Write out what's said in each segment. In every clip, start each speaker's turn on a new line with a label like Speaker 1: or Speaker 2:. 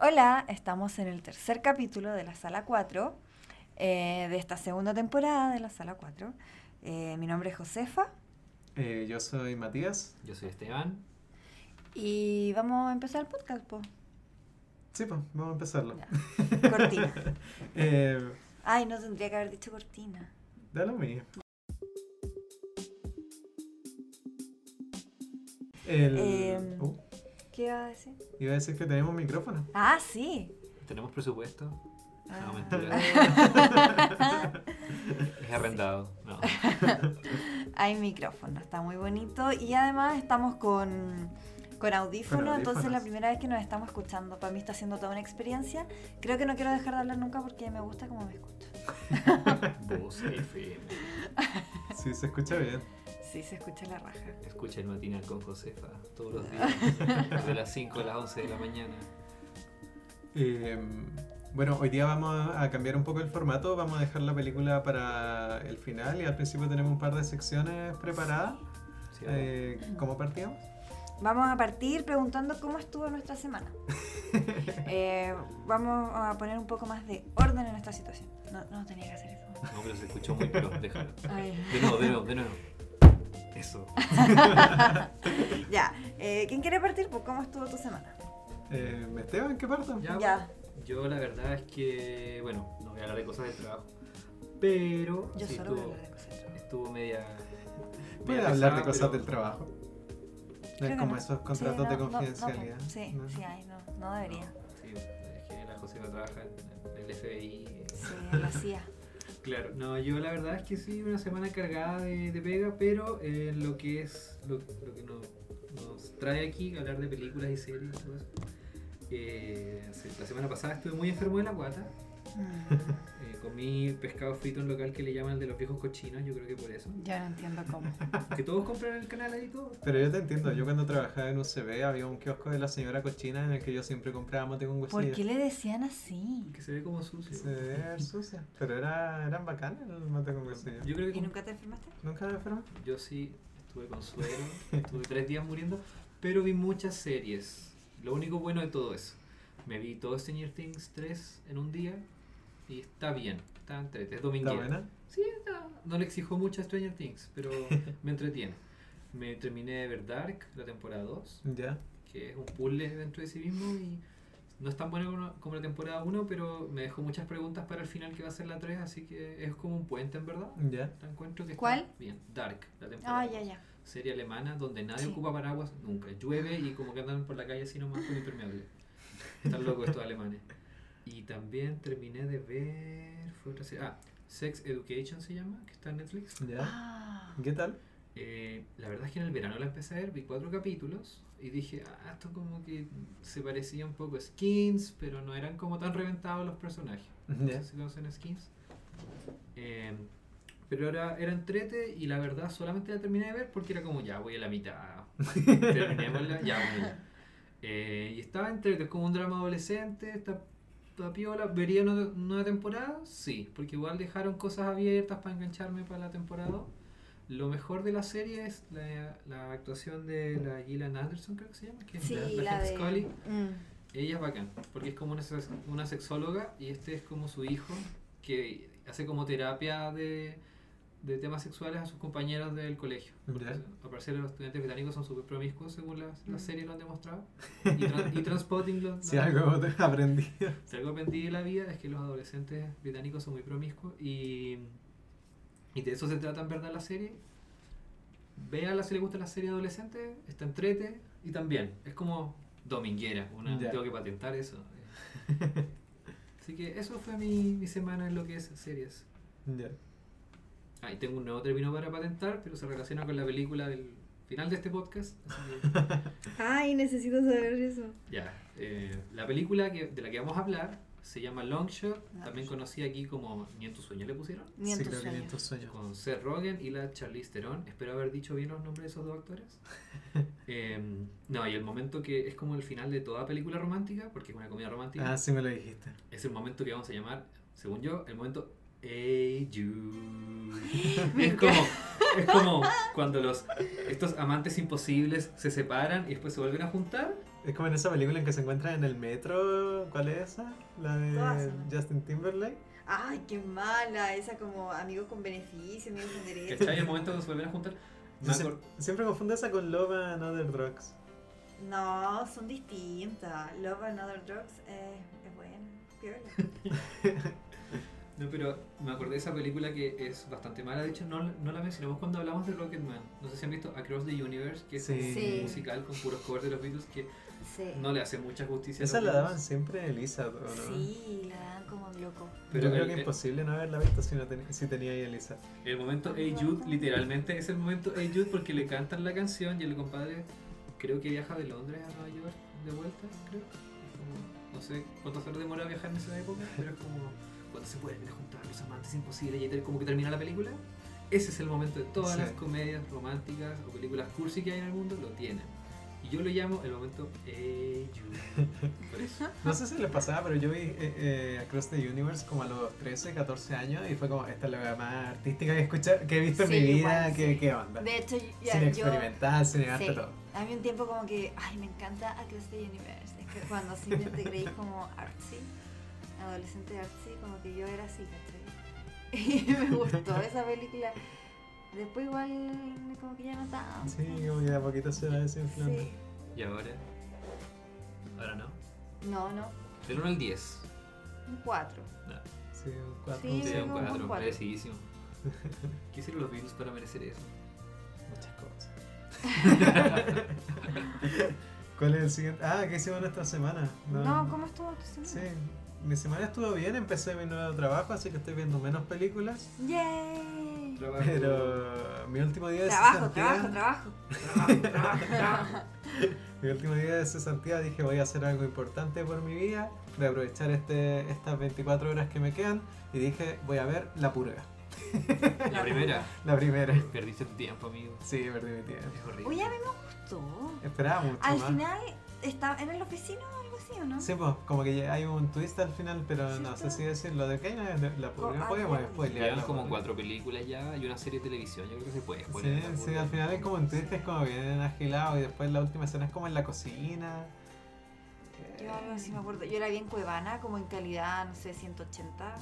Speaker 1: Hola, estamos en el tercer capítulo de la Sala 4, eh, de esta segunda temporada de la Sala 4. Eh, mi nombre es Josefa
Speaker 2: Eh, yo soy Matías.
Speaker 3: Yo soy Esteban.
Speaker 1: y vamos a empezar el podcast, po.
Speaker 2: Sí, pues, vamos a empezarlo.
Speaker 1: Ya. Cortina.
Speaker 2: Eh,
Speaker 1: Ay, no tendría que haber dicho cortina.
Speaker 2: da lo mismo. El-
Speaker 1: Em.
Speaker 2: uh,
Speaker 1: ¿Qué iba a decir?
Speaker 2: iba a decir que tenemos micrófono.
Speaker 1: Ah, sí.
Speaker 3: ¿Tenemos presupuesto?
Speaker 1: Ah.
Speaker 3: No, mentira. es arrendado. No.
Speaker 1: Hay micrófono, está muy bonito. Y además estamos con, con audífono,
Speaker 2: Con
Speaker 1: entonces
Speaker 2: audífonos.
Speaker 1: la primera vez que nos estamos escuchando. Para mí está siendo toda una experiencia. Creo que no quiero dejar de hablar nunca porque me gusta cómo me escucho.
Speaker 3: Voz FM.
Speaker 2: Sí, se escucha bien.
Speaker 1: Sí, se escucha la raja.
Speaker 3: Escucha el matinal con Josefa todos los días. De las 5 a las 11 de la mañana.
Speaker 2: Em, bueno, hoy día vamos a- a cambiar un poco el formato. Vamos a dejar la película para el final y al principio tenemos un par de secciones preparadas.
Speaker 3: ¿sí?
Speaker 2: Eh, ¿Cómo partíamos?
Speaker 1: Vamos a partir preguntando cómo estuvo nuestra semana. Eh, vamos a poner un poco más de orden en nuestra situación. No, no tenía que hacer eso.
Speaker 3: No, pero se escuchó muy pro. Déjalo.
Speaker 1: Ay.
Speaker 3: De nuevo, de nuevo, de nuevo. Eso.
Speaker 1: Ya, eh, ¿quién quiere partir? Pues, ¿Cómo estuvo tu semana?
Speaker 2: Eh, Esteban, ¿qué parto?
Speaker 3: Ya.
Speaker 1: Ya,
Speaker 3: Yo la verdad es que, bueno, no voy a hablar de cosas de trabajo. Pero
Speaker 2: pues,
Speaker 1: yo
Speaker 3: sí
Speaker 1: solo voy a
Speaker 3: estuvo,
Speaker 1: hablar de cosas. de trabajo.
Speaker 3: estuvo media...
Speaker 2: Puede
Speaker 3: media
Speaker 2: hablar de
Speaker 3: pesada,
Speaker 2: cosas
Speaker 3: pero-
Speaker 2: del trabajo. No
Speaker 1: Creo
Speaker 2: es
Speaker 1: que
Speaker 2: como
Speaker 1: no.
Speaker 2: esos contratos
Speaker 1: Sí, no,
Speaker 2: de
Speaker 1: no, no,
Speaker 2: confidencialidad.
Speaker 1: pues, sí,
Speaker 2: ¿no?
Speaker 1: sí, ay, no, no debería.
Speaker 3: Sí, es que la Josefa trabaja en el FBI. eh,
Speaker 1: Sí, lo hacía.
Speaker 3: Claro, no, yo la verdad es que sí, una semana cargada de, de pega, pero eh, lo que es, lo, lo que nos, nos trae aquí, hablar de películas y series y todo eso. eh, se- la semana pasada estuve muy enfermo de la guata,
Speaker 1: Mm,
Speaker 3: eh, comí pescado frito en un local que le llaman el de los viejos cochinos, yo creo que por eso.
Speaker 1: ya no entiendo cómo.
Speaker 2: Pues
Speaker 3: Que todos compran en el canal ahí todo.
Speaker 2: Pero yo te entiendo, yo cuando trabajaba en UCB había un kiosco de la señora cochina en el que yo siempre compraba mate con
Speaker 1: ¿Por
Speaker 2: huesillo.
Speaker 1: qué le decían así?
Speaker 3: Que se ve como sucio.
Speaker 2: Se ve sucia. Pero era, eran bacanas el mate con huesillo.
Speaker 3: Yo creo que
Speaker 1: ¿Y
Speaker 3: como-
Speaker 1: nunca te enfermaste?
Speaker 2: ¿Nunca me enfermé?
Speaker 3: Yo sí estuve con suero, estuve tres días muriendo, pero vi muchas series. Lo único bueno de todo eso. Me vi todo Stranger Things 3 en un día y está bien, está entrete, es
Speaker 2: ¿Está
Speaker 3: dominguera.
Speaker 2: buena?
Speaker 3: Sí, está. No le exijo mucho a Stranger Things, pero me entretiene. Me terminé de ver Dark, la temporada 2,
Speaker 2: Ya.
Speaker 3: que es un puzzle dentro de sí mismo y no es tan buena como- como la temporada 1, pero me dejó muchas preguntas para el final que va a ser la 3, así que es como un puente en verdad.
Speaker 2: Ya.
Speaker 3: La encuentro que está
Speaker 1: ¿Cuál?
Speaker 3: bien, Dark, la temporada
Speaker 1: Ah, ya, ya.
Speaker 3: serie alemana donde nadie
Speaker 1: Sí.
Speaker 3: ocupa paraguas nunca. Llueve y como que andan por la calle así nomás con impermeable. Están locos estos alemanes. Y también terminé de ver. Fue otra serie. Ah, Sex Education se llama, que está en Netflix.
Speaker 2: Ya.
Speaker 1: Ah,
Speaker 2: ¿Qué tal?
Speaker 3: Eh, la verdad es que en el verano la empecé a ver, vi cuatro capítulos y dije, ah, esto como que se parecía un poco a Skins, pero no eran como tan reventados los personajes. No
Speaker 2: Ya.
Speaker 3: sé si conocen Skins. Eh, pero ahora era entrete y la verdad solamente la terminé de ver porque era como ya voy a la mitad. Terminémosla, ya voy. Eh, y estaba entrete, es como un drama adolescente, está, está piola. ¿Vería una nueva temporada? Sí, porque igual dejaron cosas abiertas para engancharme para la temporada. dos. Lo mejor de la serie es la, la actuación de la Gillian Anderson, creo que se llama, que es
Speaker 1: Sí,
Speaker 3: la,
Speaker 1: la
Speaker 3: Hex
Speaker 1: de-
Speaker 3: Scully.
Speaker 1: mm.
Speaker 3: Ella es bacán, porque es como una, sex- una sexóloga y este es como su hijo que hace como terapia de, de temas sexuales a sus compañeros del colegio. Porque
Speaker 2: Ya.
Speaker 3: al parecer los estudiantes británicos son súper promiscuos según las,
Speaker 1: Mm.
Speaker 3: las series lo han demostrado. Y, tran- y Transpotting lo
Speaker 2: Si
Speaker 3: lo-
Speaker 2: algo te aprendí.
Speaker 3: si algo aprendí de la vida es que los adolescentes británicos son muy promiscuos y, y de eso se trata en verdad la serie. Véala si le gusta la serie adolescente, está entrete y también es como dominguera, una,
Speaker 2: Ya.
Speaker 3: tengo que patentar eso. Así que eso fue mi, mi semana en lo que es series.
Speaker 2: Ya.
Speaker 3: Ah, y tengo un nuevo término para patentar, pero se relaciona con la película del final de este podcast. así que-
Speaker 1: Ay, necesito saber eso.
Speaker 3: Ya, eh, la película que, de la que vamos a hablar se llama Long Shot,
Speaker 2: Ah,
Speaker 3: también conocida aquí como Ni en tu sueño le pusieron,
Speaker 1: Ni en
Speaker 2: sí,
Speaker 1: tus
Speaker 2: creo que ni en
Speaker 1: sueños.
Speaker 2: tus sueños.
Speaker 3: con Seth Rogen y la Charlize Theron. Espero haber dicho bien los nombres de esos dos actores. Eh, no, y el momento que es como el final de toda película romántica, porque es una comedia romántica,
Speaker 2: Ah, sí me lo dijiste.
Speaker 3: es el momento que vamos a llamar, según yo, el momento Hey Jude.
Speaker 1: Me
Speaker 3: Es como, es como cuando los, estos amantes imposibles se separan y después se vuelven a juntar.
Speaker 2: Es como en esa película en que se encuentra en el metro. ¿Cuál es esa? La
Speaker 1: Todas
Speaker 2: de
Speaker 1: son.
Speaker 2: Justin Timberlake.
Speaker 1: Ay, qué mala. Esa como amigos con beneficio, amigos con derecho.
Speaker 3: ¿Cachai? El momento de se volver a juntar. Me
Speaker 2: Yo se-
Speaker 3: acor-
Speaker 2: siempre confundo esa con Love and Other Drugs.
Speaker 1: No, son distintas. Love and Other Drugs eh, es buena. Piola.
Speaker 3: no, pero me acordé de esa película que es bastante mala. De hecho, no, no la mencionamos cuando hablamos de Rocketman. No sé si han visto Across the Universe, que es
Speaker 2: Sí.
Speaker 1: Sí.
Speaker 3: un musical con puros covers de los Beatles que
Speaker 1: Sí.
Speaker 3: no le hace mucha justicia. a
Speaker 2: Esa
Speaker 3: los
Speaker 2: la daban
Speaker 3: Beatles.
Speaker 2: siempre en Elisa, ¿o ¿no?
Speaker 1: Sí, la dan como loco.
Speaker 3: Pero
Speaker 2: Yo creo
Speaker 3: el- eh,
Speaker 2: que
Speaker 3: el-
Speaker 2: imposible no haberla visto si, no ten- si tenía ahí Elisa.
Speaker 3: El momento Hey Jude, literalmente es el momento Hey Jude porque le cantan la canción y el compadre creo que viaja de Londres a Nueva York de vuelta, creo. Es como, no sé cuánto se demora viajar en esa época, pero es como cuando se vuelven a juntar los amantes imposibles y ahí te- como que termina la película. Ese es el momento de todas
Speaker 2: Sí.
Speaker 3: las comedias románticas o películas cursi que hay en el mundo, lo tienen. Y yo lo llamo el momento Hey Jude. Por eso.
Speaker 2: No sé si les pasaba, pero yo vi eh, eh, Across the Universe como a los 13, 14 años y fue como, esta es la wea más artística que, he escuchado- que he visto
Speaker 1: Sí,
Speaker 2: en mi vida,
Speaker 1: igual,
Speaker 2: ¿qué,
Speaker 1: sí.
Speaker 2: qué onda?
Speaker 1: De hecho, ya,
Speaker 2: sin
Speaker 1: yo.
Speaker 2: experimentar, sin negarte
Speaker 1: sí.
Speaker 2: todo.
Speaker 1: A mí un tiempo como que, ay, me encanta Across the Universe. Es que cuando así me te creí como artsy, adolescente artsy, como que yo era así, ¿cachai? Y me gustó esa película. Después igual como que ya no tanto.
Speaker 2: Sí, como que de a poquito se va desinflando.
Speaker 1: Sí.
Speaker 3: Y ahora, ahora no.
Speaker 1: No, no.
Speaker 3: Del 1 al 10.
Speaker 1: Un 4.
Speaker 3: No.
Speaker 2: Sí, un cuatro,
Speaker 1: Sí,
Speaker 2: un
Speaker 1: yo
Speaker 3: Sí,
Speaker 2: cinco,
Speaker 1: creo que un
Speaker 3: un cuadro,
Speaker 1: cuadro.
Speaker 3: merecidísimo. ¿Qué hicieron los Beatles para merecer eso?
Speaker 2: muchas cosas. ¿Cuál es el siguiente? Ah, ¿qué hicimos nuestra semana?
Speaker 1: No, ¿cómo estuvo tu semana?
Speaker 2: Sí, mi semana estuvo bien, empecé mi nuevo trabajo, así que estoy viendo menos películas.
Speaker 1: ¡Yay!
Speaker 3: Trabajo.
Speaker 2: Pero mi último día de
Speaker 1: Trabajo, trabajo,
Speaker 2: cesantía-
Speaker 1: trabajo.
Speaker 3: trabajo, trabajo, trabajo.
Speaker 2: Mi último día de cesantía dije voy a hacer algo importante por mi vida, voy a aprovechar este, estas 24 horas que me quedan y dije voy a ver La Purga,
Speaker 3: La primera.
Speaker 2: la primera.
Speaker 3: Perdiste tu tiempo, amigo.
Speaker 2: Sí, perdí mi tiempo.
Speaker 3: Es horrible.
Speaker 1: Oye, a mí me gustó.
Speaker 2: Esperaba mucho
Speaker 1: Al
Speaker 2: más.
Speaker 1: final, está, ¿eran los vecinos o algo así o no?
Speaker 2: Sí, pues, como que ya hay un twist al final, pero no
Speaker 1: ¿Cierto?
Speaker 2: sé si decirlo de qué es La- La Purga.
Speaker 1: Co-
Speaker 2: Podemos
Speaker 1: ah,
Speaker 2: spoilear.
Speaker 3: Llevan
Speaker 2: La
Speaker 3: como
Speaker 2: Purga.
Speaker 3: cuatro películas ya y una serie de televisión. Yo creo que se puede.
Speaker 2: Sí,
Speaker 3: spoiler, la
Speaker 2: sí,
Speaker 3: burla.
Speaker 2: al final es como un twist, es como bien agilado y después la última escena es como en la cocina.
Speaker 1: Yo algo así me acuerdo. Yo era bien cuevana, como en calidad, no sé, 180.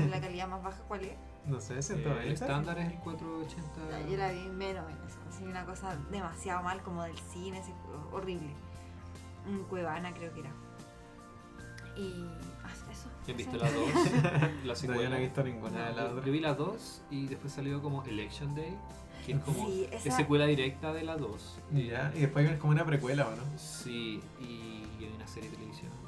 Speaker 1: en La calidad más baja, ¿cuál es?
Speaker 2: No sé,
Speaker 3: Eh, el
Speaker 2: 120.
Speaker 3: estándar es el
Speaker 1: O
Speaker 2: Ah.
Speaker 3: 480.
Speaker 1: sea, yo era bien menos en eso. Así una cosa demasiado mal, como del cine, así, horrible. Mm, Cuevana creo que era. Y ah, eso.
Speaker 3: ¿Ya han visto
Speaker 1: eso.
Speaker 3: la 2?
Speaker 2: No,
Speaker 3: La
Speaker 2: yo no
Speaker 3: secuela.
Speaker 2: he visto ninguna de las
Speaker 3: Yo-
Speaker 2: otras.
Speaker 3: Yo vi la 2 y después salió como Election Day, que es como
Speaker 1: Sí,
Speaker 3: es
Speaker 1: esa-
Speaker 3: secuela directa de la 2.
Speaker 2: Ya, y después hay como una precuela, ¿o no?
Speaker 3: Sí, y y hay una serie de televisión.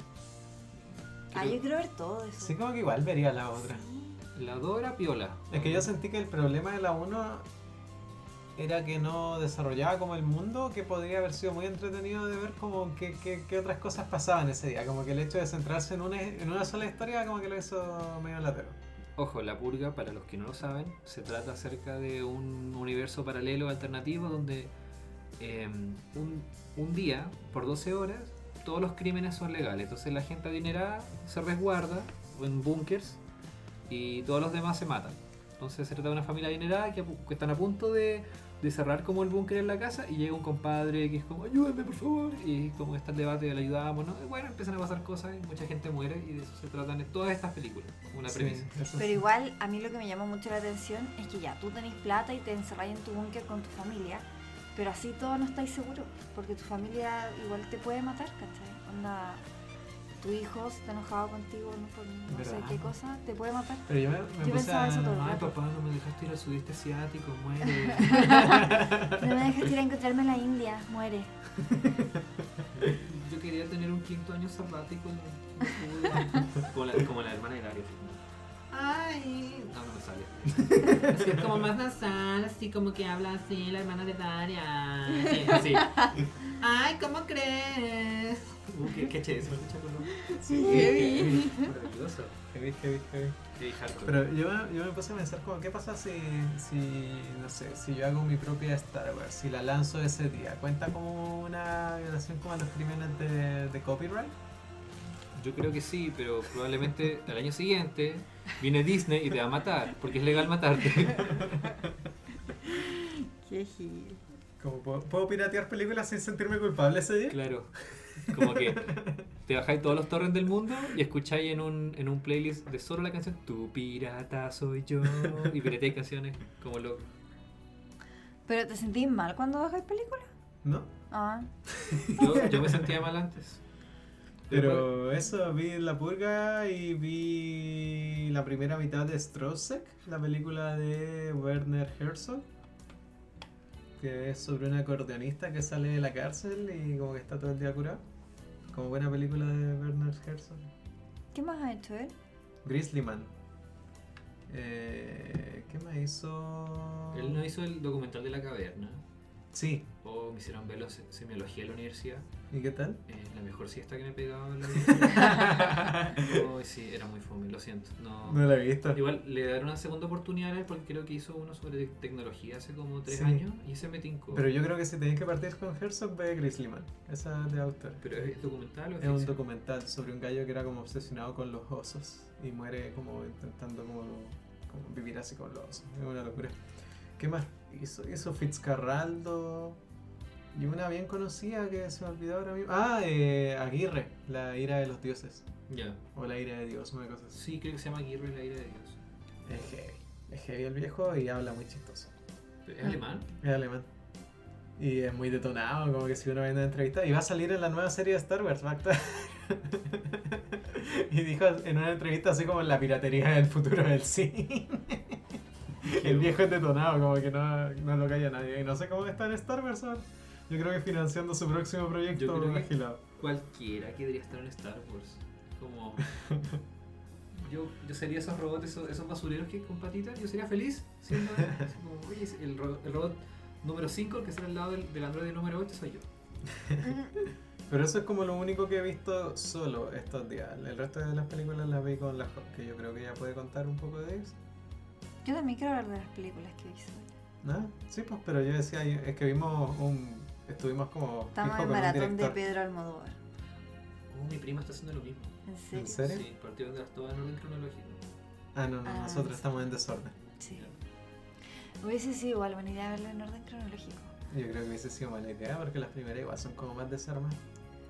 Speaker 1: Ah,
Speaker 3: Creo-
Speaker 1: yo quiero ver todo eso.
Speaker 2: Sí, como que igual vería la otra.
Speaker 1: Sí.
Speaker 3: La Dora Piola.
Speaker 2: Es que yo sentí que el problema de la 1 era que no desarrollaba como el mundo, que podría haber sido muy entretenido de ver como qué, qué- qué otras cosas pasaban ese día. Como que el hecho de centrarse en una, en una sola historia como que lo hizo medio latero.
Speaker 3: Ojo, la purga, para los que no lo saben, se trata acerca de un universo paralelo alternativo donde eh, un, un día, por 12 horas, todos los crímenes son legales. Entonces la gente adinerada se resguarda en búnkers y todos los demás se matan. Entonces se trata de una familia adinerada que, apu- que están a punto de, de cerrar como el búnker en la casa y llega un compadre que es como, ayúdame por favor. Y como está el debate de la ayudamos, ¿no? Y bueno, empiezan a pasar cosas y mucha gente muere y de eso se tratan todas estas películas. Una
Speaker 2: Sí,
Speaker 3: premisa.
Speaker 2: eso
Speaker 1: Pero
Speaker 2: sí.
Speaker 1: igual, a mí lo que me llamó mucho la atención es que ya tú tenés plata y te encerráis en tu búnker con tu familia, pero así todo no estáis seguros, porque tu familia igual te puede matar, ¿cachai? Onda, tu hijo se está enojado contigo no por no sé
Speaker 2: ¿Verdad?
Speaker 1: qué cosa, te puede matar.
Speaker 2: Pero yo me, me
Speaker 1: yo
Speaker 2: puse
Speaker 1: pensaba
Speaker 2: a-
Speaker 1: eso todo.
Speaker 3: Ay, papá, no me dejaste ir al sudeste asiático, muere.
Speaker 1: No me dejes ir a encontrarme en la India, muere.
Speaker 3: Yo quería tener un quinto año sabático. ¿no? Como la, como la hermana de Dario. Ay, no, no me sale. Es que es como más nasal, así como que habla así la hermana de Daria. Así. Ay, ¿cómo crees? Uh, qué, qué chévere,
Speaker 2: Sí,
Speaker 1: Heavy.
Speaker 3: Maravilloso.
Speaker 2: heavy, heavy, heavy.
Speaker 3: Qué hardcore.
Speaker 2: Pero yo, me- yo me puse a pensar como, ¿qué pasa si, si, no sé, si yo hago mi propia Star Wars, si la lanzo ese día? ¿Cuenta como una violación como a los crímenes de, de copyright?
Speaker 3: Yo creo que sí, pero probablemente al año siguiente viene Disney y te va a matar, porque es legal matarte.
Speaker 1: Qué gil.
Speaker 2: Como, ¿puedo, puedo piratear películas sin sentirme culpable ese día?
Speaker 3: Claro. Como que te bajáis todos los torrents del mundo y escucháis en un, en un playlist de solo la canción Tu pirata soy yo. Y pirateáis canciones como lo.
Speaker 1: ¿Pero te sentís mal cuando bajas película?
Speaker 2: ¿No?
Speaker 1: Ah,
Speaker 3: Yo, yo me sentía mal antes.
Speaker 2: Pero eso, vi La Purga y vi la primera mitad de Strozek, la película de Werner Herzog, que es sobre un acordeonista que sale de la cárcel y como que está todo el día curado. Como buena película de Werner Herzog.
Speaker 1: ¿qué más ha hecho eh? él?
Speaker 2: Grizzly Man. Eh, ¿Qué me hizo?
Speaker 3: Él no hizo el documental de la caverna.
Speaker 2: Sí,
Speaker 3: O me hicieron ver la se- semiología de la universidad.
Speaker 2: ¿y qué tal?
Speaker 3: Eh, la mejor siesta que me he pegado en la universidad. Ay, sí, era muy fome, lo siento. No.
Speaker 2: No la he visto.
Speaker 3: Igual le daré una segunda oportunidad a él porque creo que hizo uno sobre tec- tecnología hace como tres
Speaker 2: Sí.
Speaker 3: años y ese me tincó.
Speaker 2: Pero yo creo que si tenéis que partir con Herzog, ve Grizzly Man. Esa es de autor.
Speaker 3: ¿Pero es documental o
Speaker 2: Es un
Speaker 3: ficción?
Speaker 2: documental sobre un gallo que era como obsesionado con los osos y muere como intentando como, como vivir así con los osos. Es una locura. ¿Qué más? Hizo, hizo Fitzcarraldo y una bien conocida que se me olvidó ahora mismo. Ah, eh, Aguirre, la ira de los dioses.
Speaker 3: Ya.
Speaker 2: O la ira de Dios, una cosa así.
Speaker 3: Sí, creo que se llama Aguirre la ira de Dios.
Speaker 2: Es heavy. Es heavy el viejo y habla muy chistoso.
Speaker 3: ¿Es
Speaker 1: Ah.
Speaker 3: alemán?
Speaker 2: Es alemán. Y es muy detonado, como que si uno ve una entrevista. Y va a salir en la nueva serie de Star Wars, Bacta. y dijo en una entrevista así como la piratería del futuro del cine. El viejo es detonado, como que no, no lo calla nadie. Y no sé cómo está en Star Wars ahora. Yo creo que financiando su próximo proyecto,
Speaker 3: Yo creo que-
Speaker 2: vigilado.
Speaker 3: Cualquiera que debería estar en Star Wars. Como. Yo, yo sería esos robots, esos, esos basureros que con patitas, yo sería feliz siendo él. Así como, oye, es el, ro- el robot número 5, el que está al lado del, del androide número 8, soy yo.
Speaker 2: Pero eso es como lo único que he visto solo estos días. El resto de las películas las vi con las que yo creo que ya puede contar un poco de eso.
Speaker 1: Yo también quiero hablar de las películas que hizo.
Speaker 2: ¿No? Sí, pues, pero yo decía, yo- es que vimos un. Estuvimos como.
Speaker 1: Estamos
Speaker 2: fijo
Speaker 1: en el
Speaker 2: con un
Speaker 1: maratón de
Speaker 2: director.
Speaker 1: Pedro Almodóvar.
Speaker 3: Oh, mi prima está haciendo lo mismo.
Speaker 1: ¿En serio?
Speaker 2: ¿En serio?
Speaker 3: Sí, partió de las todas en orden cronológico.
Speaker 2: Ah, no, no,
Speaker 1: Ah,
Speaker 2: nosotros
Speaker 1: sí.
Speaker 2: estamos en desorden.
Speaker 1: Sí. Hubiese sido igual buena idea verlo en orden cronológico.
Speaker 2: Yo creo que hubiese sido mala idea porque las primeras igual son como más desarmadas.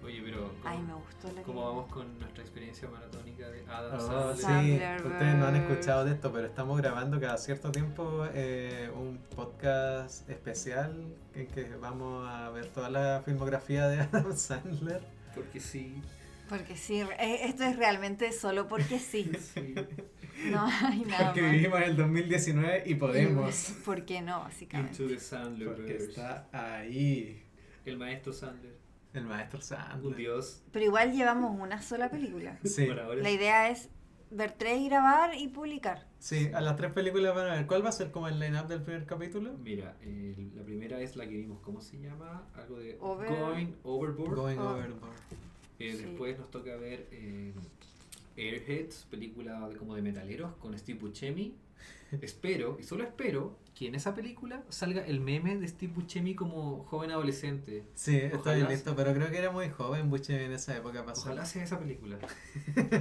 Speaker 3: Oye, pero. ¿cómo,
Speaker 1: Ay, me gustó la
Speaker 3: cómo
Speaker 1: que-
Speaker 3: vamos con nuestra experiencia maratónica de Adam
Speaker 2: Oh,
Speaker 3: Ah, Sandler?
Speaker 2: sí,
Speaker 1: Sandler
Speaker 2: ustedes no han
Speaker 1: Verse.
Speaker 2: escuchado de esto, pero estamos grabando cada cierto tiempo eh, un podcast especial en que vamos a ver toda la filmografía de Adam Sandler.
Speaker 3: Porque sí.
Speaker 1: Porque sí, re- eh, esto es realmente solo porque sí.
Speaker 3: sí.
Speaker 1: No hay nada
Speaker 2: porque
Speaker 1: más.
Speaker 2: vivimos en el 2019 y podemos.
Speaker 1: ¿Por qué no,
Speaker 3: Into
Speaker 1: básicamente?
Speaker 3: the Sandler.
Speaker 2: porque
Speaker 3: Verse.
Speaker 2: está ahí
Speaker 3: El maestro Sandler.
Speaker 2: el maestro
Speaker 3: Un
Speaker 2: Sandler.
Speaker 3: dios.
Speaker 1: Pero igual llevamos una sola película.
Speaker 2: Sí.
Speaker 3: Por ahora.
Speaker 1: La idea es ver tres y grabar y publicar.
Speaker 2: Sí, a las tres películas van a ver. ¿Cuál va a ser como el line-up del primer capítulo?
Speaker 3: Mira, el- la primera es la que vimos, ¿cómo se llama? Algo de
Speaker 1: Over-
Speaker 3: Going Overboard.
Speaker 2: Going
Speaker 1: Ah.
Speaker 2: Overboard.
Speaker 3: Eh,
Speaker 1: Sí.
Speaker 3: Después nos toca ver eh, Airheads, película de- como de metaleros con Steve Buscemi. espero, y solo espero, que en esa película salga el meme de Steve Buscemi como joven adolescente.
Speaker 2: Sí, estoy
Speaker 3: Ojalá.
Speaker 2: listo, pero creo que era muy joven Buche en esa época pasó.
Speaker 3: Ojalá sea esa película.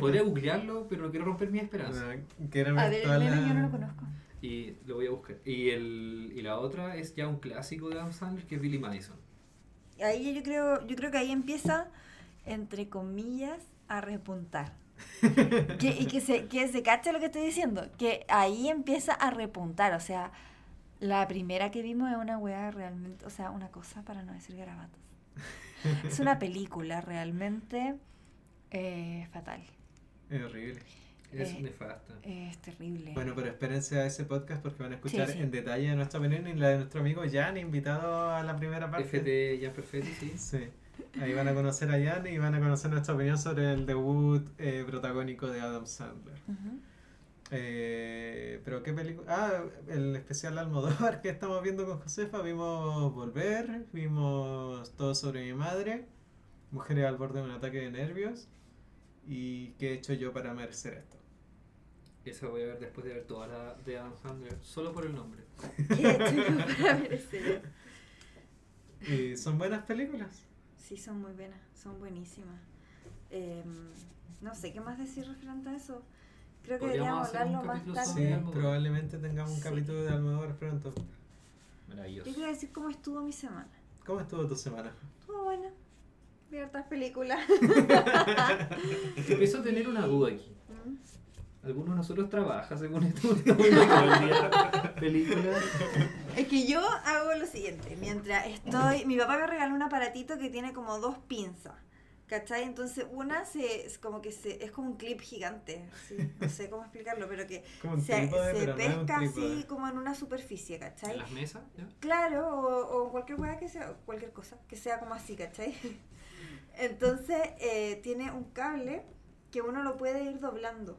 Speaker 3: Podría googlearlo, pero no quiero romper mi esperanza.
Speaker 2: No, quiero ver
Speaker 1: A ver,
Speaker 2: toda
Speaker 1: el meme
Speaker 2: la-
Speaker 1: yo no lo conozco.
Speaker 3: Y lo voy a buscar. Y, el, y la otra es ya un clásico de Adam Sandler, que es Billy Madison.
Speaker 1: Ahí yo creo, yo creo que ahí empieza, entre comillas, a repuntar. que, y que se, que se cache lo que estoy diciendo, que ahí empieza a repuntar, o sea, la primera que vimos es una weá realmente, o sea, una cosa para no decir garabatos. Es una película realmente eh, fatal,
Speaker 2: Es horrible.
Speaker 3: Es
Speaker 1: Eh,
Speaker 3: nefasta.
Speaker 1: eh, es terrible.
Speaker 2: Bueno, pero espérense a ese podcast porque van a escuchar
Speaker 1: sí.
Speaker 2: en detalle nuestra opinión y la de nuestro amigo Jan, invitado a la primera parte.
Speaker 3: FT ya perfecto, sí.
Speaker 2: Sí. Ahí van a conocer a Jan y van a conocer nuestra opinión sobre el debut eh, protagónico de Adam Sandler.
Speaker 1: Ujú.
Speaker 2: Eh, pero qué película. Ah, el especial Almodóvar que estamos viendo con Josefa. Vimos Volver, vimos Todo sobre mi madre, Mujeres al borde de un ataque de nervios. ¿Y qué he hecho yo para merecer esto?
Speaker 3: Esa voy a ver después de ver toda la de Adam Sandler, solo por el nombre.
Speaker 1: ¿Qué he hecho yo para merecer?
Speaker 2: Y son buenas películas.
Speaker 1: Sí, son muy buenas, son buenísimas. Em, no sé qué más decir referente a eso. Creo que
Speaker 3: Podríamos
Speaker 1: deberíamos
Speaker 3: hacer un
Speaker 1: hablarlo más
Speaker 3: capítulo
Speaker 1: tarde.
Speaker 2: Sí,
Speaker 3: Almodóvar.
Speaker 2: probablemente tengamos un
Speaker 1: Sí.
Speaker 2: capítulo de Almodóvar pronto.
Speaker 3: Maravilloso.
Speaker 1: Yo quiero decir cómo estuvo mi semana.
Speaker 2: ¿Cómo estuvo tu semana?
Speaker 1: Estuvo buena. de hartas películas.
Speaker 3: Empiezo a tener una duda aquí.
Speaker 1: Mm.
Speaker 3: ¿Alguno de nosotros trabaja según esto? Películas. película?
Speaker 1: Es que yo hago lo siguiente, mientras estoy, mi papá me regaló un aparatito que tiene como dos pinzas, ¿cachai? Entonces una se, es como que se, es como un clip gigante, ¿sí? no sé cómo explicarlo, pero que
Speaker 2: Como un
Speaker 1: se,
Speaker 2: trípode,
Speaker 1: se
Speaker 2: pero no es un
Speaker 1: pesca
Speaker 2: trípode.
Speaker 1: así como en una superficie,
Speaker 3: ¿En
Speaker 1: ¿cachai?
Speaker 3: las mesas? ¿Ya?
Speaker 1: Claro, o, o cualquier weá que sea, cualquier cosa, que sea como así, ¿cachai? Entonces eh, tiene un cable que uno lo puede ir doblando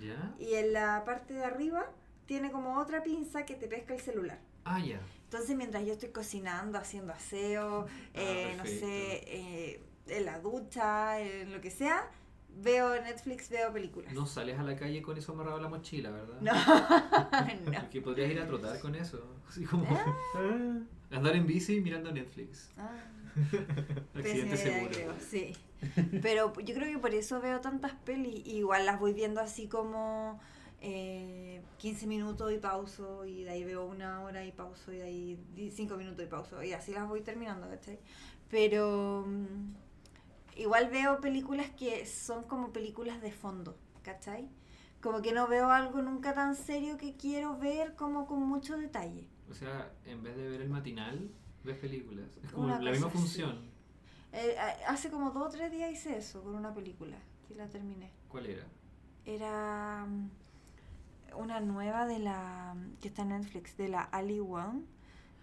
Speaker 3: ¿Ya?
Speaker 1: y en la parte de arriba tiene como otra pinza que te pesca el celular.
Speaker 3: Ah, ya.
Speaker 1: Entonces, mientras yo estoy cocinando, haciendo aseo, eh, no
Speaker 3: Ah, perfecto.
Speaker 1: sé, eh, en la ducha, en lo que sea, veo Netflix, veo películas.
Speaker 3: No sales a la calle con eso amarrado a la mochila, ¿verdad?
Speaker 1: no. no.
Speaker 3: Porque podrías ir a trotar con eso. Así como
Speaker 1: Ah.
Speaker 2: Ah,
Speaker 3: andar en bici mirando Netflix.
Speaker 1: Ah,
Speaker 3: Accidente
Speaker 1: pésima idea,
Speaker 3: seguro.
Speaker 1: creo, sí. Pero yo creo que por eso veo tantas pelis. y Igual las voy viendo así como eh, 15 minutos y pauso, y de ahí veo una hora y pauso, y de ahí 5 minutos y pauso, y así las voy terminando, ¿cachai? Pero mm, igual veo películas que son como películas de fondo, ¿cachai? Como que no veo algo nunca tan serio que quiero ver como con mucho detalle.
Speaker 3: O sea, en vez de ver el matinal, ves películas. Es como
Speaker 1: Una
Speaker 3: la
Speaker 1: cosa
Speaker 3: misma
Speaker 1: así.
Speaker 3: función.
Speaker 1: Eh, a- hace como dos o tres días hice eso con una película y la terminé.
Speaker 3: ¿Cuál era?
Speaker 1: Era mm, una nueva de la que está en Netflix, de la Ali Wong.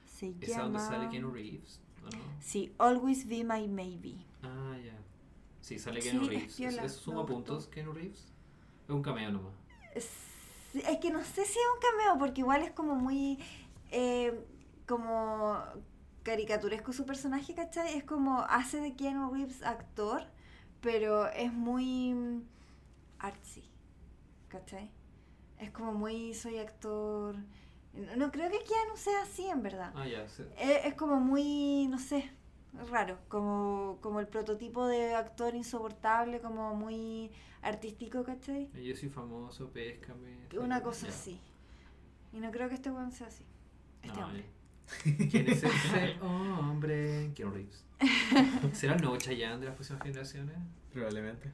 Speaker 1: Se llama
Speaker 3: ¿Esa donde sale Keanu Reeves? ¿O no?
Speaker 1: Sí, Always Be My Maybe.
Speaker 3: Ah, ya. Sí, sale
Speaker 1: Sí,
Speaker 3: Keanu
Speaker 1: es
Speaker 3: Reeves. ¿Es,
Speaker 1: piola,
Speaker 3: es suma
Speaker 1: me gustó.
Speaker 3: puntos Keanu Reeves? Es un cameo nomás.
Speaker 1: Es, es que no sé si es un cameo porque igual es como muy eh, como caricaturesco su personaje, ¿cachai? Es como hace de Keanu Reeves actor, pero es muy mm, artsy, ¿cachai? Es como muy soy actor. No, no creo que Keanu sea así en verdad.
Speaker 3: Ah, ya. se-
Speaker 1: Es, es como muy, no sé, raro, como, como el prototipo de actor insoportable, como muy artístico, ¿cachai?
Speaker 3: Yo soy famoso, péscame.
Speaker 1: Una
Speaker 3: etcétera.
Speaker 1: cosa
Speaker 3: Ya.
Speaker 1: así. Y no creo que este weón sea así. Este
Speaker 3: No,
Speaker 1: hombre.
Speaker 3: eh. ¿Quién es ese hombre? Keanu Reeves. ¿Será el nuevo Chayanne de las próximas generaciones?
Speaker 2: probablemente.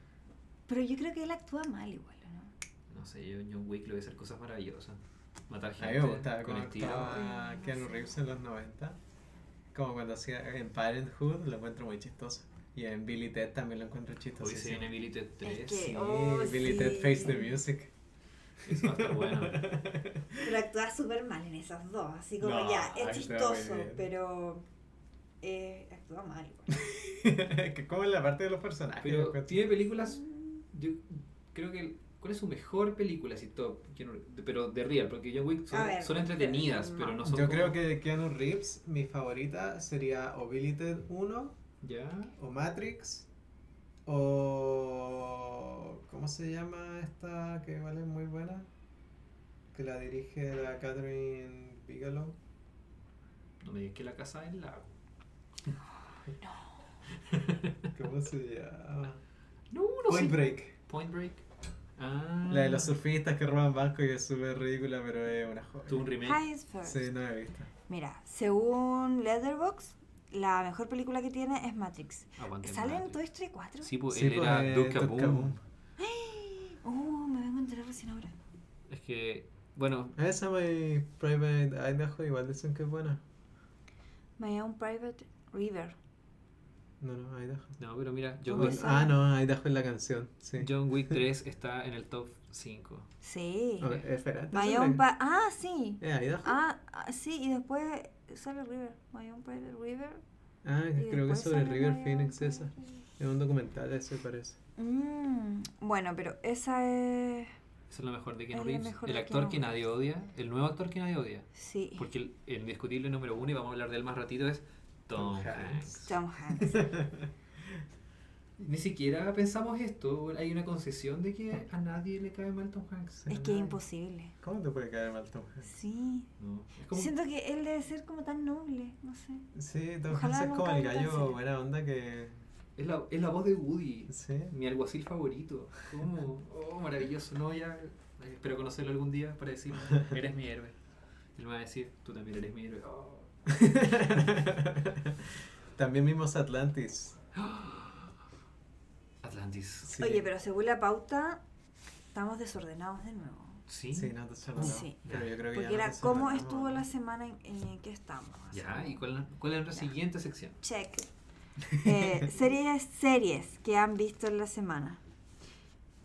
Speaker 1: Pero yo creo que él actúa mal igual, ¿o ¿no?
Speaker 3: No sé, yo John Wick le voy a hacer cosas maravillosas. Matar
Speaker 2: A
Speaker 3: gente
Speaker 2: mí me gustaba
Speaker 3: con
Speaker 2: cuando
Speaker 3: el tiro.
Speaker 2: estaba
Speaker 1: Ay, no
Speaker 2: Keanu
Speaker 1: sé.
Speaker 2: Reeves en los 90. Como cuando hacía en Parenthood, lo encuentro muy chistoso. Y en Billy Ted también lo encuentro
Speaker 3: Hoy se
Speaker 2: chistosísimo.
Speaker 3: viene Billy Ted 3.
Speaker 1: que-
Speaker 2: Sí,
Speaker 1: Oh,
Speaker 2: Billy
Speaker 1: sí.
Speaker 2: Ted Face the Music.
Speaker 3: Eso va a estar bueno.
Speaker 1: Pero actúa súper mal en esas dos. Así como
Speaker 2: No,
Speaker 1: ya,
Speaker 2: actúa
Speaker 1: es
Speaker 2: muy
Speaker 1: chistoso,
Speaker 2: bien.
Speaker 1: pero eh, actúa mal igual.
Speaker 2: que como en la parte de los personajes. lo
Speaker 3: Pero
Speaker 2: encuentro.
Speaker 3: tiene películas. Yo creo que. el- ¿Cuál es su mejor película? Si top, Keanu Reeves, de- pero de Real, porque John Wick
Speaker 1: A
Speaker 3: son,
Speaker 1: ver,
Speaker 3: son entretenidas,
Speaker 1: no.
Speaker 3: pero no son.
Speaker 2: Yo
Speaker 3: como-
Speaker 2: creo que de Keanu Reeves, mi favorita sería o Billy Ted 1,
Speaker 3: ¿Ya?
Speaker 2: o Matrix, o. ¿Cómo se llama esta que vale muy buena? Que la dirige la Catherine Bigelow.
Speaker 3: No me digas que la casa es la.
Speaker 2: ¿Cómo se llama?
Speaker 3: No, no
Speaker 2: Point
Speaker 3: sé.
Speaker 2: Break.
Speaker 3: Point Break. Ah.
Speaker 2: La de los surfistas que roban bancos y es súper ridícula, pero es una joya.
Speaker 3: Tuvo un remake.
Speaker 1: Highest First.
Speaker 2: Sí, no la he visto.
Speaker 1: Mira, según Leatherbox, la mejor película que tiene es Matrix.
Speaker 3: Aguante
Speaker 1: ¿Sale en
Speaker 3: Matrix.
Speaker 1: Toy Story 4?
Speaker 3: Sí, pues
Speaker 2: Sí,
Speaker 3: él
Speaker 2: pues,
Speaker 3: era
Speaker 2: eh,
Speaker 3: Duke
Speaker 2: Duke
Speaker 3: Kaboom.
Speaker 2: Kaboom.
Speaker 1: Uh, me vengo a enterar recién ahora.
Speaker 3: Es que. Bueno,
Speaker 2: Esa My Private Idaho igual dicen que es buena.
Speaker 1: My Own Private River.
Speaker 2: No, no, Idaho.
Speaker 3: no, pero mira,
Speaker 1: No
Speaker 3: John
Speaker 1: me
Speaker 3: Wick,
Speaker 1: sale.
Speaker 2: Ah, no, Idaho es la canción. Sí.
Speaker 3: John Wick 3 está en el top 5.
Speaker 1: Sí.
Speaker 2: A ver, espera.
Speaker 1: My Own
Speaker 2: ¿Es
Speaker 1: Pa- Ah, sí.
Speaker 2: Idaho? Ah,
Speaker 1: Ah, ah, sí, y después sale River. My Own Private River. y
Speaker 2: Ah, creo que
Speaker 1: después
Speaker 2: es sobre
Speaker 1: sale My
Speaker 2: River
Speaker 1: Own
Speaker 2: Phoenix
Speaker 1: Private
Speaker 2: esa.
Speaker 1: River.
Speaker 2: Es un documental ese parece.
Speaker 1: Mm, bueno, pero esa es.
Speaker 3: Eso es lo mejor de Keanu
Speaker 1: Es lo
Speaker 3: Reeves.
Speaker 1: mejor
Speaker 3: El
Speaker 1: de
Speaker 3: actor
Speaker 1: Keanu
Speaker 3: que nadie odia, el nuevo actor que nadie odia.
Speaker 1: Sí.
Speaker 3: Porque el, el indiscutible número uno, y vamos a hablar de él más ratito, es Tom,
Speaker 2: Tom
Speaker 3: Hanks.
Speaker 2: Hanks.
Speaker 1: Tom Hanks.
Speaker 3: Ni siquiera pensamos esto. Hay una concesión de que a nadie le cae mal Tom Hanks.
Speaker 1: es que es imposible.
Speaker 2: ¿Cómo te puede caer mal Tom Hanks?
Speaker 1: Sí.
Speaker 3: No, es como-
Speaker 1: Siento que él debe ser como tan noble, no sé.
Speaker 2: Sí, Tom
Speaker 1: Ojalá
Speaker 2: Hanks es como
Speaker 1: nunca
Speaker 2: el
Speaker 1: lo cancelen.
Speaker 2: gallo buena onda que.
Speaker 3: es, la, es la voz de Woody,
Speaker 2: Sí.
Speaker 3: mi alguacil favorito. Como, oh, maravilloso. No, ya eh, espero conocerlo algún día para decir, eres mi héroe. Él me va a decir, tú también eres mi héroe. Oh.
Speaker 2: También vimos Atlantis.
Speaker 3: Atlantis.
Speaker 2: Sí.
Speaker 1: Oye, pero según la pauta, estamos desordenados de nuevo.
Speaker 3: Sí.
Speaker 2: Sí, no te charlamos.
Speaker 1: Sí.
Speaker 2: Pero yo creo que ya
Speaker 1: Porque
Speaker 2: no
Speaker 1: era
Speaker 2: te
Speaker 1: cómo
Speaker 2: charlamos.
Speaker 1: estuvo la semana en, en que estamos. así
Speaker 3: Ya,
Speaker 1: como-
Speaker 3: ¿y cuál, cuál es la
Speaker 1: Ya.
Speaker 3: siguiente sección?
Speaker 1: Check. Eh, series, series que han visto en la semana.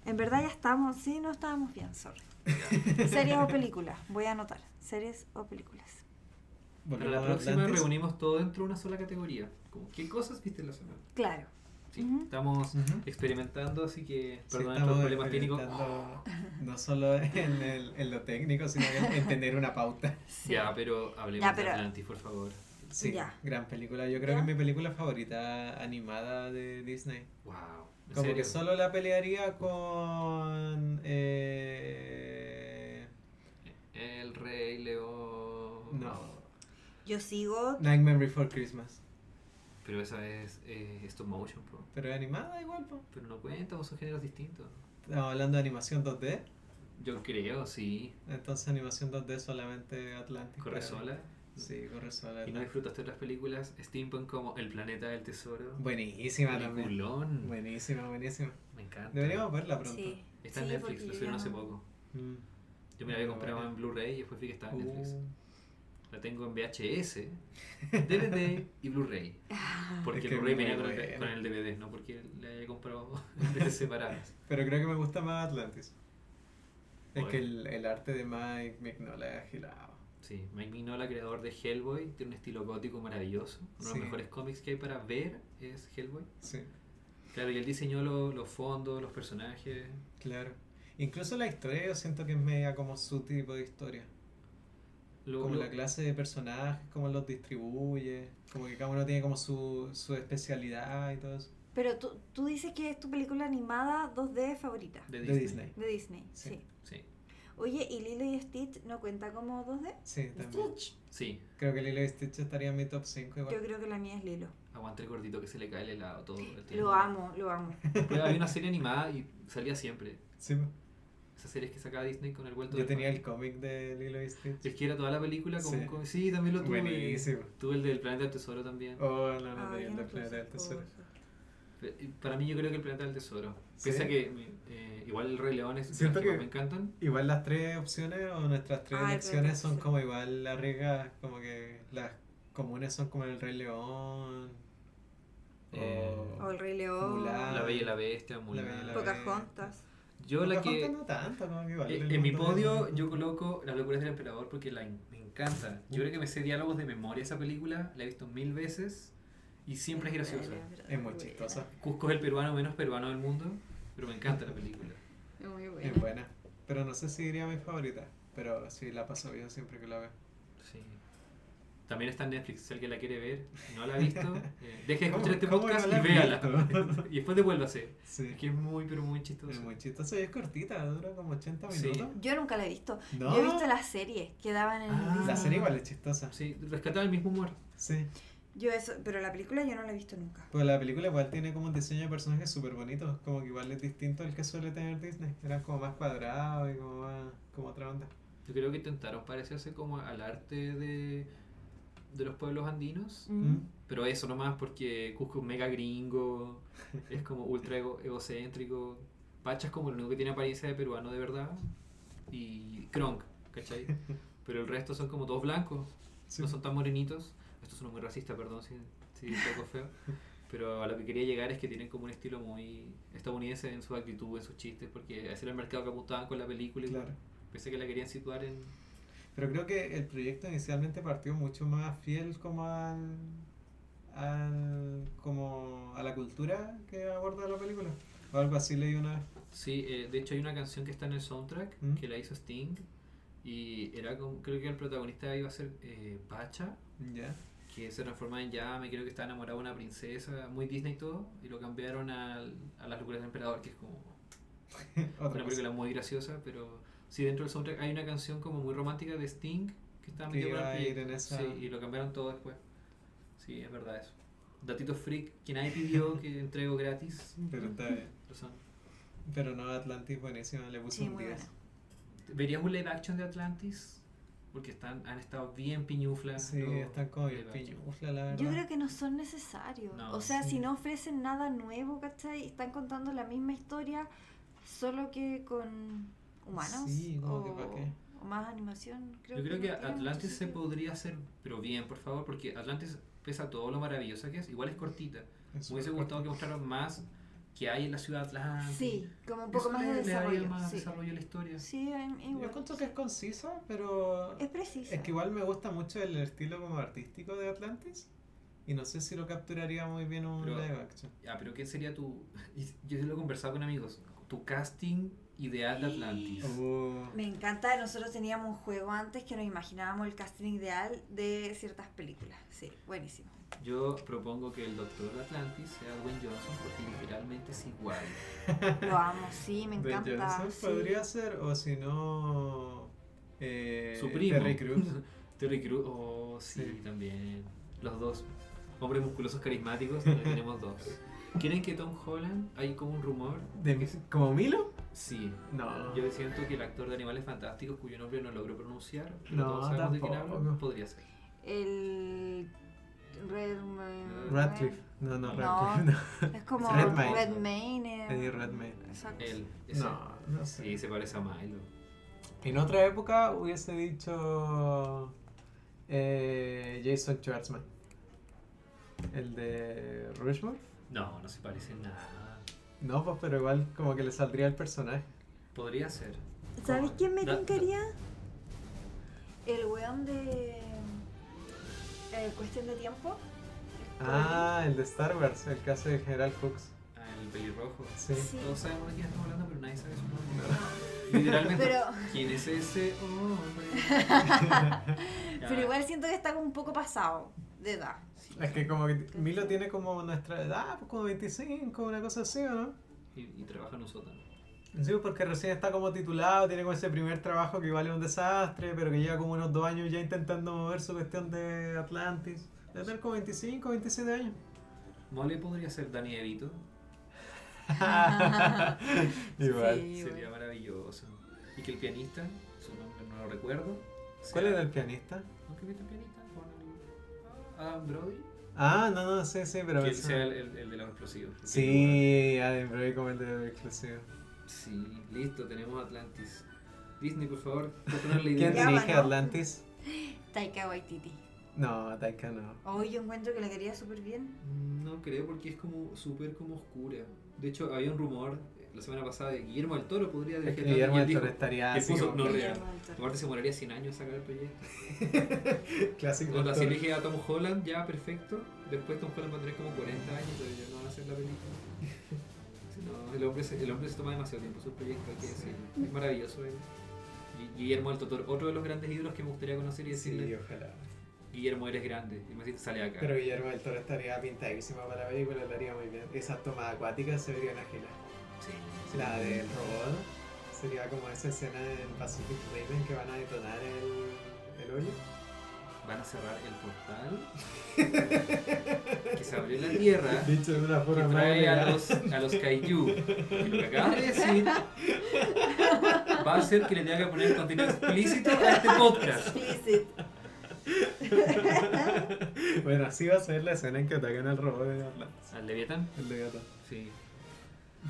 Speaker 1: En verdad ya estamos, sí, no estábamos bien, sorry. Series o películas, voy a anotar. Series o películas.
Speaker 2: Volvemos
Speaker 3: Para la
Speaker 2: a
Speaker 3: próxima
Speaker 2: Atlantis.
Speaker 3: reunimos todo dentro de una sola categoría. Como, ¿Qué cosas viste en la semana?
Speaker 1: Claro.
Speaker 3: Sí,
Speaker 1: Ujú.
Speaker 3: estamos
Speaker 2: Ujú.
Speaker 3: experimentando, así que
Speaker 2: Sí,
Speaker 3: perdonen los
Speaker 2: estamos
Speaker 3: problemas técnicos.
Speaker 2: experimentando
Speaker 1: Ah,
Speaker 2: No solo en, el- en lo técnico, sino en, en tener una pauta.
Speaker 1: Sí.
Speaker 3: Ya, pero hablemos
Speaker 1: Ya, pero-
Speaker 3: de Atlantis, por favor.
Speaker 2: Sí,
Speaker 1: Ya.
Speaker 2: gran película. Yo creo
Speaker 1: Ya.
Speaker 2: que es mi película favorita animada de Disney.
Speaker 3: Wow. ¿en
Speaker 2: Como
Speaker 3: serio?
Speaker 2: que solo la pelearía con. Eh,
Speaker 3: El Rey León.
Speaker 2: no.
Speaker 1: Yo sigo,
Speaker 2: Nightmare Before Christmas.
Speaker 3: Pero esa es eh, stop motion, po.
Speaker 2: Pero es animada igual, po.
Speaker 3: Pero no cuenta, vos son géneros distintos.
Speaker 2: Estamos hablando de animación 2D.
Speaker 3: Yo creo, sí.
Speaker 2: Entonces, animación 2D solamente Atlantic.
Speaker 3: Corre
Speaker 2: claro.
Speaker 3: sola.
Speaker 2: Sí, corre sola.
Speaker 3: ¿eh? Y no
Speaker 2: Atlantic.
Speaker 3: disfrutaste otras películas. Steampunk como El Planeta del Tesoro.
Speaker 2: Buenísima también.
Speaker 3: Peliculón.
Speaker 2: Buenísima, buenísima.
Speaker 3: Me encanta.
Speaker 2: Deberíamos verla pronto.
Speaker 1: sí.
Speaker 3: Está en
Speaker 1: Sí,
Speaker 3: Netflix,
Speaker 1: porque
Speaker 3: lo
Speaker 1: yo
Speaker 3: subieron
Speaker 1: ya
Speaker 3: hace
Speaker 1: no-
Speaker 3: poco.
Speaker 2: Mm.
Speaker 3: Yo me la había
Speaker 2: Muy
Speaker 3: comprado
Speaker 2: buena.
Speaker 3: en Blu-ray y después vi que estaba en Ah, Netflix.
Speaker 2: Uh.
Speaker 3: La tengo en VHS, DVD y Blu-ray.
Speaker 1: Ah.
Speaker 3: Porque
Speaker 2: Es que
Speaker 3: el Blu-ray
Speaker 2: es muy
Speaker 3: venía con el,
Speaker 2: buena.
Speaker 3: con el DVD, no porque le haya comprado de separadas.
Speaker 2: Pero creo que me gusta más Atlantis. Es
Speaker 3: Bueno.
Speaker 2: que el, el arte de Mike Mignola es agilado.
Speaker 3: Sí, Mike Mignola, creador de Hellboy, tiene un estilo gótico maravilloso. Uno de
Speaker 2: Sí.
Speaker 3: los mejores cómics que hay para ver es Hellboy.
Speaker 2: Sí,
Speaker 3: Claro, y él diseñó lo- los fondos, los personajes.
Speaker 2: claro. Incluso la historia yo siento que es media como su tipo de historia.
Speaker 3: Lo-
Speaker 2: Como
Speaker 3: lo-
Speaker 2: la clase de personajes, cómo los distribuye, como que cada uno tiene como su, su especialidad y todo eso.
Speaker 1: Pero tú, tú dices que es tu película animada 2D favorita
Speaker 3: de
Speaker 2: de
Speaker 3: Disney.
Speaker 2: Disney.
Speaker 1: de Disney.
Speaker 2: Sí.
Speaker 1: Sí.
Speaker 3: Sí,
Speaker 1: Oye, ¿y Lilo y Stitch no cuenta como 2D?
Speaker 2: Sí, también.
Speaker 1: Stitch.
Speaker 3: sí.
Speaker 2: Creo que Lilo y Stitch estaría en mi top 5
Speaker 1: Yo
Speaker 2: igual.
Speaker 1: creo que la mía es Lilo.
Speaker 3: Aguanta el gordito que se le cae el helado todo el tiempo.
Speaker 1: Lo amo, lo amo.
Speaker 3: Después había una serie animada y salía siempre.
Speaker 2: Sí, po.
Speaker 3: Esas series que sacaba Disney con el vuelto
Speaker 2: yo
Speaker 3: del
Speaker 2: tenía
Speaker 3: mar.
Speaker 2: el cómic de Lilo y Stitch.
Speaker 3: Es que era toda la película como
Speaker 2: Sí.
Speaker 3: un cómic. Sí, también lo tuve.
Speaker 2: Buenísimo.
Speaker 3: Tuve el del Planeta del Tesoro también.
Speaker 2: Oh, no, no,
Speaker 1: Ah,
Speaker 2: tenía
Speaker 1: yo
Speaker 2: el
Speaker 1: no
Speaker 2: de Planeta del
Speaker 1: puse
Speaker 2: Tesoro.
Speaker 1: cosas.
Speaker 3: Pe- y Para mí yo creo que el Planeta del Tesoro.
Speaker 2: ¿Sí?
Speaker 3: Pese a que eh, igual el Rey León es de
Speaker 2: Siento
Speaker 3: las que más
Speaker 2: que-
Speaker 3: me encantan.
Speaker 2: Igual las tres opciones o nuestras tres
Speaker 1: Ah, el
Speaker 2: elecciones
Speaker 1: Rey
Speaker 2: son
Speaker 1: León, sí.
Speaker 2: como igual arriesgadas, como que las comunes son como el Rey León Oh.
Speaker 3: Eh,
Speaker 1: O el Rey León.
Speaker 2: Mulan.
Speaker 3: La Bella y la Bestia, Mulan.
Speaker 2: Bella y Ah, la
Speaker 1: Pocahontas.
Speaker 3: Yo la
Speaker 2: Pocahontas
Speaker 3: que...
Speaker 2: no tanto, como que igual
Speaker 3: eh,
Speaker 2: el
Speaker 3: En mi
Speaker 2: mundo de-
Speaker 3: podio yo coloco Las locuras del emperador porque la en- me encanta. Yo creo que me sé diálogos de memoria esa película, la he visto mil veces y siempre es graciosa.
Speaker 2: Es muy chistosa,
Speaker 3: Cusco es el peruano menos peruano del mundo, pero me encanta la película.
Speaker 1: Es muy buena.
Speaker 2: es buena, pero no sé si diría mi favorita, pero sí la paso bien siempre que la veo.
Speaker 3: Sí. También está en Netflix, si alguien la quiere ver, y no la ha visto, eh, deje de
Speaker 2: ¿Cómo-
Speaker 3: escuchar este
Speaker 2: cómo no
Speaker 3: podcast
Speaker 2: la
Speaker 3: y
Speaker 2: has
Speaker 3: véala.
Speaker 2: visto?
Speaker 3: y después devuélvase.
Speaker 2: Sí,
Speaker 3: Es que es muy, pero muy chistoso.
Speaker 2: es muy chistosa y es cortita, dura como 80
Speaker 3: Sí.
Speaker 2: minutos.
Speaker 1: Yo nunca la he visto.
Speaker 2: No,
Speaker 1: Yo he visto la serie que daban en el
Speaker 3: Ah.
Speaker 2: la
Speaker 1: Disney.
Speaker 2: serie igual es chistosa,
Speaker 3: Sí, rescataba el mismo humor.
Speaker 2: sí.
Speaker 1: Yo eso, pero la película yo no la he visto nunca.
Speaker 2: Pues la película igual tiene como un diseño de personajes súper bonito, como que igual es distinto al que suele tener Disney. Era como más cuadrado y como más, como otra onda.
Speaker 3: Yo creo que intentaron parecerse como al arte de, de los pueblos andinos,
Speaker 1: Mm.
Speaker 2: Mm.
Speaker 3: pero eso nomás porque Cusco es mega gringo, es como ultra ego- egocéntrico, Pacha es como el único que tiene apariencia de peruano de verdad, y Kronk, ¿cachai? Pero el resto son como todos blancos,
Speaker 2: Sí.
Speaker 3: no son tan morenitos, esto suena muy racista, perdón si, si es un poco feo, pero a lo que quería llegar es que tienen como un estilo muy estadounidense en su actitud, en sus chistes, porque ese era el mercado que apuntaban con la película, y
Speaker 2: Claro.
Speaker 3: pensé que la querían situar en...
Speaker 2: Pero creo que el proyecto inicialmente partió mucho más fiel como al, al como a la cultura que aborda la película. O algo así leí una vez.
Speaker 3: Sí, eh, de hecho hay una canción que está en el soundtrack
Speaker 2: ¿Mm?
Speaker 3: que la hizo Sting y era como, creo que el protagonista iba a ser eh, Pacha,
Speaker 2: Ya.
Speaker 3: que se transformaba en llama y creo que está enamorado de una princesa, muy Disney y todo, y lo cambiaron al- a Las locuras del emperador, que es como
Speaker 2: Otra
Speaker 3: una
Speaker 2: cosa.
Speaker 3: película muy graciosa, pero sí, dentro del soundtrack hay una canción como muy romántica de Sting que está
Speaker 2: Que
Speaker 3: metida
Speaker 2: iba
Speaker 3: con
Speaker 2: a
Speaker 3: el
Speaker 2: ir
Speaker 3: proyecto,
Speaker 2: en esa-
Speaker 3: sí, y lo cambiaron todo después. Sí, es verdad eso. Datito freak que nadie pidió, que entrego gratis,
Speaker 2: Pero está bien.
Speaker 3: lo son.
Speaker 2: Pero no, Atlantis buenísima, le puse
Speaker 1: Sí,
Speaker 2: un
Speaker 1: muy
Speaker 2: 10.
Speaker 1: buena.
Speaker 3: ¿Verías un live action de Atlantis? porque están, han estado bien piñuflas.
Speaker 2: Sí,
Speaker 3: los-
Speaker 2: están como
Speaker 3: de
Speaker 2: bien
Speaker 3: Batman.
Speaker 2: piñufla, la verdad.
Speaker 1: Yo creo que no son necesarios.
Speaker 3: No,
Speaker 1: o sea,
Speaker 2: sí.
Speaker 1: si no ofrecen nada nuevo, ¿cachai? Están contando la misma historia, solo que con humanos.
Speaker 2: Sí, como
Speaker 1: o,
Speaker 2: que pa' qué.
Speaker 1: o más animación. Creo
Speaker 3: Yo creo que
Speaker 1: no tiene mucho
Speaker 3: Atlantis se
Speaker 1: sentido.
Speaker 3: podría hacer, pero bien, por favor, porque Atlantis pesa todo lo maravillosa que es. Igual es cortita.
Speaker 2: Es
Speaker 3: Me hubiese
Speaker 2: súper
Speaker 3: gustado que
Speaker 2: corto.
Speaker 3: mostraran más que hay en la ciudad Atlantis.
Speaker 1: Sí, como un
Speaker 3: Eso
Speaker 1: poco más de
Speaker 3: le- le daría
Speaker 1: desarrollo.
Speaker 3: más
Speaker 1: sí.
Speaker 3: desarrollo a la historia.
Speaker 1: Sí, en-
Speaker 2: Yo
Speaker 1: igual.
Speaker 2: encuentro que es concisa, pero
Speaker 1: Es precisa.
Speaker 2: Es que igual me gusta mucho el estilo como artístico de Atlantis. Y no sé si lo capturaría muy bien un
Speaker 3: Pero-
Speaker 2: live action.
Speaker 3: Ah, pero ¿qué sería tu...? Yo lo he conversado con amigos. Tu casting ideal de Atlantis.
Speaker 1: Me encanta, nosotros teníamos un juego antes que nos imaginábamos el casting ideal de ciertas películas. Sí, buenísimo.
Speaker 3: Yo propongo que el Doctor Atlantis sea Dwayne Johnson porque literalmente es igual.
Speaker 1: Lo amo, sí, me
Speaker 2: De
Speaker 1: encanta.
Speaker 2: Johnson
Speaker 1: sí.
Speaker 2: podría ser, o si no. Eh,
Speaker 3: Su primo.
Speaker 2: Terry Crews.
Speaker 3: Terry Crews, oh sí,
Speaker 2: Sí.
Speaker 3: también. Los dos hombres musculosos carismáticos, también tenemos dos. ¿Quieren que Tom Holland? Hay como un rumor.
Speaker 2: De mis- ¿Como Milo?
Speaker 3: Sí.
Speaker 2: No.
Speaker 3: Yo siento que el actor de Animales Fantásticos, cuyo nombre no logro pronunciar, pero
Speaker 2: No,
Speaker 3: todos sabemos de quién hablo,
Speaker 2: tampoco.
Speaker 3: podría ser.
Speaker 1: El. Red. Ma-
Speaker 2: Radcliffe. No, no,
Speaker 3: No.
Speaker 2: Radcliffe. No.
Speaker 1: Es como
Speaker 2: Redmayne.
Speaker 1: Redmayne. eh.
Speaker 2: Eddie Redmayne.
Speaker 1: Exacto.
Speaker 3: Él. ese.
Speaker 2: No, no sé.
Speaker 3: Sí, se parece a Milo.
Speaker 2: En otra época hubiese dicho. eh, Jason Schwartzman. El de Rushmore.
Speaker 3: No, no se parece en nada.
Speaker 2: No, pues, pero igual como que le saldría el personaje.
Speaker 3: Podría ser.
Speaker 1: ¿Sabes quién me
Speaker 3: Da- da-
Speaker 1: tincaría? El weón de. eh, cuestión de tiempo.
Speaker 2: Ah, el de Star Wars, el caso de General Hooks.
Speaker 3: Ah, el pelirrojo.
Speaker 2: Sí.
Speaker 1: Sí.
Speaker 3: Todos sabemos de quién estamos hablando, pero nadie sabe su nombre. Literalmente.
Speaker 1: Pero,
Speaker 3: ¿Quién es ese hombre?
Speaker 1: pero igual siento que está como un poco pasado de edad.
Speaker 2: Es que como que Milo tiene como nuestra edad, pues como 25, una cosa así, ¿o no?
Speaker 3: Y, y trabaja en un sótano.
Speaker 2: Sí, pues, porque recién está como titulado, tiene como ese primer trabajo que igual es un desastre, pero que lleva como unos dos años ya intentando mover su cuestión de Atlantis. Debe tener como 25, 27 años.
Speaker 3: Mole podría ser Dani Evito.
Speaker 2: igual.
Speaker 1: Sí,
Speaker 3: Sería
Speaker 1: bueno.
Speaker 3: maravilloso. Y que el pianista, su nombre no lo recuerdo.
Speaker 2: ¿Cuál
Speaker 3: sea-
Speaker 2: era el pianista?
Speaker 3: ¿No que viste el pianista? Con el- Adam Brody.
Speaker 2: Ah, no, no, sí, sí, pero...
Speaker 3: que él
Speaker 2: eso-
Speaker 3: sea el, el- el de los explosivos.
Speaker 2: Sí, Adam Brody como el de exclusivo.
Speaker 3: Sí, listo, tenemos Atlantis. Disney, por favor, patrón la
Speaker 2: ¿Quién
Speaker 1: Ya,
Speaker 3: idea.
Speaker 2: dirige
Speaker 1: ¿no?
Speaker 2: Atlantis?
Speaker 1: Taika Waititi.
Speaker 2: No, Taika no.
Speaker 1: Hoy yo encuentro que la quería súper bien.
Speaker 3: No creo porque es como súper como oscura. De hecho, había un rumor eh, la semana pasada de que Guillermo del Toro podría
Speaker 2: Es que
Speaker 3: dirigir
Speaker 2: Guillermo
Speaker 3: Atlantis, y
Speaker 2: del
Speaker 3: él
Speaker 2: Toro
Speaker 3: dijo,
Speaker 2: estaría
Speaker 3: que
Speaker 2: así
Speaker 3: puso-
Speaker 2: como
Speaker 3: No, real.
Speaker 1: Guillermo del Toro.
Speaker 3: Aparte se moraría 100 años sacar el proyecto.
Speaker 2: clásico.
Speaker 3: Cuando así
Speaker 2: actor.
Speaker 3: elige a Tom Holland, ya perfecto. Después Tom Holland va a tener como 40 años, pero ya no van a hacer la película. Sí, no, el, hombre se, el hombre se toma demasiado tiempo su proyecto, hay que decirlo. Es maravilloso. él. Gui- Guillermo del Toro, otro de los grandes ídolos que me gustaría conocer y decirle,
Speaker 2: Sí, ojalá.
Speaker 3: Guillermo eres grande, y me dice, sale acá.
Speaker 2: Pero Guillermo del Toro estaría pintadísimo para la película, lo haría muy bien. Esas tomas acuáticas se verían ágiles.
Speaker 3: Sí, sí.
Speaker 2: La del robot sería como esa escena del Pacific Rim en que van a detonar el, el hoyo.
Speaker 3: Van a cerrar el portal que se abrió en la tierra.
Speaker 2: Dicho de una
Speaker 3: Ah. Que
Speaker 2: forma más
Speaker 3: trae a
Speaker 2: elegante.
Speaker 3: los, a los kaiju. Y lo que acabas de decir va a ser que le tenga que poner contenido explícito a este podcast.
Speaker 1: Explicit.
Speaker 2: Bueno, así va a ser la escena en que atacan al robot de Atlantis,
Speaker 3: ¿Al Leviatán?
Speaker 2: el de gato.
Speaker 3: Sí.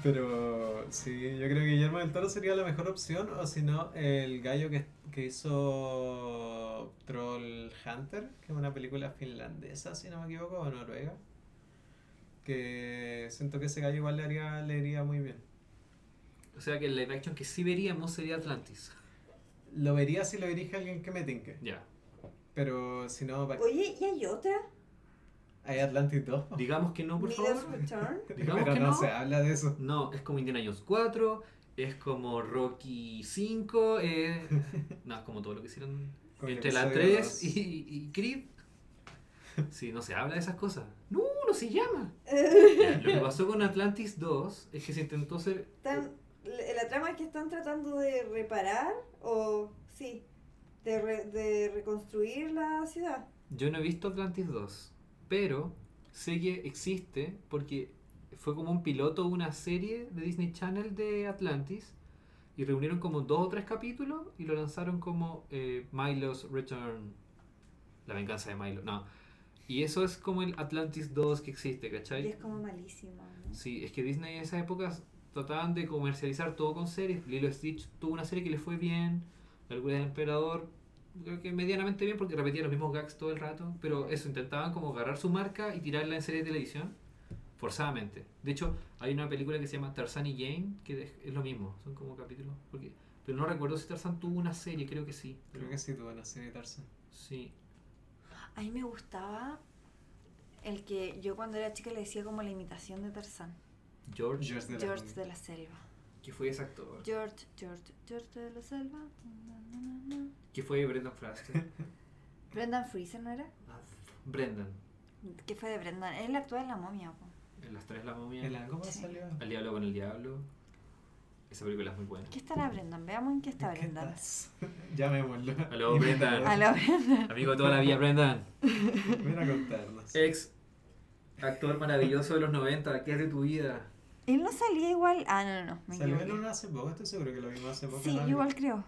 Speaker 2: Pero sí, yo creo que Guillermo del Toro sería la mejor opción, o si no, el gallo que, que hizo Troll Hunter, que es una película finlandesa, si no me equivoco, o noruega, que siento que ese gallo igual le haría, le iría muy bien.
Speaker 3: O sea que el live action que sí veríamos sería Atlantis.
Speaker 2: Lo vería si lo dirige alguien que me tinque,
Speaker 3: Ya.
Speaker 2: pero si no, va-
Speaker 1: Oye, ¿y hay otra?
Speaker 2: hay Atlantis 2, po.
Speaker 3: Digamos que no, por
Speaker 1: Midas
Speaker 3: favor.
Speaker 1: Return.
Speaker 3: Digamos
Speaker 2: pero
Speaker 3: que
Speaker 2: no,
Speaker 3: no.
Speaker 2: se habla de eso.
Speaker 3: No, es como Indiana Jones 4, es como Rocky 5, eh, no, es como todo lo que hicieron
Speaker 2: Con el
Speaker 3: entre la
Speaker 2: episodio
Speaker 3: 3
Speaker 2: dos.
Speaker 3: y, y Creed. Sí, no se habla de esas cosas. No, no se llama. Ya, Lo que pasó con Atlantis 2 es que se intentó hacer.
Speaker 1: Están- la la trama es que están tratando de reparar o sí, de, re- de reconstruir la ciudad.
Speaker 3: Yo no he visto Atlantis 2, pero sé que existe porque fue como un piloto de una serie de Disney Channel de Atlantis Y reunieron como dos o tres capítulos y lo lanzaron como eh, Milo's Return. La venganza de Milo. No. Y eso es como el Atlantis 2 que existe, ¿cachai?
Speaker 1: Y es como malísimo. ¿no?
Speaker 3: Sí, es que Disney en esas épocas trataban de comercializar todo con series. Lilo y Stitch tuvo una serie que le fue bien. La locura del emperador, creo que medianamente bien porque repetía los mismos gags todo el rato. Pero eso, intentaban como agarrar su marca y tirarla en series de televisión. Forzadamente. De hecho, hay una película que se llama Tarzan y Jane, que es- es lo mismo. Son como capítulos. Porque, pero no recuerdo si Tarzan tuvo una serie, creo que sí.
Speaker 2: Creo que sí tuvo la serie Tarzan.
Speaker 3: Sí.
Speaker 1: A mí me gustaba el que yo cuando era chica le decía como la imitación de Tarzán.
Speaker 3: George,
Speaker 2: George de la
Speaker 1: George
Speaker 2: Jungla.
Speaker 1: de la selva.
Speaker 3: que fue ese actor.
Speaker 1: George, George, George de la selva. Na, na, na, na.
Speaker 3: Que fue Brendan Fraser.
Speaker 1: Brendan Fraser, ¿no era?
Speaker 3: Ah, Brendan.
Speaker 1: ¿Qué fue de Brendan? Él actúa en La Momia. po.
Speaker 3: En las tres la momia.
Speaker 2: ¿El algo más
Speaker 1: Sí.
Speaker 2: salió?
Speaker 3: Al diablo con el diablo. Esa película es muy buena.
Speaker 1: ¿Qué estará Brendan? Veamos en qué está
Speaker 2: ¿En qué
Speaker 1: Brendan.
Speaker 2: estás? Llamémoslo.
Speaker 3: Aló, Brendan.
Speaker 1: A la Brendan.
Speaker 3: Amigo de toda la vida, Brendan.
Speaker 2: Ven a contarnos.
Speaker 3: Ex actor maravilloso de los 90. ¿Qué es de tu vida?
Speaker 1: Él no salía igual. Ah, no, no, no. Me
Speaker 2: Salió en
Speaker 1: equivoqué.
Speaker 2: uno hace poco, estoy seguro que lo vimos hace poco.
Speaker 1: Sí,
Speaker 2: ¿no?
Speaker 1: yo igual creo.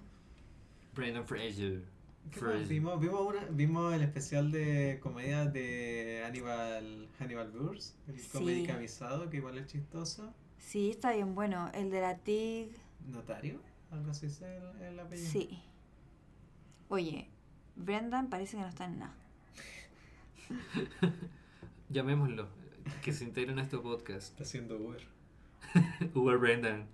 Speaker 3: Brendan Fraser.
Speaker 2: ¿Qué
Speaker 3: Frozen.
Speaker 2: más vimos? Vimos, una- vimos el especial de comedia de Hannibal, Hannibal Buress, el
Speaker 1: Sí.
Speaker 2: comédica avisado, que igual es chistoso.
Speaker 1: Sí, está bien bueno. El de la TIG.
Speaker 2: Notario, algo así es el, el apellido.
Speaker 1: Sí. Oye, Brendan parece que no está en nada.
Speaker 3: Llamémoslo. Que se integren a este podcast.
Speaker 2: Está haciendo Uber.
Speaker 3: Uber Brendan.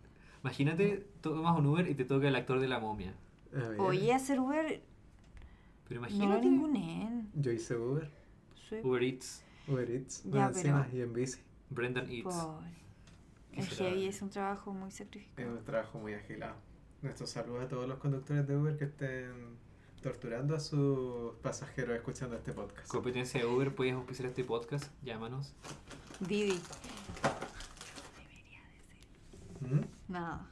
Speaker 3: Imagínate, tomas un Uber y te toca el actor de la momia.
Speaker 2: Ah,
Speaker 1: Oye, hacer Uber.
Speaker 3: Pero
Speaker 1: No lo
Speaker 3: imagínate.
Speaker 1: ningunen.
Speaker 2: Yo hice Uber,
Speaker 1: Soy
Speaker 3: Uber Eats.
Speaker 2: Uber Eats,
Speaker 1: Ya, más encima, pero-
Speaker 2: y en bici.
Speaker 3: Brendan Eats.
Speaker 1: pobre.
Speaker 3: ¿Qué
Speaker 1: Es
Speaker 3: será?
Speaker 1: heavy, es un trabajo muy sacrificado.
Speaker 2: Es un trabajo muy agilado. Nuestro saludo a todos los conductores de Uber que estén torturando a sus pasajeros escuchando este podcast.
Speaker 3: Competencia de Uber, puedes auspiciar este podcast. Llámanos.
Speaker 1: Didi.
Speaker 2: ¿Mm?
Speaker 1: Nada.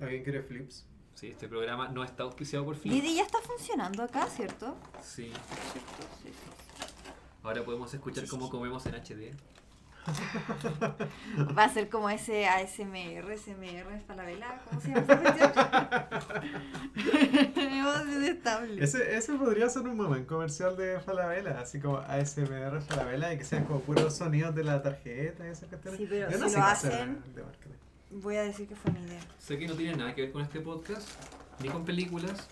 Speaker 2: ¿Alguien quiere flips?
Speaker 3: Sí, este programa no está auspiciado por Philips.
Speaker 1: Didi ya está funcionando acá, ¿cierto?
Speaker 3: Sí.
Speaker 1: ¿Cierto? Sí, sí.
Speaker 3: Ahora podemos escuchar cómo comemos en HD.
Speaker 1: Va a ser como ese ASMR, SMR, Falabella, ¿cómo se llama esa cuestión? Vamos a hacer estable.
Speaker 2: Ese, ese podría ser un buen comercial de Falabella, así como ASMR Falabella, y que sean como puros sonidos de la tarjeta y esas cuestiones.
Speaker 1: Sí, pero
Speaker 2: Yo no
Speaker 1: si
Speaker 2: sé
Speaker 1: lo
Speaker 2: qué hacer
Speaker 1: hacen-
Speaker 2: de marketing.
Speaker 1: Voy a decir que fue mi idea.
Speaker 3: Sé que no tiene nada que ver con este podcast, ni con películas,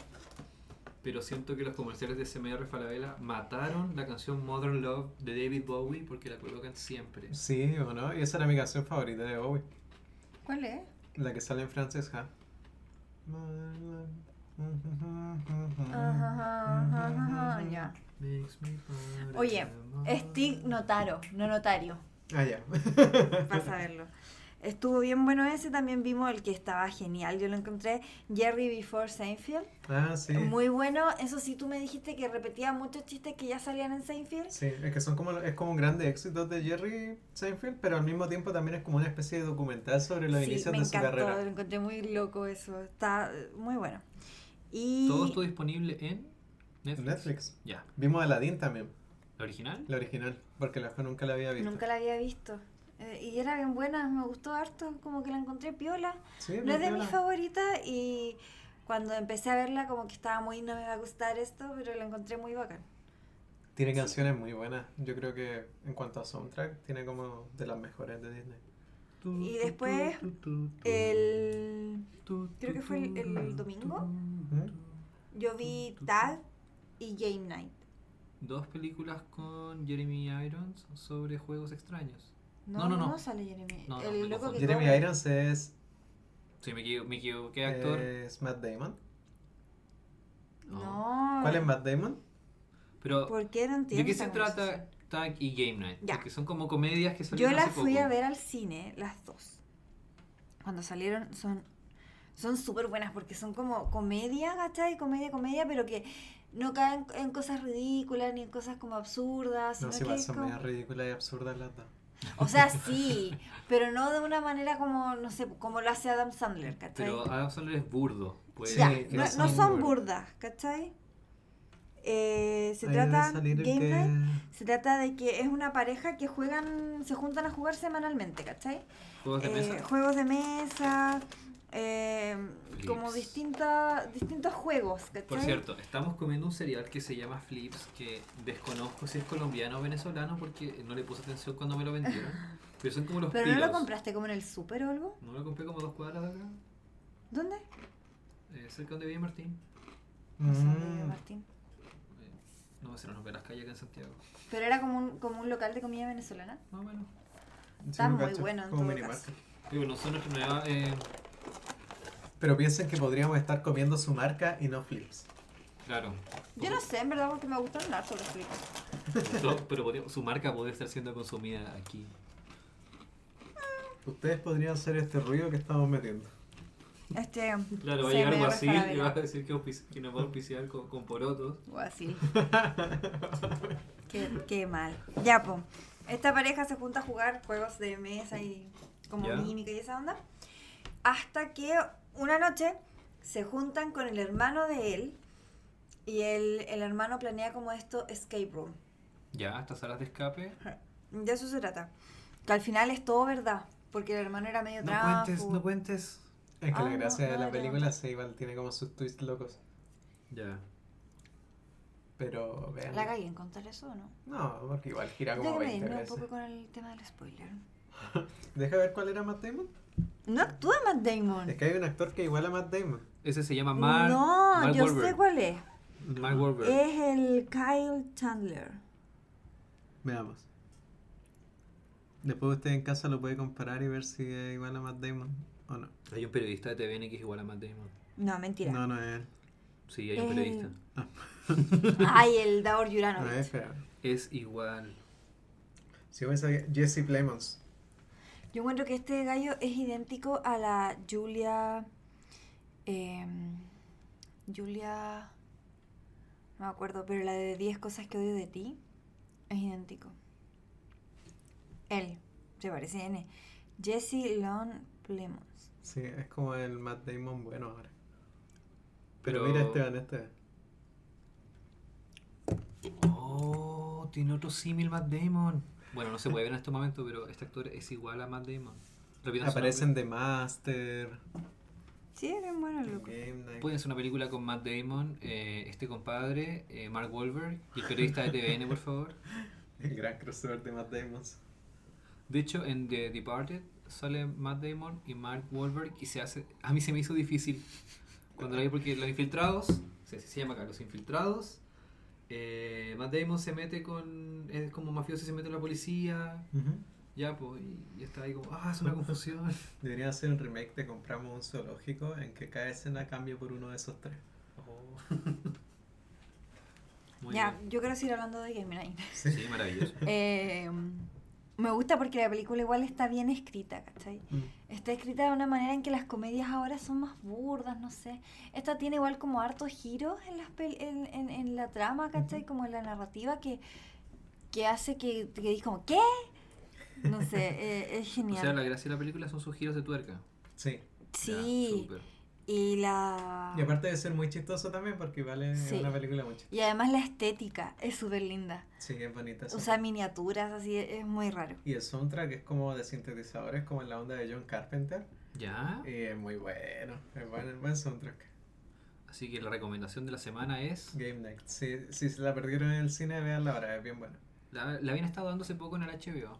Speaker 3: pero siento que los comerciales de SMR Falabella mataron la canción Modern Love de David Bowie porque la colocan siempre.
Speaker 2: Sí, ¿o no? Y esa era mi canción favorita de Bowie,
Speaker 1: ¿Cuál es?
Speaker 2: la que sale en Francesca.
Speaker 1: Ajá, ajá, ajá, ajá, ya.
Speaker 3: Makes me fall
Speaker 1: Oye,
Speaker 3: in love.
Speaker 1: Stig Notaro, no notario,
Speaker 2: Ah, ya.
Speaker 1: para saberlo. Estuvo bien bueno ese, también vimos el que estaba genial, yo lo encontré, Jerry Before Seinfeld.
Speaker 2: Ah, sí.
Speaker 1: Muy bueno, eso sí, tú me dijiste que repetía muchos chistes que ya salían en Seinfeld.
Speaker 2: Sí, es que son como, es como un grande éxito de Jerry Seinfeld, pero al mismo tiempo también es como una especie de documental sobre los
Speaker 1: Sí,
Speaker 2: inicios
Speaker 1: me
Speaker 2: de su
Speaker 1: encantó,
Speaker 2: carrera.
Speaker 1: lo encontré muy loco eso, está eh, muy bueno. Y
Speaker 3: Todo esto disponible en Netflix.
Speaker 2: Netflix.
Speaker 3: Ya,
Speaker 2: Vimos Aladdin también,
Speaker 3: la original.
Speaker 2: la original, porque la fue nunca la había visto.
Speaker 1: nunca la había visto. Eh, y era bien buena, me gustó harto, como que la encontré piola.
Speaker 2: Sí,
Speaker 1: No es de
Speaker 2: porque
Speaker 1: mis
Speaker 2: la-
Speaker 1: favoritas y cuando empecé a verla como que estaba muy, no me va a gustar esto, pero la encontré muy bacán.
Speaker 2: Tiene canciones muy buenas. Yo creo que en cuanto a soundtrack, tiene como de las mejores de Disney.
Speaker 1: Y después, El... creo que fue el- el domingo. Yo vi Tag y Game Night.
Speaker 3: Dos películas con Jeremy Irons sobre juegos extraños.
Speaker 1: No,
Speaker 3: No,
Speaker 1: no,
Speaker 3: no, no.
Speaker 1: sale Jeremy.
Speaker 3: No, no,
Speaker 1: el
Speaker 3: me
Speaker 1: loco que
Speaker 3: confundí.
Speaker 2: Jeremy
Speaker 1: come.
Speaker 2: Irons es,
Speaker 3: Sí, me equivo- me equivoqué, actor.
Speaker 2: es Matt Damon.
Speaker 1: No. eh,
Speaker 2: ¿Cuál es Matt Damon?
Speaker 3: Pero
Speaker 1: ¿Por qué no entiendo?
Speaker 3: ¿De qué
Speaker 1: esa
Speaker 3: se trata
Speaker 1: conversación?
Speaker 3: Tag y Game Night?
Speaker 1: Ya.
Speaker 3: Porque son como comedias que
Speaker 1: Yo
Speaker 3: salieron
Speaker 1: las
Speaker 3: hace
Speaker 1: fui
Speaker 3: poco.
Speaker 1: a ver al cine, las dos. Cuando salieron, son son súper buenas porque son como comedia, ¿cachai? Comedia, comedia, pero que no caen en cosas ridículas ni en cosas como absurdas. sino
Speaker 2: No, sí,
Speaker 1: que
Speaker 2: igual
Speaker 1: es
Speaker 2: son
Speaker 1: como-
Speaker 2: medio ridículas y absurdas las dos.
Speaker 1: O sea, sí, pero no de una manera como, no sé, como lo hace Adam Sandler, ¿cachai?
Speaker 3: Pero Adam Sandler es burdo. Pues,
Speaker 1: ya,
Speaker 2: ah, Sí,
Speaker 1: no, no
Speaker 2: son
Speaker 1: son
Speaker 2: burdas.
Speaker 1: burdas, ¿cachai? Eh, se
Speaker 2: Ahí debe
Speaker 1: trata
Speaker 2: salir el
Speaker 1: Game
Speaker 2: que-
Speaker 1: Night, se trata de que es una pareja que juegan, se juntan a jugar semanalmente, ¿cachai?
Speaker 3: Juegos de
Speaker 1: Eh,
Speaker 3: mesa.
Speaker 1: juegos de mesa, eh, como
Speaker 3: Flips.
Speaker 1: distinta- distintos juegos, ¿cachai?
Speaker 3: Por cierto, estamos comiendo un cereal que se llama Flips, que desconozco si es colombiano o venezolano porque no le puse atención cuando me lo vendieron. Pero son como los
Speaker 1: ¿Pero no lo
Speaker 3: pilos.
Speaker 1: compraste como en el súper o algo?
Speaker 3: No lo compré como dos cuadras de acá,
Speaker 1: ¿Dónde?
Speaker 3: eh, cerca donde vive Martín.
Speaker 1: No sé,
Speaker 2: Mm.
Speaker 1: Martín.
Speaker 3: Eh, no, se nos ve las calles acá en Santiago.
Speaker 1: Pero era como un, como un local de comida venezolana.
Speaker 3: Más o menos.
Speaker 1: Está
Speaker 2: Sí,
Speaker 1: muy
Speaker 2: cacho,
Speaker 1: bueno en
Speaker 2: como
Speaker 1: todo
Speaker 2: minimarket.
Speaker 1: caso.
Speaker 3: Pero no son nuestra nueva. eh,
Speaker 2: Pero piensen que podríamos estar comiendo su marca y no flips.
Speaker 3: claro.
Speaker 1: Yo no sé, en verdad, porque me gustan hablar sobre flips.
Speaker 3: Esto- pero podría- su marca podría estar siendo consumida aquí.
Speaker 2: Ustedes podrían hacer este ruido que estamos metiendo.
Speaker 1: Este,
Speaker 3: Claro, va a
Speaker 1: Se
Speaker 3: llegar
Speaker 1: me
Speaker 3: Guasil y
Speaker 1: resbala.
Speaker 3: va a decir que, auspici- que nos va a auspiciar con, con porotos.
Speaker 1: o así. qué, qué mal. Ya, po. Esta pareja se junta a jugar juegos de mesa y como
Speaker 3: Ya.
Speaker 1: mímica y esa onda. Hasta que una noche se juntan con el hermano de él y el, el hermano planea como esto escape room.
Speaker 3: Ya, estas salas de escape.
Speaker 1: De eso se trata. Que al final es todo verdad. Porque el hermano era medio
Speaker 3: No
Speaker 1: tráfugo.
Speaker 3: cuentes, no cuentes.
Speaker 2: Es que
Speaker 1: Ah,
Speaker 2: la
Speaker 1: no,
Speaker 2: gracia de
Speaker 1: no,
Speaker 2: la
Speaker 1: no.
Speaker 2: película sí, igual tiene como sus twists locos.
Speaker 3: Ya.
Speaker 2: Pero vean.
Speaker 1: La cagué en contar eso, ¿o ¿no?
Speaker 2: No, porque igual gira como
Speaker 1: Tengo que
Speaker 2: 20
Speaker 1: medirme un
Speaker 2: veces.
Speaker 1: poco con el tema del spoiler.
Speaker 2: Deja ver cuál era Matt Damon.
Speaker 1: No actúa Matt Damon.
Speaker 2: Es que hay un actor que igual a Matt Damon.
Speaker 3: Ese se llama Mark.
Speaker 1: no,
Speaker 3: Mark
Speaker 1: yo
Speaker 3: Wahlberg.
Speaker 1: sé cuál Eh. es.
Speaker 3: Mark Wahlberg.
Speaker 1: Es el Kyle Chandler.
Speaker 2: Veamos. Después usted en casa lo puede comparar y ver si es igual a Matt Damon o no.
Speaker 3: Hay un periodista de TVN que es igual a Matt Damon.
Speaker 1: No, mentira.
Speaker 2: No, no es él.
Speaker 3: Sí, hay un
Speaker 1: Eh.
Speaker 3: periodista.
Speaker 1: Ay, el Davor
Speaker 2: No es,
Speaker 1: Yuranovich.
Speaker 2: pero...
Speaker 3: Es igual.
Speaker 2: Si hubiese sabido- Jesse Plemons.
Speaker 1: Yo encuentro que este gallo es idéntico a la Julia. em, Julia. No me acuerdo, pero la de 10 cosas que odio de ti es idéntico. Él, se parece N. Jesse Lon Plemons.
Speaker 2: Sí, es como el Matt Damon bueno ahora. Pero,
Speaker 3: Pero-
Speaker 2: mira Esteban, Esteban.
Speaker 3: Oh, tiene otro símil Matt Damon. Bueno, no se puede ver en este momento, pero este actor es igual a Matt Damon. Repitan su
Speaker 2: Aparece en The Master,
Speaker 1: Sí, es bien bueno el
Speaker 2: en
Speaker 1: loco.
Speaker 2: Game Night.
Speaker 3: Pueden hacer una película con Matt Damon, eh, este compadre, eh, Mark Wahlberg y el periodista de TVN, por favor.
Speaker 2: El gran crossover de Matt Damon.
Speaker 3: De hecho, en The Departed sale Matt Damon y Mark Wahlberg y se hace... A mí se me hizo difícil cuando la vi porque los infiltrados, se, se llama acá, los infiltrados, eh, Matt Damon se mete con... es como mafioso y se mete con la policía, ya, pues, y, y está ahí como, ah, es una confusión.
Speaker 2: Debería hacer un remake de Compramos un zoológico en que cada escena cambie por uno de esos tres.
Speaker 3: Muy
Speaker 1: Oh. Ya,
Speaker 3: bien.
Speaker 1: yo quiero seguir hablando de Game Night.
Speaker 3: Sí, maravilloso.
Speaker 1: Eh, me gusta porque la película igual está bien escrita, ¿cachai? Está escrita de una manera en que las comedias ahora son más burdas, no sé. Esta tiene igual como hartos giros en, las pel- en, en, en la trama, ¿cachai? Como en la narrativa que, que hace que, que digas como, ¿qué? No sé, eh, es
Speaker 3: O
Speaker 1: genial.
Speaker 3: sea, la gracia de la película son sus giros de tuerca.
Speaker 2: Sí.
Speaker 3: Ya,
Speaker 1: sí,
Speaker 3: súper.
Speaker 1: y la...
Speaker 2: Y aparte de ser muy chistoso también, porque vale
Speaker 1: Ah. Sí.
Speaker 2: es una película mucho.
Speaker 1: Y además la estética es súper linda.
Speaker 2: Sí, es bonita. esa.
Speaker 1: Usa miniaturas, así es, es muy raro.
Speaker 2: y el soundtrack es como de sintetizadores, como en la onda de John Carpenter.
Speaker 3: Ya.
Speaker 2: Y es muy bueno. Es bueno, es buen soundtrack.
Speaker 3: Así que la recomendación de la semana es.
Speaker 2: Game Night. Si, si se la perdieron en el cine, veanla ahora, es bien buena.
Speaker 3: La, la habían estado dando hace poco en el HBO.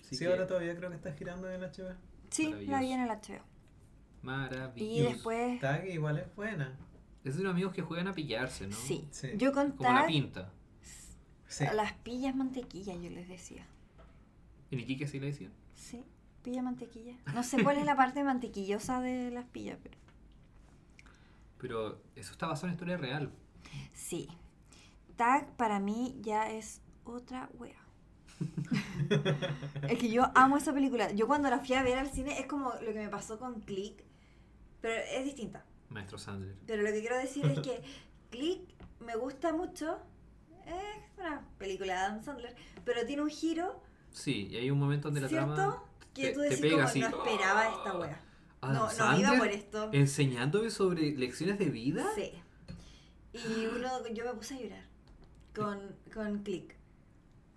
Speaker 3: Así
Speaker 2: Sí,
Speaker 3: que,
Speaker 2: ahora todavía creo que está girando en HBO.
Speaker 1: Sí, la vi en el HBO. Y
Speaker 3: Maravilloso.
Speaker 1: después...
Speaker 2: Tag igual es buena.
Speaker 3: Esos son amigos que juegan a pillarse, ¿no?
Speaker 1: Sí.
Speaker 2: Sí.
Speaker 1: yo con
Speaker 3: Como la
Speaker 1: Tag-
Speaker 3: pinta.
Speaker 2: Sí.
Speaker 1: A las pillas mantequilla, yo les decía.
Speaker 3: En Iquique sí le decían.
Speaker 1: Sí, pilla mantequilla. No sé cuál es la parte mantequillosa de las pillas, pero
Speaker 3: Pero eso está basado en historia real.
Speaker 1: sí. Tag para mí ya es otra wea. es que yo amo esa película. Yo cuando la fui a ver al cine es como lo que me pasó con Click, pero es distinta.
Speaker 3: Maestro Sandler.
Speaker 1: Pero lo que quiero decir es que Click me gusta mucho. Es una película de Adam Sandler, pero tiene un giro,
Speaker 3: Sí, y hay un momento donde la trama.
Speaker 1: ¿cierto? Que
Speaker 3: te-
Speaker 1: tú
Speaker 3: te
Speaker 1: decís
Speaker 3: pega
Speaker 1: como
Speaker 3: así.
Speaker 1: no esperaba esta wea.
Speaker 3: Adam
Speaker 1: No, no
Speaker 3: Sandler
Speaker 1: iba por esto.
Speaker 3: Enseñándome sobre lecciones de vida.
Speaker 1: Sí.
Speaker 3: Ah.
Speaker 1: Y uno, yo me puse a llorar con, con Click,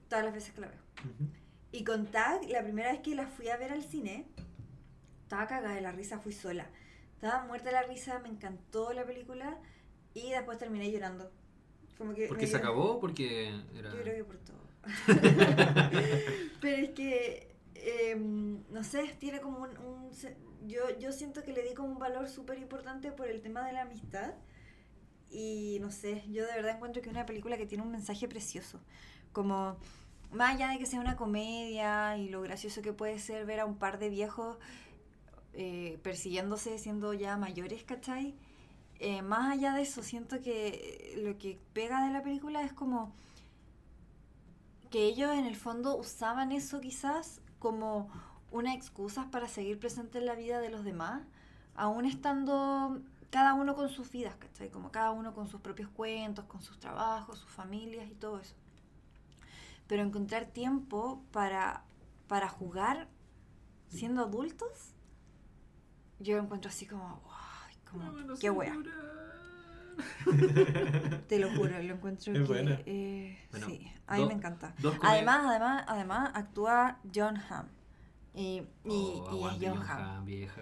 Speaker 1: todas las veces que la veo.
Speaker 2: Ujú.
Speaker 1: Y con Tag, la primera vez que la fui a ver al cine, estaba cagada de la risa, fui sola. Estaba muerta de la risa, me encantó la película y después terminé llorando. Como que
Speaker 3: Porque
Speaker 1: me
Speaker 3: se
Speaker 1: lloró-
Speaker 3: acabó, porque era.
Speaker 1: Yo creo que por todo. Pero es que, em, no sé, tiene como un... un se- yo, yo siento que le di como un valor súper importante por el tema de la amistad. Y no sé, yo de verdad encuentro que es una película que tiene un mensaje precioso. Como, más allá de que sea una comedia y lo gracioso que puede ser ver a un par de viejos eh, persiguiéndose siendo ya mayores, ¿cachai? Eh, más allá de eso, siento que lo que pega de la película es como que ellos en el fondo usaban eso quizás como una excusa para seguir presente en la vida de los demás, aún estando cada uno con sus vidas, ¿cachai? Como cada uno con sus propios cuentos, con sus trabajos, sus familias y todo eso. Pero encontrar tiempo para, para jugar siendo adultos, yo lo encuentro así como, "Guay", como,
Speaker 3: No, no
Speaker 1: qué
Speaker 3: sé
Speaker 1: wea.
Speaker 3: llorar.
Speaker 1: Te lo juro, lo encuentro
Speaker 2: Es
Speaker 1: que,
Speaker 2: buena.
Speaker 1: eh,
Speaker 3: Bueno,
Speaker 1: sí, a mí
Speaker 3: do-
Speaker 1: me encanta.
Speaker 3: Dos comedias-
Speaker 1: Además, además, además actúa John Hamm. Y, y,
Speaker 3: Oh,
Speaker 1: y es
Speaker 3: aguante
Speaker 1: John
Speaker 3: John
Speaker 1: Hamm.
Speaker 3: Hamm, vieja.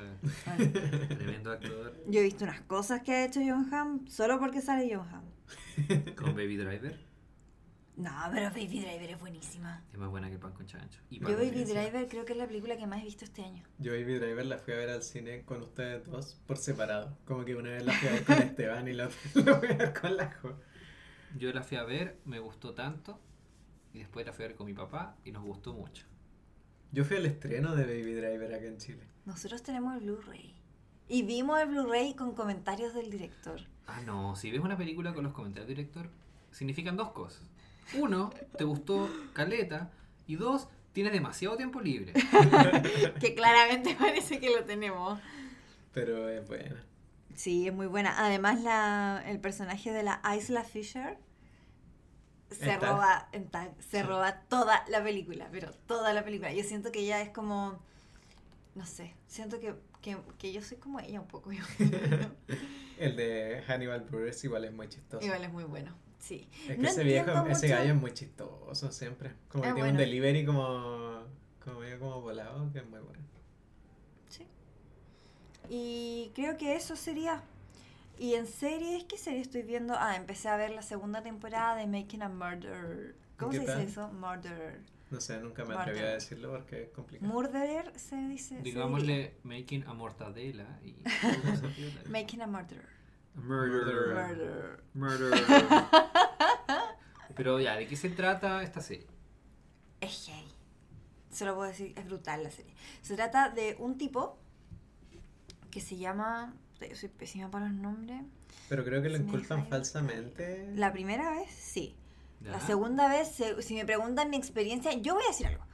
Speaker 1: Bueno,
Speaker 3: Tremendo actor.
Speaker 1: yo he visto unas cosas que ha hecho John Hamm solo porque sale John Hamm.
Speaker 3: Con Baby Driver.
Speaker 1: No, pero Baby Driver es buenísima.
Speaker 3: Es más buena que pan con chancho. Y pan
Speaker 1: Yo
Speaker 3: con
Speaker 1: Baby
Speaker 3: queso.
Speaker 1: Driver creo que es la película que más he visto este año.
Speaker 2: Yo Baby Driver la fui a ver al cine con ustedes dos por separado. Como que una vez la fui a ver con Esteban y la otra la fui a ver con la Jo.
Speaker 3: Yo la fui a ver, me gustó tanto. Y después la fui a ver con mi papá y nos gustó mucho.
Speaker 2: Yo fui al estreno de Baby Driver acá en Chile.
Speaker 1: Nosotros tenemos el Blu-ray. Y vimos el Blu-ray con comentarios del director.
Speaker 3: Ah, no, si ves una película con los comentarios del director, significan dos cosas. Uno, te gustó Caleta. Y dos, tienes demasiado tiempo libre.
Speaker 1: Que claramente parece que lo tenemos.
Speaker 2: Pero es buena.
Speaker 1: Sí, es muy buena. Además, la, el personaje de la Isla Fisher se
Speaker 2: En Tag.
Speaker 1: roba en Tag, se
Speaker 2: Sí.
Speaker 1: roba toda la película, pero toda la película. Yo siento que ella es como, no sé, siento que, que, que yo soy como ella un poco. yo.
Speaker 2: El de Hannibal Buress igual es muy chistoso.
Speaker 1: Igual es muy bueno, sí.
Speaker 2: Es que
Speaker 1: No
Speaker 2: ese viejo,
Speaker 1: entiendo
Speaker 2: ese
Speaker 1: mucho-
Speaker 2: gallo es muy chistoso siempre. Como que
Speaker 1: Ah,
Speaker 2: tiene un
Speaker 1: bueno.
Speaker 2: delivery como, como medio como volado, que es muy bueno.
Speaker 1: sí. Y creo que eso sería. Y en series, ¿qué serie estoy viendo? Ah, empecé a ver la segunda temporada de Making a Murder. ¿Cómo
Speaker 2: ¿Qué
Speaker 1: se dice
Speaker 2: tal?
Speaker 1: eso? Murder.
Speaker 2: No sé, nunca me
Speaker 1: Marta.
Speaker 2: atreví a decirlo porque es complicado.
Speaker 1: Murderer se dice. se diría.
Speaker 3: Digámosle making a mortadela y
Speaker 1: Making a Murderer.
Speaker 3: murder.
Speaker 1: Murder.
Speaker 3: Murder. Pero ya, ¿de qué se trata esta serie?
Speaker 1: Es gay. Solo puedo decir, es brutal la serie. Se trata de un tipo que se llama. Yo soy pésima para los nombres.
Speaker 2: Pero creo que lo
Speaker 1: Se me
Speaker 2: inculpan
Speaker 1: fue el-
Speaker 2: falsamente.
Speaker 1: La primera vez, sí. La
Speaker 3: Ya.
Speaker 1: segunda vez, se- si me preguntan mi experiencia, yo voy a decir algo.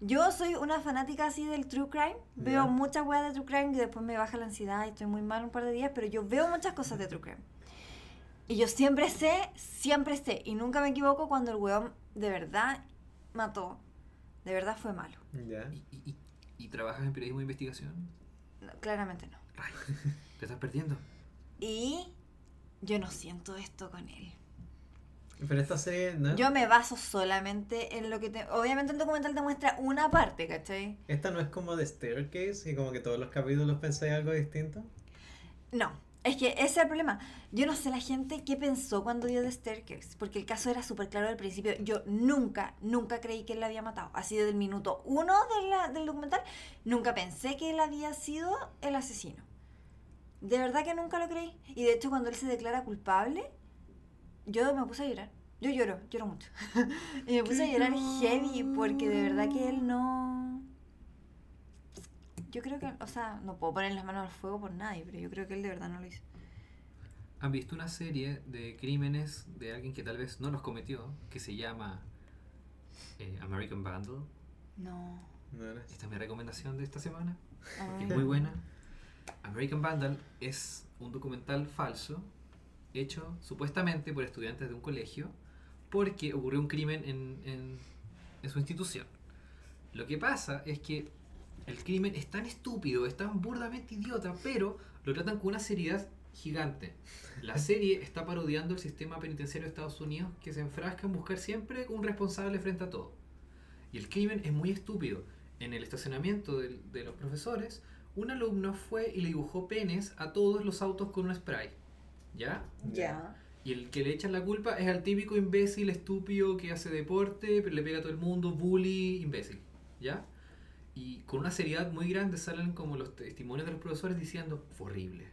Speaker 1: Yo soy una fanática así del true crime. Veo
Speaker 2: Ya.
Speaker 1: muchas weas de true crime y después me baja la ansiedad y estoy muy mal un par de días, pero yo veo muchas cosas de true crime. Y yo siempre sé, siempre sé, y nunca me equivoco cuando el weón de verdad mató. De verdad fue malo.
Speaker 2: Ya.
Speaker 3: ¿Y, y- y- y trabajas en periodismo de investigación?
Speaker 1: No, claramente no.
Speaker 3: ¿Te estás perdiendo?
Speaker 1: Y yo no siento esto con él.
Speaker 2: Pero esta serie, ¿no?
Speaker 1: Yo me baso solamente en lo que te... Obviamente el documental te muestra una parte, ¿cachai?
Speaker 2: Esta no es como The Staircase y como que todos los capítulos pensáis algo distinto.
Speaker 1: No, es que ese es el problema. Yo no sé la gente qué pensó cuando dio The Staircase, porque el caso era súper claro al principio. Yo nunca, nunca creí que él la había matado. Así desde el minuto uno de la- del documental, nunca pensé que él había sido el asesino. De verdad que nunca lo creí. Y de hecho cuando él se declara culpable, yo me puse a llorar. Yo lloro, lloro mucho. y me puse a llorar heavy porque de verdad que él no... Yo creo que, o sea, no puedo poner las manos al fuego por nadie, pero yo creo que él de verdad no lo hizo.
Speaker 3: ¿Han visto una serie de crímenes de alguien que tal vez no los cometió, que se llama eh, American Vandal?
Speaker 1: No.
Speaker 2: No era así.
Speaker 3: Esta es mi recomendación de esta semana,
Speaker 1: Ah.
Speaker 3: que es muy buena. American Vandal es un documental falso hecho supuestamente por estudiantes de un colegio porque ocurrió un crimen en, en- en su institución. Lo que pasa es que el crimen es tan estúpido, es tan burdamente idiota, pero lo tratan con una seriedad gigante. La serie está parodiando el sistema penitenciario de Estados Unidos que se enfrasca en buscar siempre un responsable frente a todo. Y el crimen es muy estúpido. En el estacionamiento del- de, los profesores, un alumno fue y le dibujó penes a todos los autos con un spray. ¿Ya?
Speaker 1: Ya.
Speaker 3: Y el que le echan la culpa es al típico imbécil estúpido que hace deporte, pero le pega a todo el mundo, bully, imbécil. ¿Ya? Y con una seriedad muy grande salen como los testimonios de los profesores diciendo, "Fue horrible.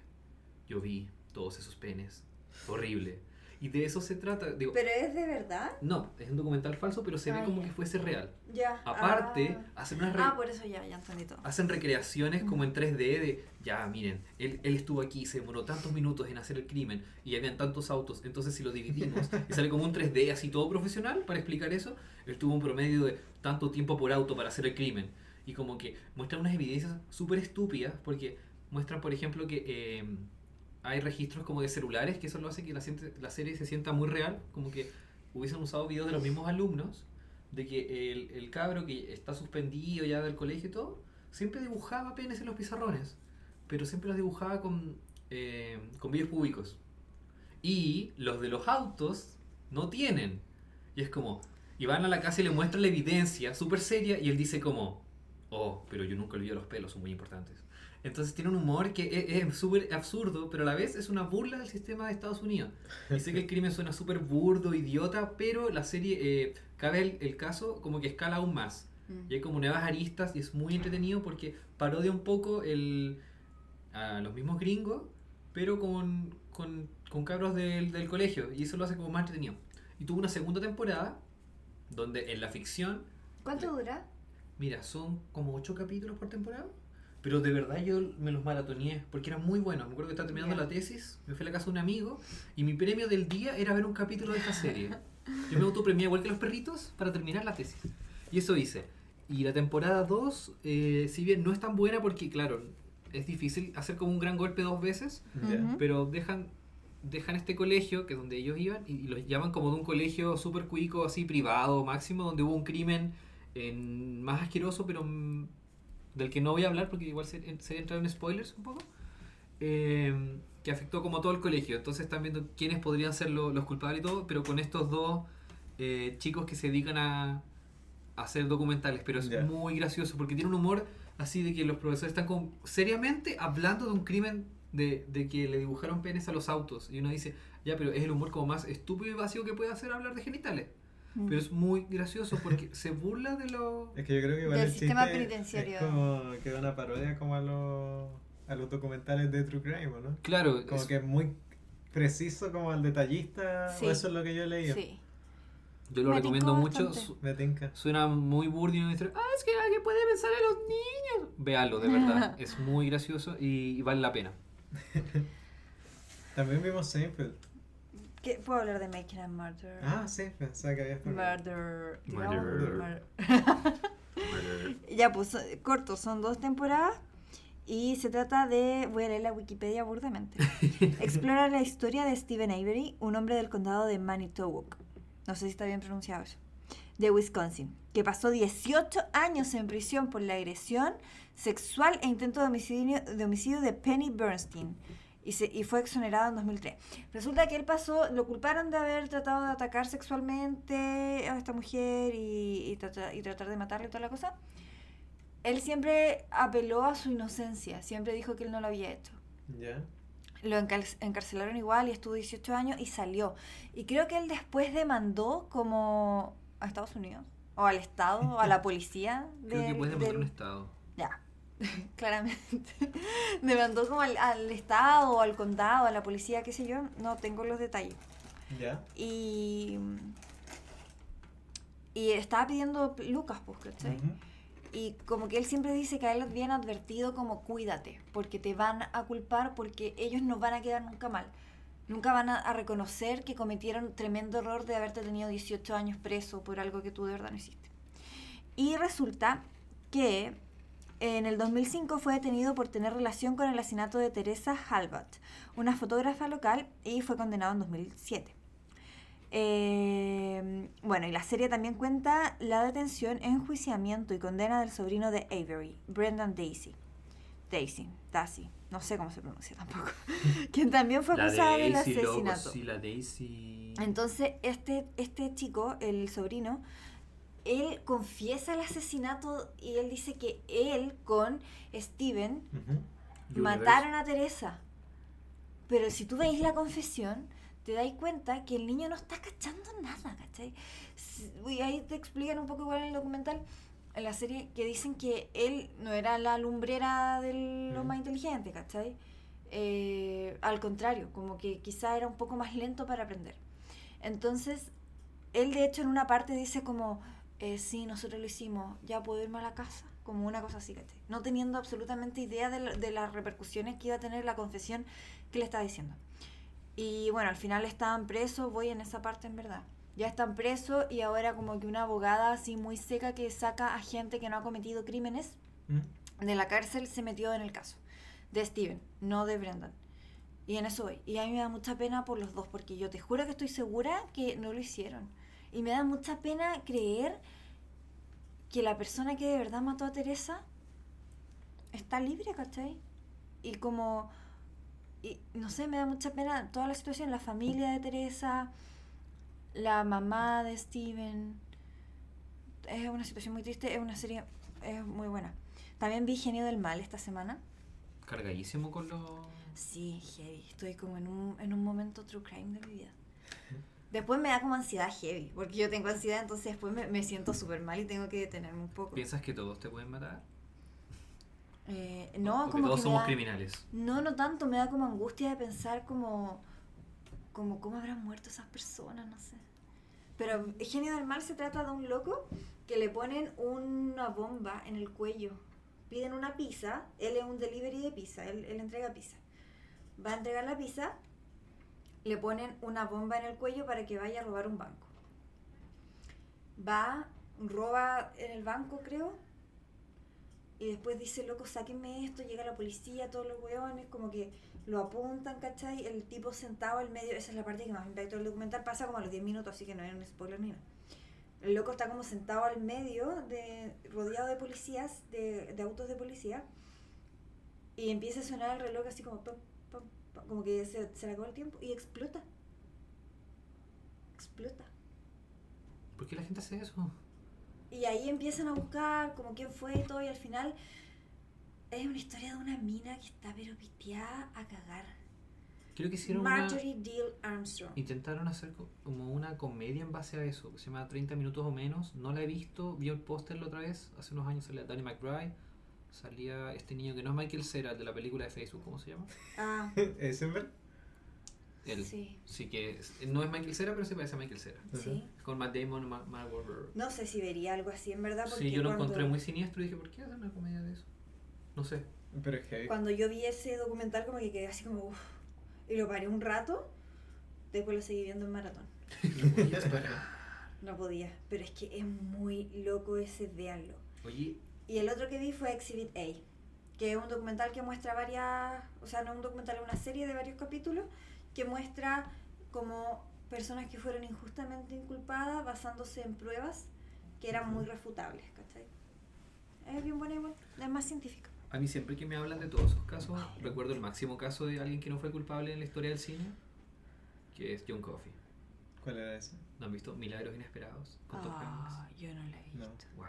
Speaker 3: Yo vi todos esos penes. Fue Horrible. Y de eso se trata. Digo,
Speaker 1: ¿Pero es de verdad?
Speaker 3: no, es un documental falso, pero se
Speaker 1: Ah,
Speaker 3: ve como
Speaker 1: ya.
Speaker 3: que fuese real.
Speaker 1: Ya.
Speaker 3: Aparte,
Speaker 1: Ah.
Speaker 3: hacen unas re- Ah,
Speaker 1: Ah, por eso ya, ya entendí todo.
Speaker 3: hacen recreaciones como en 3D de, ya, miren, él, él estuvo aquí, se demoró tantos minutos en hacer el crimen y habían tantos autos, entonces si lo dividimos y sale como un 3D así todo profesional para explicar eso, él tuvo un promedio de tanto tiempo por auto para hacer el crimen. Y como que muestran unas evidencias súper estúpidas porque muestran, por ejemplo, que eh, hay registros como de celulares, que eso lo hace que la, siente- la serie se sienta muy real, como que hubiesen usado videos de los mismos alumnos, de que el, el cabro que está suspendido ya del colegio y todo, siempre dibujaba penes en los pizarrones, pero siempre los dibujaba con, eh, con vídeos públicos. Y los de los autos no tienen. Y es como, y van a la casa y le muestran la evidencia súper seria y él dice como, oh, pero yo nunca olvido los pelos, son muy importantes. Entonces tiene un humor que e, es- es súper absurdo, pero a la vez es una burla del sistema de Estados Unidos. Y sé que el crimen suena súper burdo, idiota, pero la serie, eh, cabe el- el caso como que escala aún más.
Speaker 1: Mm.
Speaker 3: Y hay como nuevas aristas y es muy entretenido porque parodia un poco el, a los mismos gringos, pero con, con, con cabros del, del colegio. Y eso lo hace como más entretenido. Y tuvo una segunda temporada donde en la ficción,
Speaker 1: ¿Cuánto dura?
Speaker 3: mira, son como ocho capítulos por temporada. Pero de verdad yo me los maratoneé porque eran muy buenos. Me acuerdo que estaba terminando
Speaker 1: Ya.
Speaker 3: la tesis, me fui a la casa de un amigo y mi premio del día era ver un capítulo de esta serie. Yo me autopremié igual que los perritos para terminar la tesis. Y eso hice. Y la temporada 2, eh, si bien no es tan buena porque, claro, es difícil hacer como un gran golpe dos veces,
Speaker 2: Ya.
Speaker 1: Ujú.
Speaker 3: pero dejan, dejan este colegio, que es donde ellos iban, y, y los llaman como de un colegio súper cuico, así privado, máximo, donde hubo un crimen en- más asqueroso, pero mm, del que no voy a hablar porque igual se sería entrar en spoilers un poco. eh, que afectó como a todo el colegio. Entonces están viendo quiénes podrían ser lo- los culpables y todo, pero con estos dos eh, chicos que se dedican a, a hacer documentales, pero es
Speaker 2: Ya.
Speaker 3: muy gracioso porque tiene un humor así de que los profesores están como seriamente hablando de un crimen de, de que le dibujaron penes a los autos y uno dice, ya, pero es el humor como más estúpido y vacío que puede hacer hablar de genitales.
Speaker 1: Mm.
Speaker 3: Pero es muy gracioso porque se burla de lo...
Speaker 2: Es que yo creo que igual
Speaker 1: Del
Speaker 2: el
Speaker 1: sistema
Speaker 2: chiste
Speaker 1: penitenciario.
Speaker 2: Es como que da una parodia como a los, a los documentales de True Crime, ¿o ¿no?
Speaker 3: Claro,
Speaker 2: Como
Speaker 3: es-
Speaker 2: que es muy preciso, como al detallista,
Speaker 1: Sí.
Speaker 2: o eso es lo que yo he leído.
Speaker 1: Sí.
Speaker 3: yo lo
Speaker 1: me
Speaker 3: recomiendo
Speaker 1: tincó
Speaker 3: mucho.
Speaker 1: bastante.
Speaker 3: su-
Speaker 2: Me tinca.
Speaker 3: Suena muy burdo y uno dice, ah, es que alguien puede pensar en los niños. Véalo, de verdad. es muy gracioso y, y vale la pena.
Speaker 2: También vimos Seinfeld.
Speaker 1: ¿Qué? ¿Puedo hablar de Making a Murder?
Speaker 2: Ah, Seinfeld, o sea que habías perdido.
Speaker 1: Murder. digamos,
Speaker 3: Murder.
Speaker 1: mur- Ya, pues so- corto, son dos temporadas y se trata de, voy a leer la Wikipedia burdamente, explora la historia de Stephen Avery, un hombre del condado de Manitowoc, no sé si está bien pronunciado eso, de Wisconsin, que pasó 18 años en prisión por la agresión sexual e intento de homicidio de, homicidio de Penny Bernstein. Y, se- y fue exonerado en 2003. Resulta que él pasó, lo culparon de haber tratado de atacar sexualmente a esta mujer y, y trata- y tratar de matarle y toda la cosa él siempre apeló a su inocencia, siempre dijo que él no lo había hecho.
Speaker 2: Ya.
Speaker 1: Lo encal- encarcelaron igual y estuvo 18 años y salió. Y creo que él después demandó como a Estados Unidos, o al Estado, o a la policía.
Speaker 3: Creo que
Speaker 1: del-
Speaker 3: puedes este. demostrar
Speaker 1: del-
Speaker 3: un estado.
Speaker 1: Ya, claramente. demandó como al, al Estado, al condado, a la policía, qué sé yo. No tengo los detalles.
Speaker 2: Ya.
Speaker 1: Y... Y estaba pidiendo lucas, pues, ¿cachai?
Speaker 2: Ujú.
Speaker 1: Y como que él siempre dice que a él lo habían advertido como cuídate, porque te van a culpar, porque ellos no van a quedar nunca mal. Nunca van a, a reconocer que cometieron tremendo error de haberte tenido 18 años preso por algo que tú de verdad no hiciste. Y resulta que en el 2005 fue detenido por tener relación con el asesinato de Teresa Halbert, una fotógrafa local, y fue condenado en 2007. Eh, bueno, y la serie también cuenta la detención, enjuiciamiento y condena del sobrino de Avery, Brendan Daisy, Daisy, Daisy, no sé cómo se pronuncia tampoco, quien también fue
Speaker 3: La
Speaker 1: acusada del
Speaker 3: Daisy, loco,
Speaker 1: asesinato.
Speaker 3: sí, la Daisy.
Speaker 1: Entonces, este, este chico, el sobrino, él confiesa el asesinato y él dice que él con Steven
Speaker 2: Ujú.
Speaker 3: Universe.
Speaker 1: mataron a Teresa. Pero si tú veis la confesión, te dais cuenta que el niño no está cachando nada, ¿cachai? S- Y ahí te explican un poco igual en el documental, en la serie, que dicen que él no era la lumbrera de lo
Speaker 2: Mm.
Speaker 1: más inteligente, ¿cachai? Eh, al contrario, como que quizá era un poco más lento para aprender. Entonces, él de hecho en una parte dice como, eh, sí, nosotros lo hicimos, ya puedo irme a la casa, como una cosa así, ¿cachai? No teniendo absolutamente idea de, la- de las repercusiones que iba a tener la confesión que le está diciendo. Y bueno, al final estaban presos, voy en esa parte en verdad. Ya están presos y ahora como que una abogada así muy seca que saca a gente que no ha cometido crímenes
Speaker 2: Mm.
Speaker 1: de la cárcel se metió en el caso de Steven, no de Brendan. Y en eso voy. Y a mí me da mucha pena por los dos, porque yo te juro que estoy segura que no lo hicieron. Y me da mucha pena creer que la persona que de verdad mató a Teresa está libre, ¿cachai? Y como, y, no sé, me da mucha pena toda la situación, la familia de Teresa, la mamá de Steven. Es una situación muy triste, es una serie, es muy buena. También vi Genio del Mal esta semana.
Speaker 3: Cargadísimo con los.
Speaker 1: Sí, heavy. Estoy como en un, en un momento true crime de mi vida. Después me da como ansiedad heavy, porque yo tengo ansiedad, entonces después me, me siento súper mal y tengo que detenerme un poco.
Speaker 3: ¿Piensas que todos te pueden matar?
Speaker 1: Eh, no,
Speaker 3: Porque
Speaker 1: como que
Speaker 3: todos
Speaker 1: me
Speaker 3: somos
Speaker 1: da-
Speaker 3: criminales.
Speaker 1: No, no tanto, me da como angustia de pensar como, como cómo habrán muerto esas personas, no sé. Pero Genio del Mal se trata de un loco que le ponen una bomba en el cuello. Piden una pizza, él es un delivery de pizza, él, él entrega pizza. Va a entregar la pizza, le ponen una bomba en el cuello para que vaya a robar un banco. Va, roba en el banco, creo, y después dice, loco, sáquenme esto, llega la policía, todos los hueones, como que lo apuntan, ¿cachai? El tipo sentado al medio, esa es la parte que más me impactó del documental, pasa como a los 10 minutos, así que no era un spoiler ni nada. El loco está como sentado al medio, de, rodeado de policías, de, de autos de policía, y empieza a sonar el reloj así como, pam, pam, pam, como que se, se le acabó el tiempo, y explota. Explota.
Speaker 3: ¿Por qué la gente hace eso?
Speaker 1: Y ahí empiezan a buscar como quién fue y todo, y al final es una historia de una mina que está pero piteada a cagar.
Speaker 3: Creo que hicieron una.
Speaker 1: Marjorie Deal Armstrong.
Speaker 3: Intentaron hacer co- como una comedia en base a eso, que se llama 30 minutos o menos. No la he visto, vi el póster la otra vez, hace unos años salía Danny McBride, salía este niño que no es Michael Cera, el de la película de Facebook, ¿cómo se llama?
Speaker 1: Ah,
Speaker 2: ¿Eisenberg?
Speaker 3: Él. Sí.
Speaker 1: sí,
Speaker 3: que es- no es Michael Cera, pero se parece a Michael Cera.
Speaker 1: sí.
Speaker 3: Con Matt Damon, Ma- Mark Wahlberg.
Speaker 1: No sé si vería algo así, en verdad, porque
Speaker 3: Sí, yo lo
Speaker 1: cuando,
Speaker 3: encontré muy siniestro y dije, ¿por qué hacen una comedia de eso? No sé.
Speaker 2: Pero es heavy.
Speaker 1: cuando yo vi ese documental como que quedé así como uff. Y lo paré un rato, después lo seguí viendo en maratón. No podía, pero es que es muy loco ese veanlo.
Speaker 3: Oye,
Speaker 1: Y el otro que vi fue Exhibit A, que es un documental que muestra varias, o sea, no un documental, es una serie de varios capítulos que muestra como personas que fueron injustamente inculpadas basándose en pruebas que eran muy refutables, ¿cachai? Es bien buena igual, es más científica.
Speaker 3: a mí siempre que me hablan de todos esos casos, recuerdo el máximo caso de alguien que no fue culpable en la historia del cine, que es John Coffey.
Speaker 2: ¿Cuál era ese?
Speaker 3: ¿No han visto Milagros Inesperados con Tom Hanks?
Speaker 1: Ah, yo no la he
Speaker 2: No.
Speaker 3: Wow.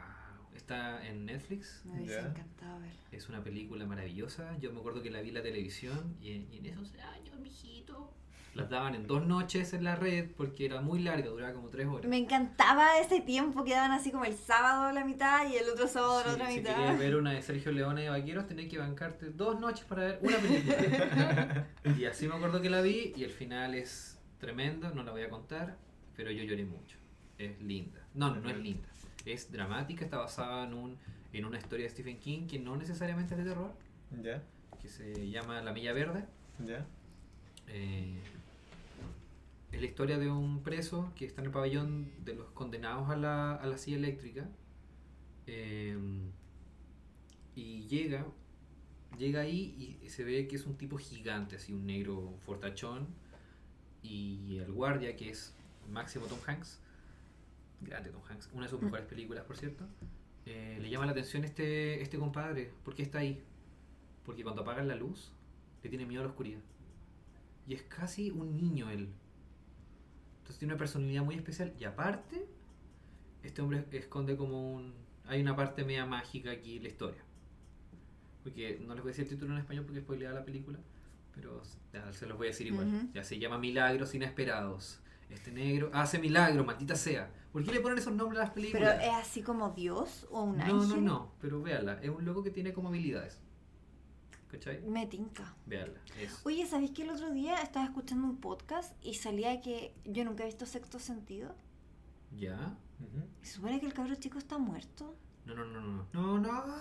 Speaker 3: Está en Netflix.
Speaker 1: Me hubiese
Speaker 2: Ya.
Speaker 1: encantado verla.
Speaker 3: Es una película maravillosa. Yo me acuerdo que la vi en la televisión y en, y en esos años, mijito. Las daban en dos noches en la red porque era muy larga, duraba como tres horas.
Speaker 1: Me encantaba ese tiempo, quedaban así como el sábado la mitad y el otro sábado
Speaker 3: Sí,
Speaker 1: la otra
Speaker 3: si
Speaker 1: mitad.
Speaker 3: querías ver una de Sergio Leone de Vaqueros, tenías que bancarte dos noches para ver una película. y así me acuerdo que la vi y el final es tremendo, no la voy a contar, pero yo lloré mucho. Es linda. No, no, no es linda. Es dramática, está basada en, un, en una historia de Stephen King que no necesariamente es de terror,
Speaker 2: ¿Ya?
Speaker 3: que se llama La Milla Verde.
Speaker 2: ¿Ya?
Speaker 3: Eh, es la historia de un preso que está en el pabellón de los condenados a la, a la silla eléctrica. Eh, y llega, llega ahí y se ve que es un tipo gigante, así un negro fortachón. Y el guardia, que es Máximo Tom Hanks, grande Tom Hanks, una de sus mejores películas, por cierto, eh, le llama la atención este, este compadre, porque está ahí. porque cuando apagan la luz, le tiene miedo a la oscuridad. Y es casi un niño él. Entonces tiene una personalidad muy especial. Y aparte, este hombre esconde como un... Hay una parte media mágica aquí en la historia. Porque no les voy a decir el título en español porque spoilea la película. Pero ya, se los voy a decir igual.
Speaker 1: Ujú.
Speaker 3: Ya se llama Milagros Inesperados. Este negro hace milagros, maldita sea. ¿Por qué le ponen esos nombres a las
Speaker 1: Pero
Speaker 3: películas?
Speaker 1: es así como Dios o un
Speaker 3: no,
Speaker 1: ángel.
Speaker 3: no, no. Pero véanla. Es un loco que tiene como habilidades. ¿Cachai?
Speaker 1: Me tinca.
Speaker 3: Veanla. Es...
Speaker 1: Oye, ¿sabéis que el otro día estaba escuchando un podcast y salía que yo nunca he visto sexto sentido?
Speaker 3: ¿Ya?
Speaker 2: Ujú.
Speaker 1: Y se supone que el cabro chico está muerto.
Speaker 3: No, no, no, no. No, no.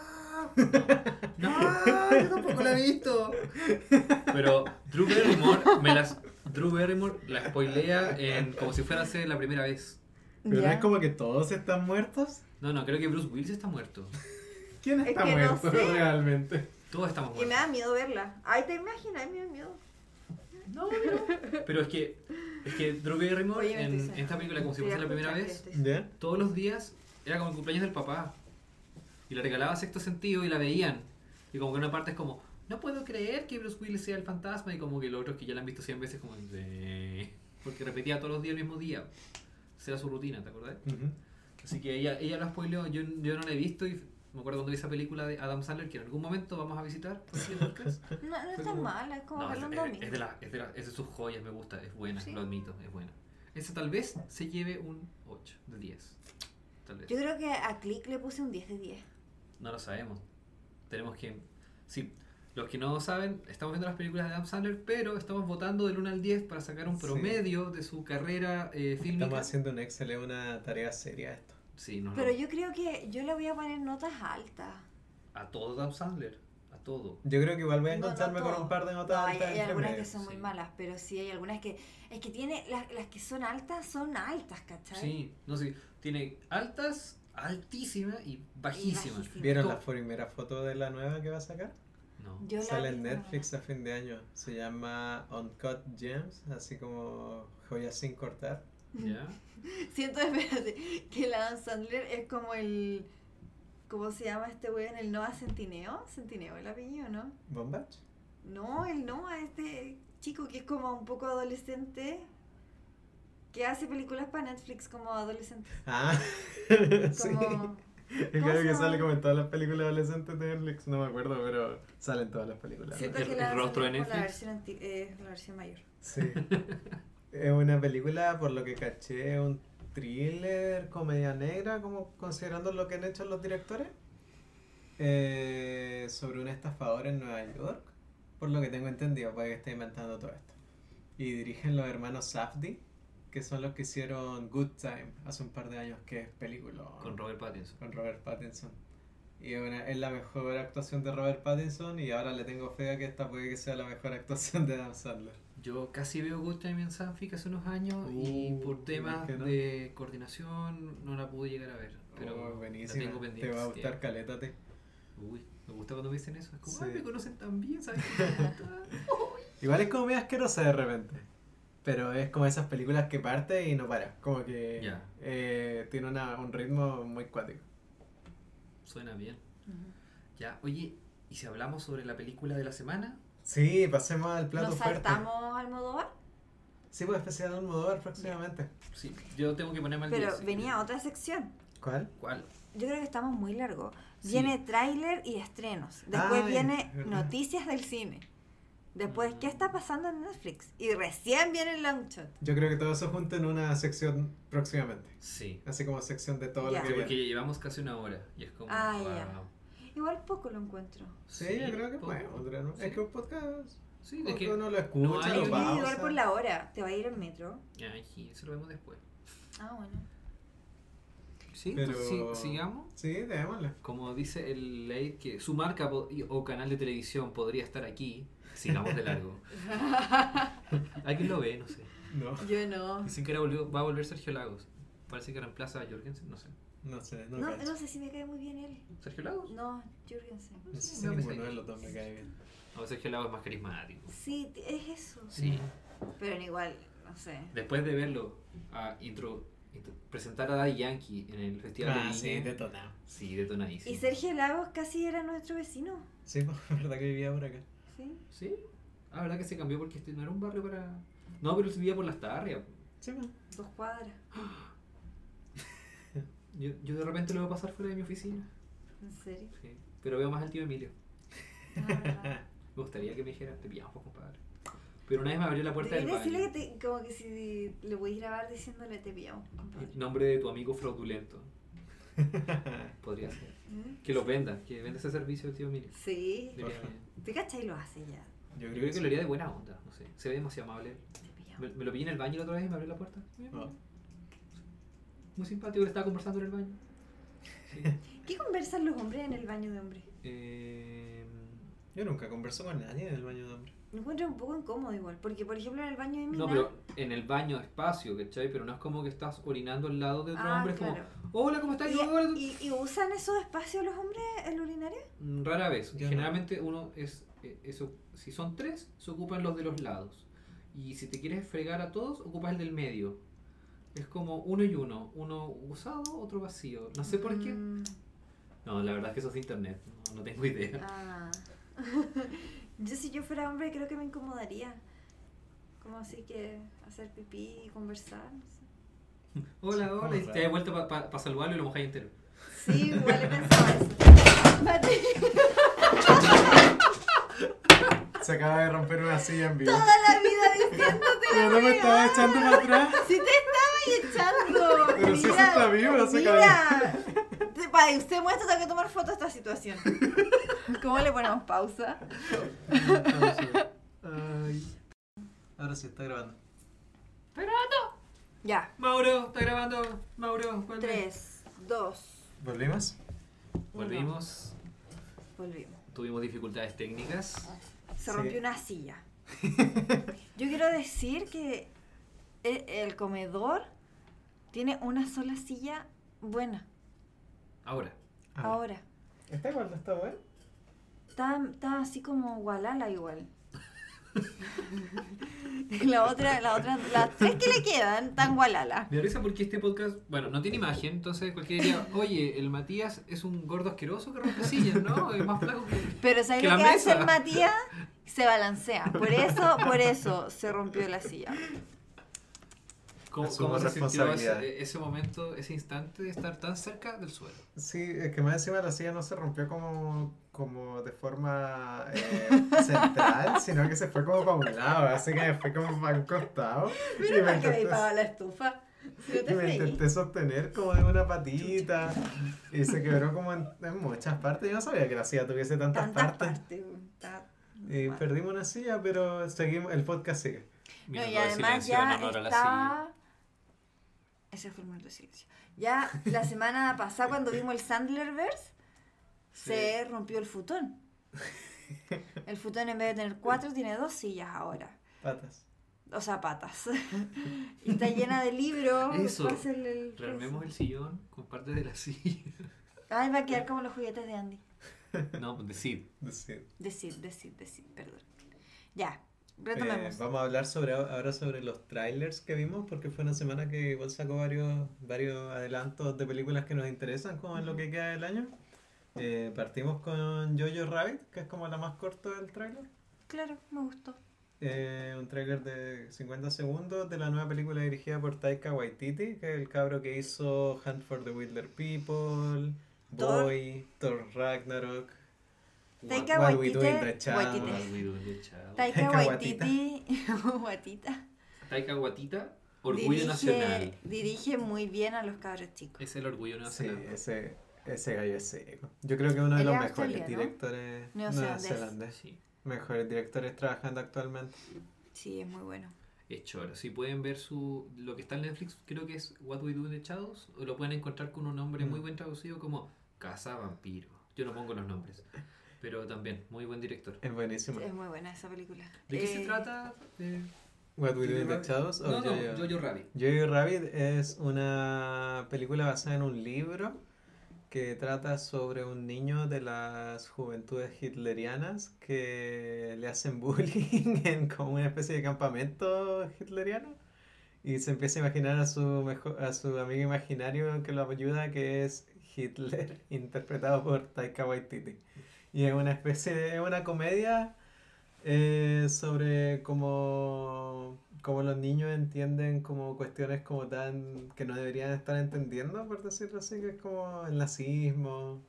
Speaker 3: No, no yo tampoco la he visto. Pero Drew Barrymore me las. Drew Barrymore la spoilea en, como si fuera a ser la primera vez.
Speaker 2: Pero no
Speaker 1: Ya.
Speaker 2: es como que todos están muertos.
Speaker 3: No, no, creo que Bruce Willis está muerto.
Speaker 2: ¿Quién
Speaker 1: Es
Speaker 2: está
Speaker 1: que no
Speaker 2: muerto
Speaker 1: sé.
Speaker 2: realmente?
Speaker 3: Todos estamos
Speaker 1: Y me da
Speaker 3: muertos.
Speaker 1: miedo verla. Ay, te imaginas, me da miedo.
Speaker 3: No, no. Pero es que. Es que Drew Barrymore
Speaker 1: Oye, me
Speaker 3: en,
Speaker 1: estoy
Speaker 3: en esta película, como si
Speaker 1: Voy a
Speaker 3: fuese la primera
Speaker 1: escuchar
Speaker 3: vez,
Speaker 1: este.
Speaker 2: ¿Ya?
Speaker 3: todos los días era como el cumpleaños del papá. Y le regalaba sexto sentido y la veían. Y como que una parte es como, no puedo creer que Bruce Willis sea el fantasma. Y como que los otros que ya la han visto 100 veces, como, "Sí". porque repetía todos los días el mismo día. Esa era su rutina, ¿te acordás?
Speaker 2: Ujú.
Speaker 3: Así que ella, ella lo spoileó, yo, yo no la he visto. Y me acuerdo cuando vi esa película de Adam Sandler que en algún momento vamos a visitar. por aquí en el podcast.
Speaker 1: No, no
Speaker 3: Fue
Speaker 1: es tan
Speaker 3: como-
Speaker 1: mala, es como
Speaker 3: No, es,
Speaker 1: verla un
Speaker 3: es-
Speaker 1: domingo.
Speaker 3: es de la- es de la- es de sus joyas, me gusta, es buena,
Speaker 1: Sí.
Speaker 3: lo admito, es buena. Esa tal vez se lleve un 8 de 10. Tal vez.
Speaker 1: Yo creo que a Click le puse un 10 de 10.
Speaker 3: No lo sabemos. Tenemos que. Sí, los que no saben, estamos viendo las películas de Adam Sandler, pero estamos votando del 1 al 10 para sacar un
Speaker 2: Sí.
Speaker 3: promedio de su carrera eh,
Speaker 2: Estamos
Speaker 3: fílmica.
Speaker 2: haciendo un Excel, es una tarea seria esto.
Speaker 3: Sí, no, no.
Speaker 1: Pero yo creo que yo le voy a poner notas altas.
Speaker 3: A todo Adam Sandler. A todo.
Speaker 2: Yo creo que igual voy a
Speaker 1: No, no
Speaker 2: encontrarme con
Speaker 1: todo.
Speaker 2: un par de notas
Speaker 1: No, hay,
Speaker 2: altas
Speaker 1: hay
Speaker 2: entre
Speaker 1: algunas que
Speaker 2: medio.
Speaker 1: son muy
Speaker 3: sí.
Speaker 1: malas, pero sí hay algunas que. Es que tiene. Las, las que son altas son altas, ¿cachai?
Speaker 3: Sí, no sé. Tiene altas, altísimas y
Speaker 1: bajísimas.
Speaker 3: bajísimas.
Speaker 2: ¿Vieron
Speaker 3: Todo.
Speaker 2: la primera foto de la nueva que va a sacar?
Speaker 3: No.
Speaker 1: Yo la
Speaker 2: Sale
Speaker 1: vi,
Speaker 2: en
Speaker 1: no.
Speaker 2: Netflix a fin de año. Se llama Uncut Gems, así como joyas sin cortar.
Speaker 3: ¿Ya?
Speaker 1: Siento, espérate, que el Adam Sandler es como el. ¿Cómo se llama este güey en el Noah Centineo? ¿Centineo el apellido, no?
Speaker 2: ¿Bombach?
Speaker 1: No, el Noah, este chico que es como un poco adolescente. Que hace películas para Netflix como adolescente.
Speaker 2: Ah, sí.
Speaker 1: Como.
Speaker 2: Creo que
Speaker 1: cosa.
Speaker 2: sale como en todas las películas adolescentes de Netflix, no me acuerdo, pero salen todas las películas.
Speaker 1: Siento
Speaker 3: El-
Speaker 1: que
Speaker 3: el
Speaker 1: la,
Speaker 3: rostro de
Speaker 1: la
Speaker 3: Netflix.
Speaker 1: versión, anti- eh, la versión mayor.
Speaker 2: Sí. Es una película, por lo que caché, un thriller, comedia negra, como considerando lo que han hecho los directores, eh, sobre un estafador en Nueva York, por lo que tengo entendido, puede que esté inventando todo esto. Y dirigen los hermanos Safdie, que son los que hicieron Good Time hace un par de años, que es película
Speaker 3: Con Robert Pattinson.
Speaker 2: con Robert Pattinson. Y es una- es la mejor actuación de Robert Pattinson y ahora le tengo fe a que esta puede que sea la mejor actuación de Adam Sandler.
Speaker 3: Yo casi veo Good Time en Sanfic hace unos años y
Speaker 2: Uh,
Speaker 3: por temas
Speaker 2: ¿por qué no?
Speaker 3: de coordinación no la pude llegar a ver. Pero
Speaker 2: Oh,
Speaker 3: la
Speaker 2: buenísima.
Speaker 3: tengo pendiente.
Speaker 2: Te va a
Speaker 3: sí.
Speaker 2: gustar, calétate.
Speaker 3: Uy, me gusta cuando me dicen eso. Es como,
Speaker 2: Sí.
Speaker 3: ay, me conocen tan bien, ¿sabes qué me gusta?
Speaker 2: Igual es como medio asquerosa de repente. Pero es como esas películas que parte y no para. Como que
Speaker 3: Ya.
Speaker 2: eh, tiene una- un ritmo muy cuático.
Speaker 3: Suena bien. Ya, oye, ¿y si hablamos sobre la película de la semana?
Speaker 2: Sí, pasemos al plato
Speaker 1: ¿Nos
Speaker 2: fuerte.
Speaker 1: saltamos al Modovar?
Speaker 2: Sí, pues especial Almodóvar próximamente.
Speaker 3: Sí, yo tengo que ponerme al día,
Speaker 1: Pero
Speaker 3: así que-
Speaker 1: venía otra sección.
Speaker 2: ¿Cuál?
Speaker 3: ¿Cuál?
Speaker 1: Yo creo que estamos muy largos.
Speaker 3: Sí.
Speaker 1: Viene tráiler y estrenos. Después
Speaker 2: Ay,
Speaker 1: viene
Speaker 2: verdad.
Speaker 1: noticias del cine. Después, ¿qué
Speaker 3: Mm.
Speaker 1: está pasando en Netflix? Y recién viene el long shot.
Speaker 2: Yo creo que todo eso junto en una sección próximamente.
Speaker 3: Sí.
Speaker 2: Así como sección de todo
Speaker 1: Ya.
Speaker 2: lo
Speaker 3: Sí,
Speaker 2: que
Speaker 3: porque
Speaker 2: viene.
Speaker 3: llevamos casi una hora y es como.
Speaker 1: Ah,
Speaker 3: wow.
Speaker 1: ya. Igual poco lo encuentro.
Speaker 2: Sí, yo creo que
Speaker 3: po-
Speaker 2: podemos. ¿no?
Speaker 3: sí.
Speaker 2: Es que un podcast.
Speaker 3: Sí, es que.
Speaker 2: uno lo escucha,
Speaker 3: hay
Speaker 2: Ah, lo
Speaker 3: un-
Speaker 1: Tienes que
Speaker 2: pausa.
Speaker 1: llevar por la hora. Te va a ir el metro.
Speaker 3: Ay, sí, eso lo vemos después.
Speaker 1: Ah, bueno.
Speaker 3: Sí,
Speaker 2: Pero-
Speaker 3: entonces sí, sigamos.
Speaker 2: Sí, démosle.
Speaker 3: Como dice el ley que su marca po- y- o canal de televisión podría estar aquí, sigamos de largo. Alguien lo ve, no sé.
Speaker 2: No,
Speaker 1: Yo no.
Speaker 3: Dicen que ahora volvió- va a volver Sergio Lagos. Parece que reemplaza a Jorgensen, no sé.
Speaker 2: no sé, no,
Speaker 1: No,
Speaker 2: cacho.
Speaker 1: no sé si me cae muy bien él.
Speaker 3: ¿Sergio Lagos?
Speaker 1: No, Jürgensen.
Speaker 2: No sé si
Speaker 3: No, pues,
Speaker 2: ninguno
Speaker 3: ahí.
Speaker 2: de los dos me cae bien.
Speaker 3: No, Sergio Lagos es más carismático.
Speaker 1: Sí, t- es eso.
Speaker 3: Sí.
Speaker 1: Pero igual, no sé.
Speaker 3: Después de verlo a intro, presentar a Daddy Yankee en el Festival de
Speaker 2: Ah,
Speaker 3: Viña.
Speaker 2: sí, detonado.
Speaker 3: Sí, detonadísimo.
Speaker 1: Y Sergio Lagos casi era nuestro vecino.
Speaker 2: Sí, pues, verdad que vivía por acá.
Speaker 1: ¿sí?
Speaker 3: Sí, la verdad que se cambió porque este no era un barrio para... No, pero él vivía por las tarrias.
Speaker 2: Sí, pues.
Speaker 1: Dos cuadras.
Speaker 3: Yo, yo de repente lo veo pasar fuera de mi oficina.
Speaker 1: ¿En serio?
Speaker 3: Sí. Pero veo más al tío Emilio.
Speaker 1: No, verdad.
Speaker 3: Me gustaría que me dijera, te pillamos, pues, compadre. Pero una vez me abrió la puerta del
Speaker 1: Debería
Speaker 3: baño.
Speaker 1: decirle que te- como que si le podéis grabar diciéndole te pillamos, compadre.
Speaker 3: Nombre de tu amigo fraudulento. Podría ser.
Speaker 1: ¿Mm?
Speaker 3: Que lo venda, que venda ese servicio del tío Emilio.
Speaker 1: Sí.
Speaker 3: Diría-
Speaker 1: ¿Te cachai? Lo hace ya.
Speaker 2: Yo
Speaker 3: Yo creo que lo haría de buena onda, no sé. Se ve demasiado amable.
Speaker 1: Te pillamos.
Speaker 3: Me, me lo pillé en el baño la otra vez y me abrió la puerta.
Speaker 2: No.
Speaker 3: Muy simpático, le estaba conversando en el baño. Sí.
Speaker 1: ¿Qué conversan los hombres en el baño de hombres?
Speaker 3: Eh,
Speaker 2: Yo nunca converso con nadie en el baño de hombre.
Speaker 1: Me encuentro un poco incómodo igual, porque por ejemplo en el baño de Mina...
Speaker 3: no, pero en el baño espacio, ¿cachai? Pero no es como que estás orinando al lado de otro
Speaker 1: ah,
Speaker 3: hombre. Es
Speaker 1: claro.
Speaker 3: como, hola, ¿cómo estás?
Speaker 1: ¿Y,
Speaker 3: Hola, tú-
Speaker 1: y- y usan esos espacios los hombres el urinario?
Speaker 3: Mm, Rara vez.
Speaker 2: Yo no.
Speaker 3: Generalmente uno es, eh, eso, si son tres, se ocupan los de los lados. Y si te quieres fregar a todos, ocupas el del medio. Es como uno y uno. Uno usado, otro vacío. No sé por qué.
Speaker 1: Mm,
Speaker 3: No, la verdad es que eso es internet. No, no tengo idea.
Speaker 1: ah. yo si yo fuera hombre creo que me incomodaría. Como así que hacer pipí y conversar. no sé.
Speaker 3: Hola, este, hola.
Speaker 2: Muy
Speaker 3: Y
Speaker 2: raro.
Speaker 3: te has vuelto para saludarlo y lo mojáis entero.
Speaker 1: Sí, igual he pensado eso. Mate,
Speaker 2: Se acaba de romper una silla en vivo.
Speaker 1: toda la vida diciéndote la
Speaker 2: Pero no me
Speaker 1: verdad.
Speaker 2: estaba echando para atrás.
Speaker 1: Si te estaba echando.
Speaker 2: Pero si eso
Speaker 1: mira,
Speaker 2: está vivo, no se
Speaker 1: Mira. Te- pa- Usted muestra, tengo que tomar foto de esta situación. ¿Cómo le ponemos pausa?
Speaker 2: Ay. Ahora sí, está grabando.
Speaker 1: Ya.
Speaker 3: Mauro, está grabando. Mauro, vuelve.
Speaker 1: Tres, dos,
Speaker 2: ¿Volvimos?
Speaker 3: Volvimos.
Speaker 1: volvimos.
Speaker 3: Tuvimos dificultades técnicas.
Speaker 1: Se
Speaker 2: Sí.
Speaker 1: rompió una silla. Yo quiero decir que e- el comedor tiene una sola silla buena.
Speaker 3: Ahora.
Speaker 1: Ahora.
Speaker 2: Ah. ¿Está igual? ¿No está bueno?
Speaker 1: Está, está así como Walala igual. la otra, la otra, las tres que le quedan están Walala.
Speaker 3: Me da risa porque este podcast, bueno, no tiene imagen, entonces cualquiera diría, oye, el Matías es un gordo asqueroso que rompe sillas, ¿no? Es más flaco que...
Speaker 1: Pero ¿sabes
Speaker 3: Que
Speaker 1: lo
Speaker 3: la
Speaker 1: que hace
Speaker 3: mesa.
Speaker 1: el Matías? Se balancea. Por eso, por eso se rompió la silla.
Speaker 3: ¿Cómo,
Speaker 2: Asumo
Speaker 3: cómo se sintió
Speaker 2: responsabilidad.
Speaker 3: ese, ese momento, ese instante de estar tan cerca del suelo?
Speaker 2: Sí, es que más encima la silla no se rompió como, como de forma eh, central, sino que se fue como para un lado, así que fue como para un costado. Y me intenté-
Speaker 1: la estufa. Si no
Speaker 2: y me intenté sostener como de una patita y se quebró como en, en muchas partes. Yo no sabía que la silla tuviese tantas,
Speaker 1: Tantas
Speaker 2: partes.
Speaker 1: partes. weón, está-
Speaker 3: Eh,
Speaker 2: Y
Speaker 1: mal.
Speaker 2: perdimos una silla, pero seguimos, el podcast sigue.
Speaker 1: No,
Speaker 3: Minuto
Speaker 1: y
Speaker 3: de
Speaker 1: además
Speaker 3: silencio en
Speaker 1: ya
Speaker 3: honor a la silla.
Speaker 1: estaba... Ese fue el momento de silencio. Ya la semana pasada cuando vimos el Sandlerverse, se rompió el futón. El futón en vez de tener cuatro tiene dos sillas ahora.
Speaker 2: Patas.
Speaker 1: O sea, patas. Y está llena de libros.
Speaker 3: Eso.
Speaker 1: Pásenle el-
Speaker 3: Rearmemos el sillón con parte de la silla.
Speaker 1: Ay, va a quedar como los juguetes de Andy.
Speaker 3: No, pues, decir.
Speaker 2: Sí.
Speaker 1: Decir, decir, decir, perdón. Ya,
Speaker 2: Eh,
Speaker 1: retomemos.
Speaker 2: vamos a hablar sobre ahora sobre los trailers que vimos, porque fue una semana que igual sacó varios, varios adelantos de películas que nos interesan, como en lo que queda del año. Eh, partimos con Jojo Rabbit, que es como la más corta del trailer.
Speaker 1: Claro, me gustó.
Speaker 2: Eh, un tráiler de 50 segundos de la nueva película dirigida por Taika Waititi, que es el cabro que hizo Hunt for the Wilder People,
Speaker 1: Thor.
Speaker 2: Boy, Thor Ragnarok,
Speaker 1: Taika
Speaker 2: What We Do in
Speaker 1: Waititi-
Speaker 2: the Shadows.
Speaker 1: Waititi.
Speaker 3: Taika.
Speaker 1: Taika
Speaker 2: Taika Waititi.
Speaker 1: Waititi, Guatita,
Speaker 3: Taika Waitita, orgullo nacional.
Speaker 1: dirige muy bien a los cabros chicos.
Speaker 3: Es el orgullo
Speaker 2: Sí,
Speaker 3: nacional.
Speaker 2: ese, ese gallo es seco. Yo creo que uno de
Speaker 1: Él
Speaker 2: los
Speaker 1: es
Speaker 2: mejores
Speaker 1: australiano.
Speaker 2: directores
Speaker 1: Neozelandés.
Speaker 2: neozelandés.
Speaker 3: Sí.
Speaker 2: Mejores directores trabajando actualmente.
Speaker 1: Sí, es muy bueno.
Speaker 3: Es choro. Si pueden ver su lo que está en Netflix, creo que es What We Do in the Shadows, o lo pueden encontrar con un nombre
Speaker 2: Mm.
Speaker 3: muy buen traducido como Casa Vampiro. Yo no pongo los nombres, pero también muy buen director.
Speaker 2: Es buenísimo.
Speaker 1: Es muy buena esa película.
Speaker 3: ¿De qué se
Speaker 1: Eh, oh,
Speaker 3: trata? eh,
Speaker 2: What We Do
Speaker 3: Jojo
Speaker 2: in the
Speaker 3: Rabbit?
Speaker 2: Shadows o
Speaker 3: No, no,
Speaker 2: Jojo?
Speaker 3: Jojo Rabbit.
Speaker 2: Jojo Rabbit es una película basada en un libro que trata sobre un niño de las juventudes hitlerianas que le hacen bullying en como una especie de campamento hitleriano Y se empieza a imaginar a su, mejo- a su amigo imaginario que lo ayuda, que es Hitler, interpretado por Taika Waititi. Y es una especie de, es una comedia eh, sobre cómo, cómo los niños entienden como cuestiones como tan que no deberían estar entendiendo, por decirlo así, que es como el nazismo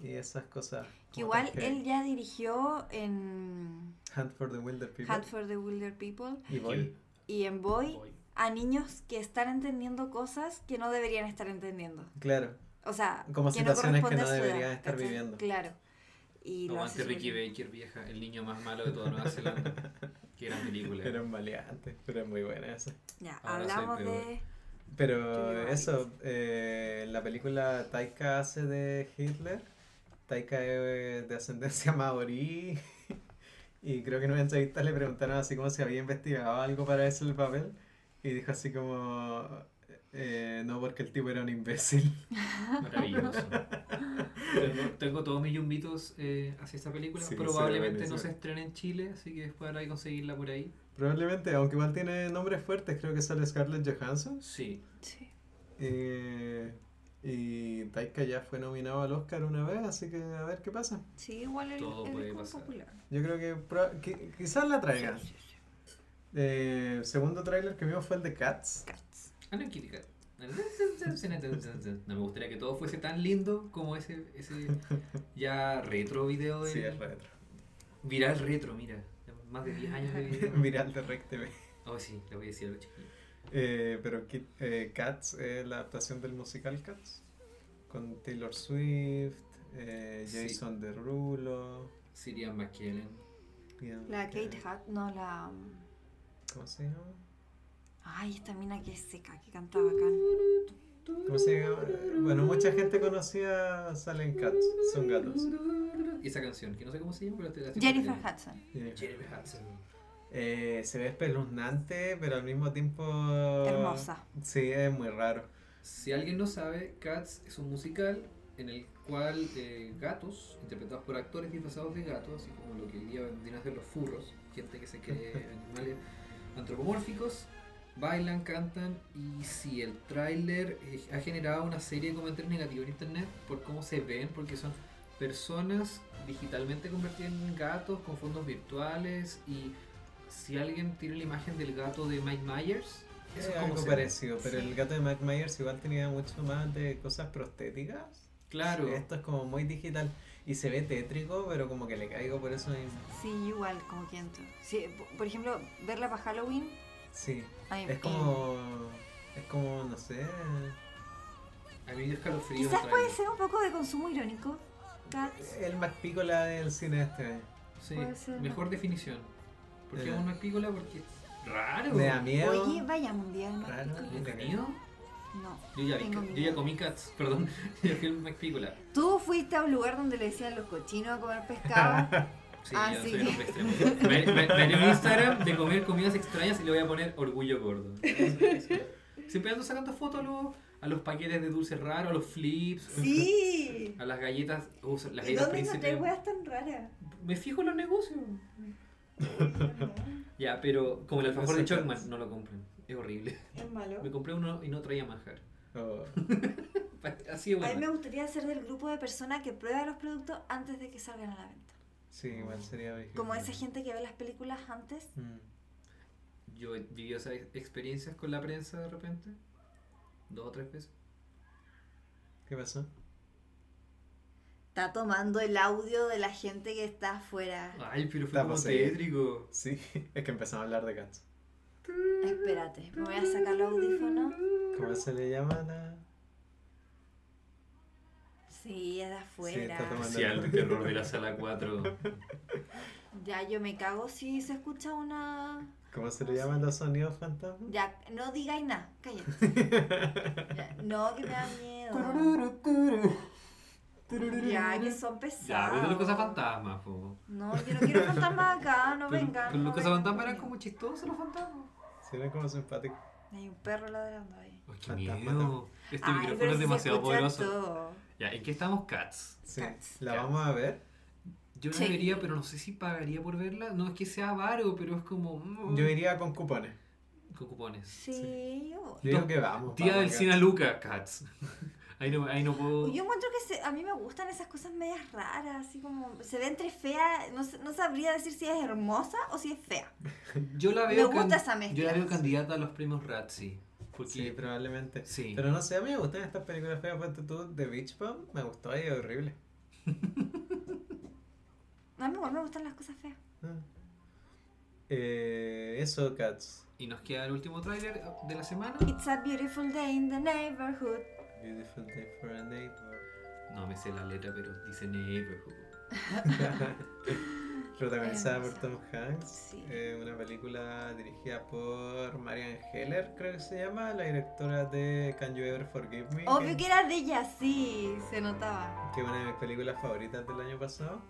Speaker 2: y esas cosas.
Speaker 1: Que
Speaker 2: como tan
Speaker 1: igual
Speaker 2: heavy.
Speaker 1: él ya dirigió en
Speaker 2: Hunt for the Wilder People.
Speaker 1: Hunt for the Wilder People
Speaker 2: Y Boy.
Speaker 1: y en Boy
Speaker 3: Voy.
Speaker 1: a niños que están entendiendo cosas que no deberían estar entendiendo.
Speaker 2: Claro.
Speaker 1: O sea,
Speaker 2: Como
Speaker 1: que no
Speaker 2: situaciones que
Speaker 1: corresponde
Speaker 2: no
Speaker 1: a su edad,
Speaker 2: deberían estar
Speaker 1: ¿cachai?
Speaker 2: viviendo.
Speaker 1: Claro. Y lo hace
Speaker 3: Aguante
Speaker 1: súper
Speaker 3: Ricky
Speaker 1: bien.
Speaker 3: Baker, vieja, el niño más malo de toda Nueva Zelanda. que gran película.
Speaker 2: Eran maleantes, pero es muy buena esa.
Speaker 1: Ya,
Speaker 3: Ahora soy
Speaker 1: hablamos
Speaker 3: peor.
Speaker 1: de... Yo
Speaker 2: Pero
Speaker 1: digo,
Speaker 2: eso, eh, la película Taika hace de Hitler. Taika es de ascendencia maorí. Y creo que en una entrevista le preguntaron así como si había investigado algo para eso el papel. Y dijo así como, eh, no, porque el tipo era un imbécil.
Speaker 3: Maravilloso. tengo, tengo todos mis yumbitos eh, hacia esta película.
Speaker 2: Sí,
Speaker 3: Probablemente
Speaker 2: se
Speaker 3: no
Speaker 2: ve, se
Speaker 3: se
Speaker 2: ve.
Speaker 3: estrene en Chile, así que después habrá que conseguirla por ahí.
Speaker 2: Probablemente, aunque igual tiene nombres fuertes, creo que sale Scarlett Johansson.
Speaker 3: Sí.
Speaker 1: Sí.
Speaker 2: Eh, y Taika ya fue nominado al Oscar una vez, así que a ver qué pasa.
Speaker 1: Sí, igual él
Speaker 3: Todo
Speaker 1: él es
Speaker 3: puede
Speaker 1: como
Speaker 3: pasar.
Speaker 1: popular.
Speaker 2: Yo creo que, proba- qui- quizás la traigan.
Speaker 1: Sí, sí, sí.
Speaker 2: Eh, segundo tráiler que vimos fue el de Cats.
Speaker 1: Cats.
Speaker 3: Ana Kitty Ah, No me gustaría que todo fuese tan lindo como ese, ese ya retro video de
Speaker 2: Sí, es retro.
Speaker 3: viral retro, mira. Más de 10 años de video.
Speaker 2: Viral de Rec TV.
Speaker 3: Oh, sí, le voy a decir a los chiquillos.
Speaker 2: Eh, pero Kit- eh, Cats es la adaptación del musical Cats. Con Taylor Swift, eh,
Speaker 3: Sí.
Speaker 2: Jason Derulo.
Speaker 3: Sirian McKellen.
Speaker 2: Ian
Speaker 1: La
Speaker 2: McKellen.
Speaker 1: Kate Hat, no, la...
Speaker 2: ¿Cómo se llama?
Speaker 1: Ay, esta mina que es seca, que canta bacán.
Speaker 2: ¿Cómo se llama? Bueno, mucha gente conocida sale en Cats. Son gatos.
Speaker 3: Y esa canción, que no sé cómo se llama, pero te la estoy
Speaker 1: Jennifer
Speaker 3: cantando.
Speaker 1: Hudson.
Speaker 3: Jennifer Hudson.
Speaker 2: Eh, se ve espeluznante, pero al mismo tiempo... Ah.
Speaker 1: Hermosa.
Speaker 2: Sí, es muy raro.
Speaker 3: Si alguien no sabe, Cats es un musical en el cual eh, gatos, interpretados por actores disfrazados de gatos, así como lo que hoy día vendrían a ser los furros, gente que se cree animales antropomórficos, bailan, cantan y si el tráiler eh, ha generado una serie de comentarios negativos en internet por cómo se ven, porque son personas digitalmente convertidas en gatos con fondos virtuales y si alguien tiene la imagen del gato de Mike Myers,
Speaker 2: Eh,
Speaker 3: eso es como
Speaker 2: algo
Speaker 3: se ve.
Speaker 2: parecido, pero
Speaker 1: Sí.
Speaker 2: el gato de Mike Myers igual tenía mucho más de cosas prostéticas.
Speaker 3: Claro.
Speaker 2: Esto es como muy digital y se ve tétrico, pero como que le caigo por eso. y-
Speaker 1: Sí, igual, como que entro. Sí, po- por ejemplo, verla para Halloween.
Speaker 2: Sí,
Speaker 1: ay,
Speaker 2: es como. Es como, no sé.
Speaker 3: A mí me dio
Speaker 1: eh,
Speaker 3: escalofrío.
Speaker 1: Quizás
Speaker 3: el
Speaker 1: puede
Speaker 3: trailer.
Speaker 1: ser un poco de consumo irónico. Cats.
Speaker 2: El McPícola del cine este.
Speaker 3: Sí,
Speaker 1: puede ser,
Speaker 3: mejor
Speaker 1: ¿no?
Speaker 3: definición. Porque
Speaker 2: Ya.
Speaker 3: es una pícola porque es raro.
Speaker 2: Eh. Me da miedo.
Speaker 1: Uh. Oye, vayamos un día al
Speaker 2: Raro,
Speaker 1: McPicola.
Speaker 3: ¿Nunca han ido?
Speaker 1: No.
Speaker 3: Yo ya, vi,
Speaker 1: Tengo
Speaker 3: yo
Speaker 1: miedo.
Speaker 3: ya comí cats, perdón. Yo fui al pícola.
Speaker 1: Tú fuiste a un lugar donde le decían los cochinos a comer pescado.
Speaker 3: Sí,
Speaker 1: Ah,
Speaker 3: yo
Speaker 1: sí.
Speaker 3: soy un hombre extremo. Me, me, me dio Instagram de comer comidas extrañas y le voy a poner orgullo gordo. Siempre ando sacando fotos a los, a los paquetes de dulces raros, a los flips,
Speaker 1: sí.
Speaker 3: a las galletas. uh, las
Speaker 1: ¿Y
Speaker 3: galletas
Speaker 1: dónde encontré
Speaker 3: príncipe.
Speaker 1: weas tan raras?
Speaker 3: Me fijo en los negocios. Ya, pero como el alfajor de Chocman, no lo compren. Es horrible.
Speaker 1: Es malo.
Speaker 3: Me compré uno y no traía manjar.
Speaker 2: O-
Speaker 3: Así de
Speaker 1: A mí
Speaker 3: bueno.
Speaker 1: me gustaría ser del grupo de personas que prueba los productos antes de que salgan a la venta.
Speaker 2: sí, igual sería vigilante.
Speaker 1: Como esa gente que ve las películas antes.
Speaker 2: Mm.
Speaker 3: Yo he vivido esas ex- experiencias con la prensa de repente. Dos o tres veces.
Speaker 2: ¿Qué pasó?
Speaker 1: Está tomando el audio de la gente que está afuera.
Speaker 3: Ay, pero fue
Speaker 2: La
Speaker 3: como
Speaker 2: poseía.
Speaker 3: tétrico.
Speaker 2: Sí, es que empezamos a hablar de Cats.
Speaker 1: Espérate, me voy a sacar los audífonos.
Speaker 2: ¿Cómo se le llama a la.?
Speaker 1: Sí, es de afuera.
Speaker 2: está tomando-
Speaker 3: Especial de terror de la sala 4.
Speaker 1: ya, yo me cago si se escucha una.
Speaker 2: ¿Cómo se le llaman los sonidos fantasmas?
Speaker 1: Ya, no digáis nada, cállate. Ya, no, que me da miedo. Ya, que son pesados.
Speaker 3: ya, pero los cosas fantasmas, po.
Speaker 1: No, yo no quiero fantasmas acá, no
Speaker 3: Pero-
Speaker 1: vengan.
Speaker 3: pero
Speaker 1: no
Speaker 3: los cosas
Speaker 1: vengan
Speaker 3: fantasmas eran
Speaker 1: conmigo.
Speaker 3: como chistosos los fantasmas.
Speaker 2: Sí, era como simpático.
Speaker 1: Hay un perro ladrando ahí.
Speaker 3: Ay, Oh, qué
Speaker 2: Fantasma
Speaker 3: miedo. Este
Speaker 1: Ay, pero
Speaker 3: micrófono es
Speaker 1: si se
Speaker 3: demasiado
Speaker 1: escucha
Speaker 3: poderoso.
Speaker 1: todo.
Speaker 3: Ya, ¿en qué estamos, Cats?
Speaker 2: Sí,
Speaker 1: Cats.
Speaker 2: la
Speaker 3: Cats.
Speaker 2: vamos a ver.
Speaker 3: Yo la
Speaker 1: Sí.
Speaker 3: vería, pero no sé si pagaría por verla. No es que sea avaro, pero es como. mm,
Speaker 2: Yo iría con cupones.
Speaker 3: con cupones.
Speaker 1: Sí, yo
Speaker 2: Yo digo que vamos.
Speaker 3: Tía
Speaker 2: vamos,
Speaker 3: del
Speaker 2: ya.
Speaker 3: Sinaluca, Cats. Ahí no, ahí no puedo.
Speaker 1: Yo encuentro que se- a mí me gustan esas cosas medias raras, así como se ve entre fea, no, sé- no sabría decir si es hermosa o si es fea.
Speaker 3: Yo la
Speaker 1: Me
Speaker 3: veo.
Speaker 1: gusta
Speaker 3: can-
Speaker 1: esa mezcla.
Speaker 3: Yo la veo candidata a los premios Razzie. Porque.
Speaker 2: Sí, probablemente.
Speaker 3: sí.
Speaker 2: Pero no sé, a mí me gustan estas películas feas. Ponte tú, The Beach Bomb, me gustó y es horrible.
Speaker 1: A mí igual me gustan las cosas feas.
Speaker 2: Mm. Eh, eso, Cats.
Speaker 3: Y nos queda el último tráiler de la semana.
Speaker 1: It's a beautiful day in the neighborhood.
Speaker 2: Beautiful day for a neighbor.
Speaker 3: No me sé la letra, pero dice Neighborhood.
Speaker 2: Protagonizada por
Speaker 1: Hermosa.
Speaker 2: Tom Hanks.
Speaker 1: Sí.
Speaker 2: Eh, una película dirigida por Marian Heller, creo que se llama, la directora de Can You Ever Forgive Me,
Speaker 1: Obvio
Speaker 2: que-
Speaker 1: que era de ella, sí, se notaba.
Speaker 2: que es una de mis películas favoritas del año pasado.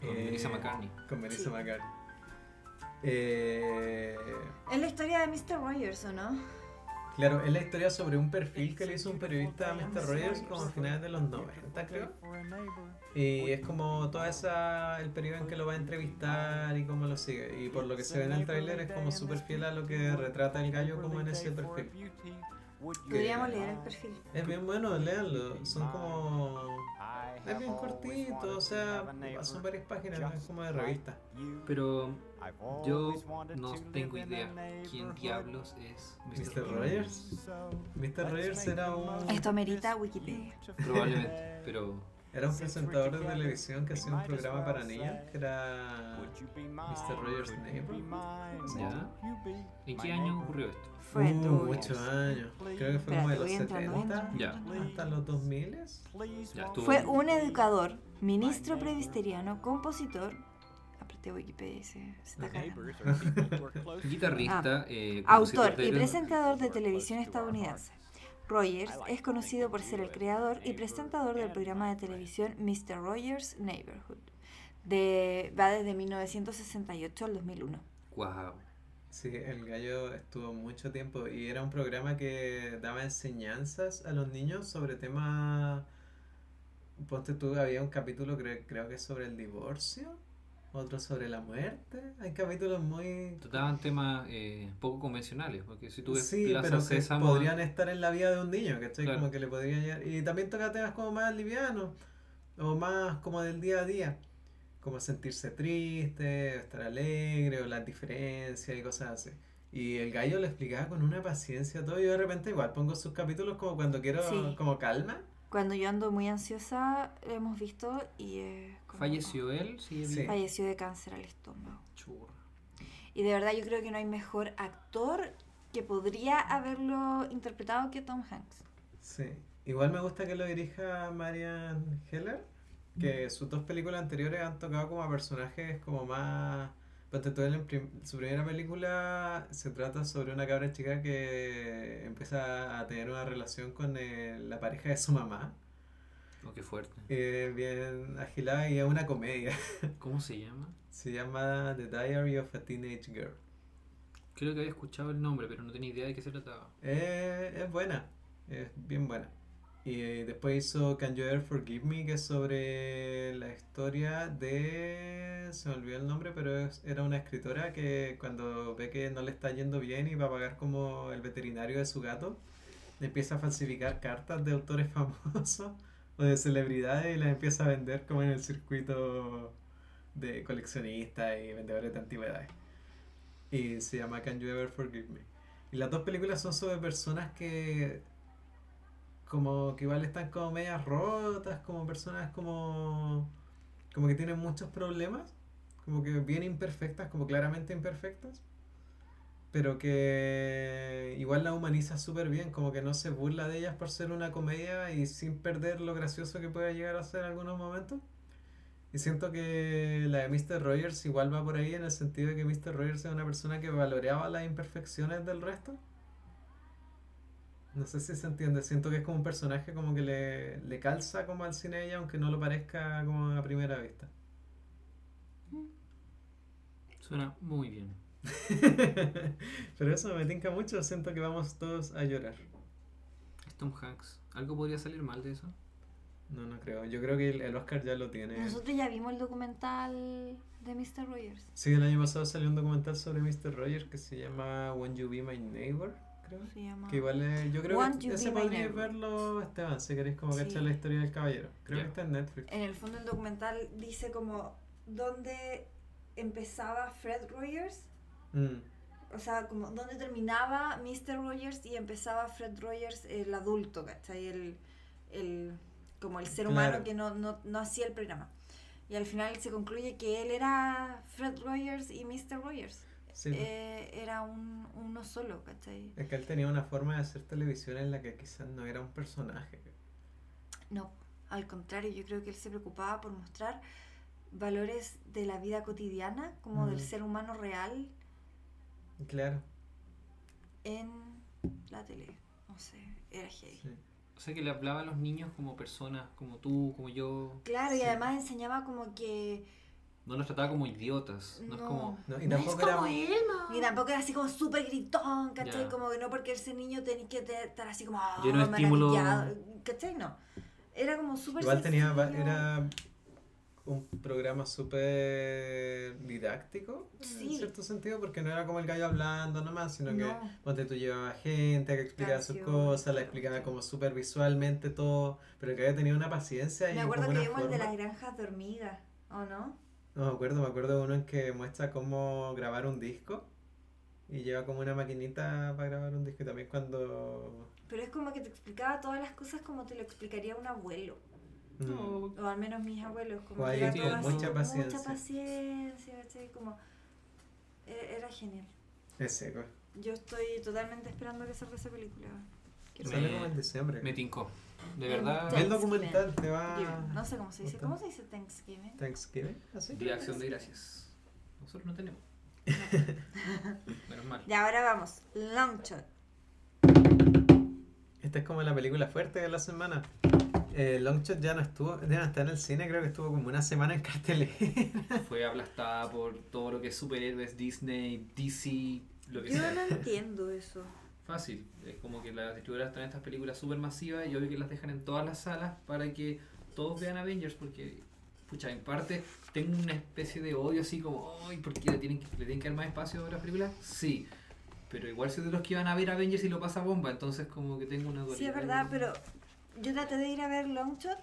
Speaker 3: Con
Speaker 2: Eh,
Speaker 3: Melissa McCartney.
Speaker 2: Con Melissa
Speaker 1: Sí.
Speaker 2: McCartney. Eh,
Speaker 1: Es la historia de Mr. Rogers, ¿o no?
Speaker 2: claro, es la historia sobre un perfil que le hizo un periodista a Mr. Rogers como a finales de los 90, creo. Y es como todo esa, el periodo en que lo va a entrevistar y cómo lo sigue. Y por lo que se ve en el tráiler es como súper fiel a lo que retrata el gallo como en ese perfil.
Speaker 1: Deberíamos leer el perfil.
Speaker 2: Es bien bueno, leanlo. Son como... Es bien cortito, o sea, son varias páginas, no es como de revista.
Speaker 3: Pero yo no tengo idea quién diablos es
Speaker 2: Mr. Rogers. Mr. Rogers era un,
Speaker 1: Esto amerita Wikipedia.
Speaker 3: Probablemente, pero
Speaker 2: era un presentador de televisión que hacía un programa para niños que era Mr. Rogers Neighbor.
Speaker 3: ya. ¿En qué año ocurrió esto?
Speaker 1: Fred
Speaker 2: Uh,
Speaker 1: Rogers.
Speaker 2: muchos años. Creo que fue como de los
Speaker 1: Espérate, voy entrando, voy
Speaker 2: 70
Speaker 3: entrando.
Speaker 2: hasta los 2000.
Speaker 3: Ya estuvo.
Speaker 1: Fue un educador, ministro presbiteriano, compositor. Apreté Wikipedia y se, se está cargando.
Speaker 3: Guitarrista, eh, compositor
Speaker 1: Ah. Autor
Speaker 3: de-
Speaker 1: y presentador de televisión estadounidense. Rogers es conocido por ser el creador y presentador del programa de televisión Mr. Rogers' Neighborhood. De, va desde 1968 al 2001.
Speaker 3: Guau.
Speaker 2: Sí, el gallo estuvo mucho tiempo y era un programa que daba enseñanzas a los niños sobre temas... Ponte tú, había un capítulo cre- creo que sobre el divorcio, otro sobre la muerte. Hay capítulos muy...
Speaker 3: Trataban temas eh, poco convencionales, porque si tú ves
Speaker 2: Sí,
Speaker 3: Plaza
Speaker 2: pero que
Speaker 3: Sésamo,
Speaker 2: podrían estar en la vida de un niño, ¿cachai?
Speaker 3: Claro.
Speaker 2: Como que le podrían llegar. Y también toca temas como más livianos, o más como del día a día, como sentirse triste, estar alegre, o las diferencias y cosas así. Y el gallo lo explicaba con una paciencia todo. Yo de repente igual pongo sus capítulos como cuando quiero,
Speaker 1: Sí.
Speaker 2: como calma.
Speaker 1: Cuando yo ando muy ansiosa, lo hemos visto y... eh, como-
Speaker 3: falleció él, sigue
Speaker 2: Sí.
Speaker 3: vivo.
Speaker 1: Falleció de cáncer al estómago.
Speaker 3: Churra.
Speaker 1: Y de verdad yo creo que no hay mejor actor que podría haberlo interpretado que Tom Hanks.
Speaker 2: Sí. Igual me gusta que lo dirija Marian Heller, que sus dos películas anteriores han tocado como a personajes como más... Ponte tú, en el prim- su primera película se trata sobre una cabra chica que empieza a tener una relación con eh, la pareja de su mamá.
Speaker 3: Oh, qué fuerte.
Speaker 2: Eh, bien agilada y es una comedia.
Speaker 3: ¿Cómo se llama?
Speaker 2: Se llama The Diary of a Teenage Girl.
Speaker 3: Creo que había escuchado el nombre, pero no tenía idea de qué se trataba.
Speaker 2: Eh, es buena, es bien buena. Y eh, después hizo Can You Ever Forgive Me, que es sobre la historia de... Se me olvidó el nombre, pero es- era una escritora que cuando ve que no le está yendo bien y va a pagar como el veterinario de su gato, empieza a falsificar cartas de autores famosos o de celebridades y las empieza a vender como en el circuito de coleccionistas y vendedores de antigüedades. Y se llama Can You Ever Forgive Me. Y las dos películas son sobre personas que como que igual están como medias rotas, como personas como como que tienen muchos problemas, como que bien imperfectas, como claramente imperfectas, pero que igual la humaniza súper bien, como que no se burla de ellas por ser una comedia y sin perder lo gracioso que puede llegar a ser en algunos momentos. Y siento que la de Mr. Rogers igual va por ahí en el sentido de que Mr. Rogers es una persona que valoraba las imperfecciones del resto. No sé si se entiende, siento que es como un personaje como que le, le calza como al cine a ella, aunque no lo parezca como a primera vista.
Speaker 3: Suena muy bien.
Speaker 2: Pero eso me tinca mucho, siento que vamos todos a llorar.
Speaker 3: Es Tom Hanks. ¿Algo podría salir mal de eso?
Speaker 2: No, no creo. Yo creo que el, el Oscar ya lo tiene.
Speaker 1: Nosotros ya vimos el documental de Mr. Rogers.
Speaker 2: Sí, el año pasado salió un documental sobre Mr. Rogers que se llama When You Be My Neighbor, creo.
Speaker 1: Se llama...
Speaker 2: Que igual es- yo creo
Speaker 1: Want
Speaker 2: que
Speaker 1: You
Speaker 2: ese
Speaker 1: Be My
Speaker 2: podríais
Speaker 1: Neighbor.
Speaker 2: verlo, Esteban, si queréis como
Speaker 1: Sí. Eh,
Speaker 2: cachar la historia del caballero. Creo
Speaker 3: Ya.
Speaker 2: que está en Netflix.
Speaker 1: En el fondo el documental dice como dónde empezaba Fred Rogers,
Speaker 2: Mm,
Speaker 1: o sea, como dónde terminaba Mr. Rogers y empezaba Fred Rogers el adulto, ¿cachai? El, el, como el ser humano
Speaker 2: Claro.
Speaker 1: que no, no, no hacía el programa. Y al final se concluye que él era Fred Rogers y Mr. Rogers.
Speaker 2: sí. pues.
Speaker 1: Eh, era un, uno solo, ¿cachai?
Speaker 2: Es que él tenía una forma de hacer televisión en la que quizás no era un personaje.
Speaker 1: No, al contrario, yo creo que él se preocupaba por mostrar valores de la vida cotidiana, como del
Speaker 2: Mm.
Speaker 1: ser humano real
Speaker 2: Claro.
Speaker 1: en la tele. No sé, era heavy.
Speaker 2: sí.
Speaker 3: O sea que le hablaba a los niños como personas, como tú, como yo.
Speaker 1: Claro, y
Speaker 2: Sí.
Speaker 1: además enseñaba como que.
Speaker 3: No los trataba como idiotas. No, es como.
Speaker 2: No, y
Speaker 1: No es
Speaker 2: tampoco era-
Speaker 1: como él, ma. Y tampoco era así como súper gritón, ¿cachai?
Speaker 3: Ya.
Speaker 1: Como que no porque ese niño tenés que te- estar así como. "Ah,
Speaker 3: Lleno de estímulo".
Speaker 1: maravillado", ¿cachai? No. Era como súper.
Speaker 2: Igual tenía, va-
Speaker 1: sencillo.
Speaker 2: era un programa súper didáctico, en
Speaker 1: Sí.
Speaker 2: cierto sentido, porque no era como el gallo hablando nomás, sino que
Speaker 1: No.
Speaker 2: ponte tú llevaba gente que explicaba sus
Speaker 1: Canciones,
Speaker 2: cosas, la
Speaker 1: claro,
Speaker 2: explicaba
Speaker 1: sí.
Speaker 2: como súper visualmente todo, pero el gallo tenía una paciencia y
Speaker 1: Me acuerdo
Speaker 2: como
Speaker 1: que
Speaker 2: una
Speaker 1: vimos el de
Speaker 2: forma-
Speaker 1: las granjas de hormigas, ¿o no?
Speaker 2: No me acuerdo, me acuerdo de uno en que muestra cómo grabar un disco y lleva como una maquinita para grabar un disco y también cuando...
Speaker 1: Pero es como que te explicaba todas las cosas como te lo explicaría un abuelo.
Speaker 2: Mm.
Speaker 3: No.
Speaker 1: O al menos mis abuelos, como
Speaker 2: Guay,
Speaker 1: que era
Speaker 3: sí,
Speaker 1: todo así,
Speaker 3: mucha
Speaker 2: paciencia.
Speaker 1: Mucha paciencia, ¿cachai? Como, era, era genial.
Speaker 2: Es seco.
Speaker 1: Yo estoy totalmente esperando que salga esa película. Quiero
Speaker 2: Sale
Speaker 3: Me-
Speaker 2: como en diciembre.
Speaker 3: Me tincó. De verdad.
Speaker 2: Ve el
Speaker 1: Thanksgiving.
Speaker 2: documental, te va...
Speaker 1: Thanksgiving. No sé cómo se dice.
Speaker 2: gustando.
Speaker 1: ¿Cómo se dice Thanksgiving?
Speaker 2: Thanksgiving, así.
Speaker 3: De acción de gracias. Nosotros no tenemos. Menos mal.
Speaker 1: Y ahora vamos. Long shot.
Speaker 2: Esta es como la película fuerte de la semana. Eh, Longshot ya no estuvo, ya no está en el cine, creo que estuvo como una semana en cartelera.
Speaker 3: Fue aplastada por todo lo que es superhéroes, Disney, DC, lo que
Speaker 1: Yo
Speaker 3: sea.
Speaker 1: no entiendo eso.
Speaker 3: Fácil. Es como que las distribuidoras traen estas películas super masivas y obvio que las dejan en todas las salas para que todos vean Avengers porque, pucha, en parte tengo una especie de odio así como, ay, ¿por qué le tienen que, le tienen que dar más espacio a las películas? Sí. Pero igual soy de los que iban a ver Avengers y lo pasa bomba, entonces como que tengo una dualidad.
Speaker 1: Sí, es verdad,
Speaker 3: ahí.
Speaker 1: pero yo traté de ir a ver Long Shot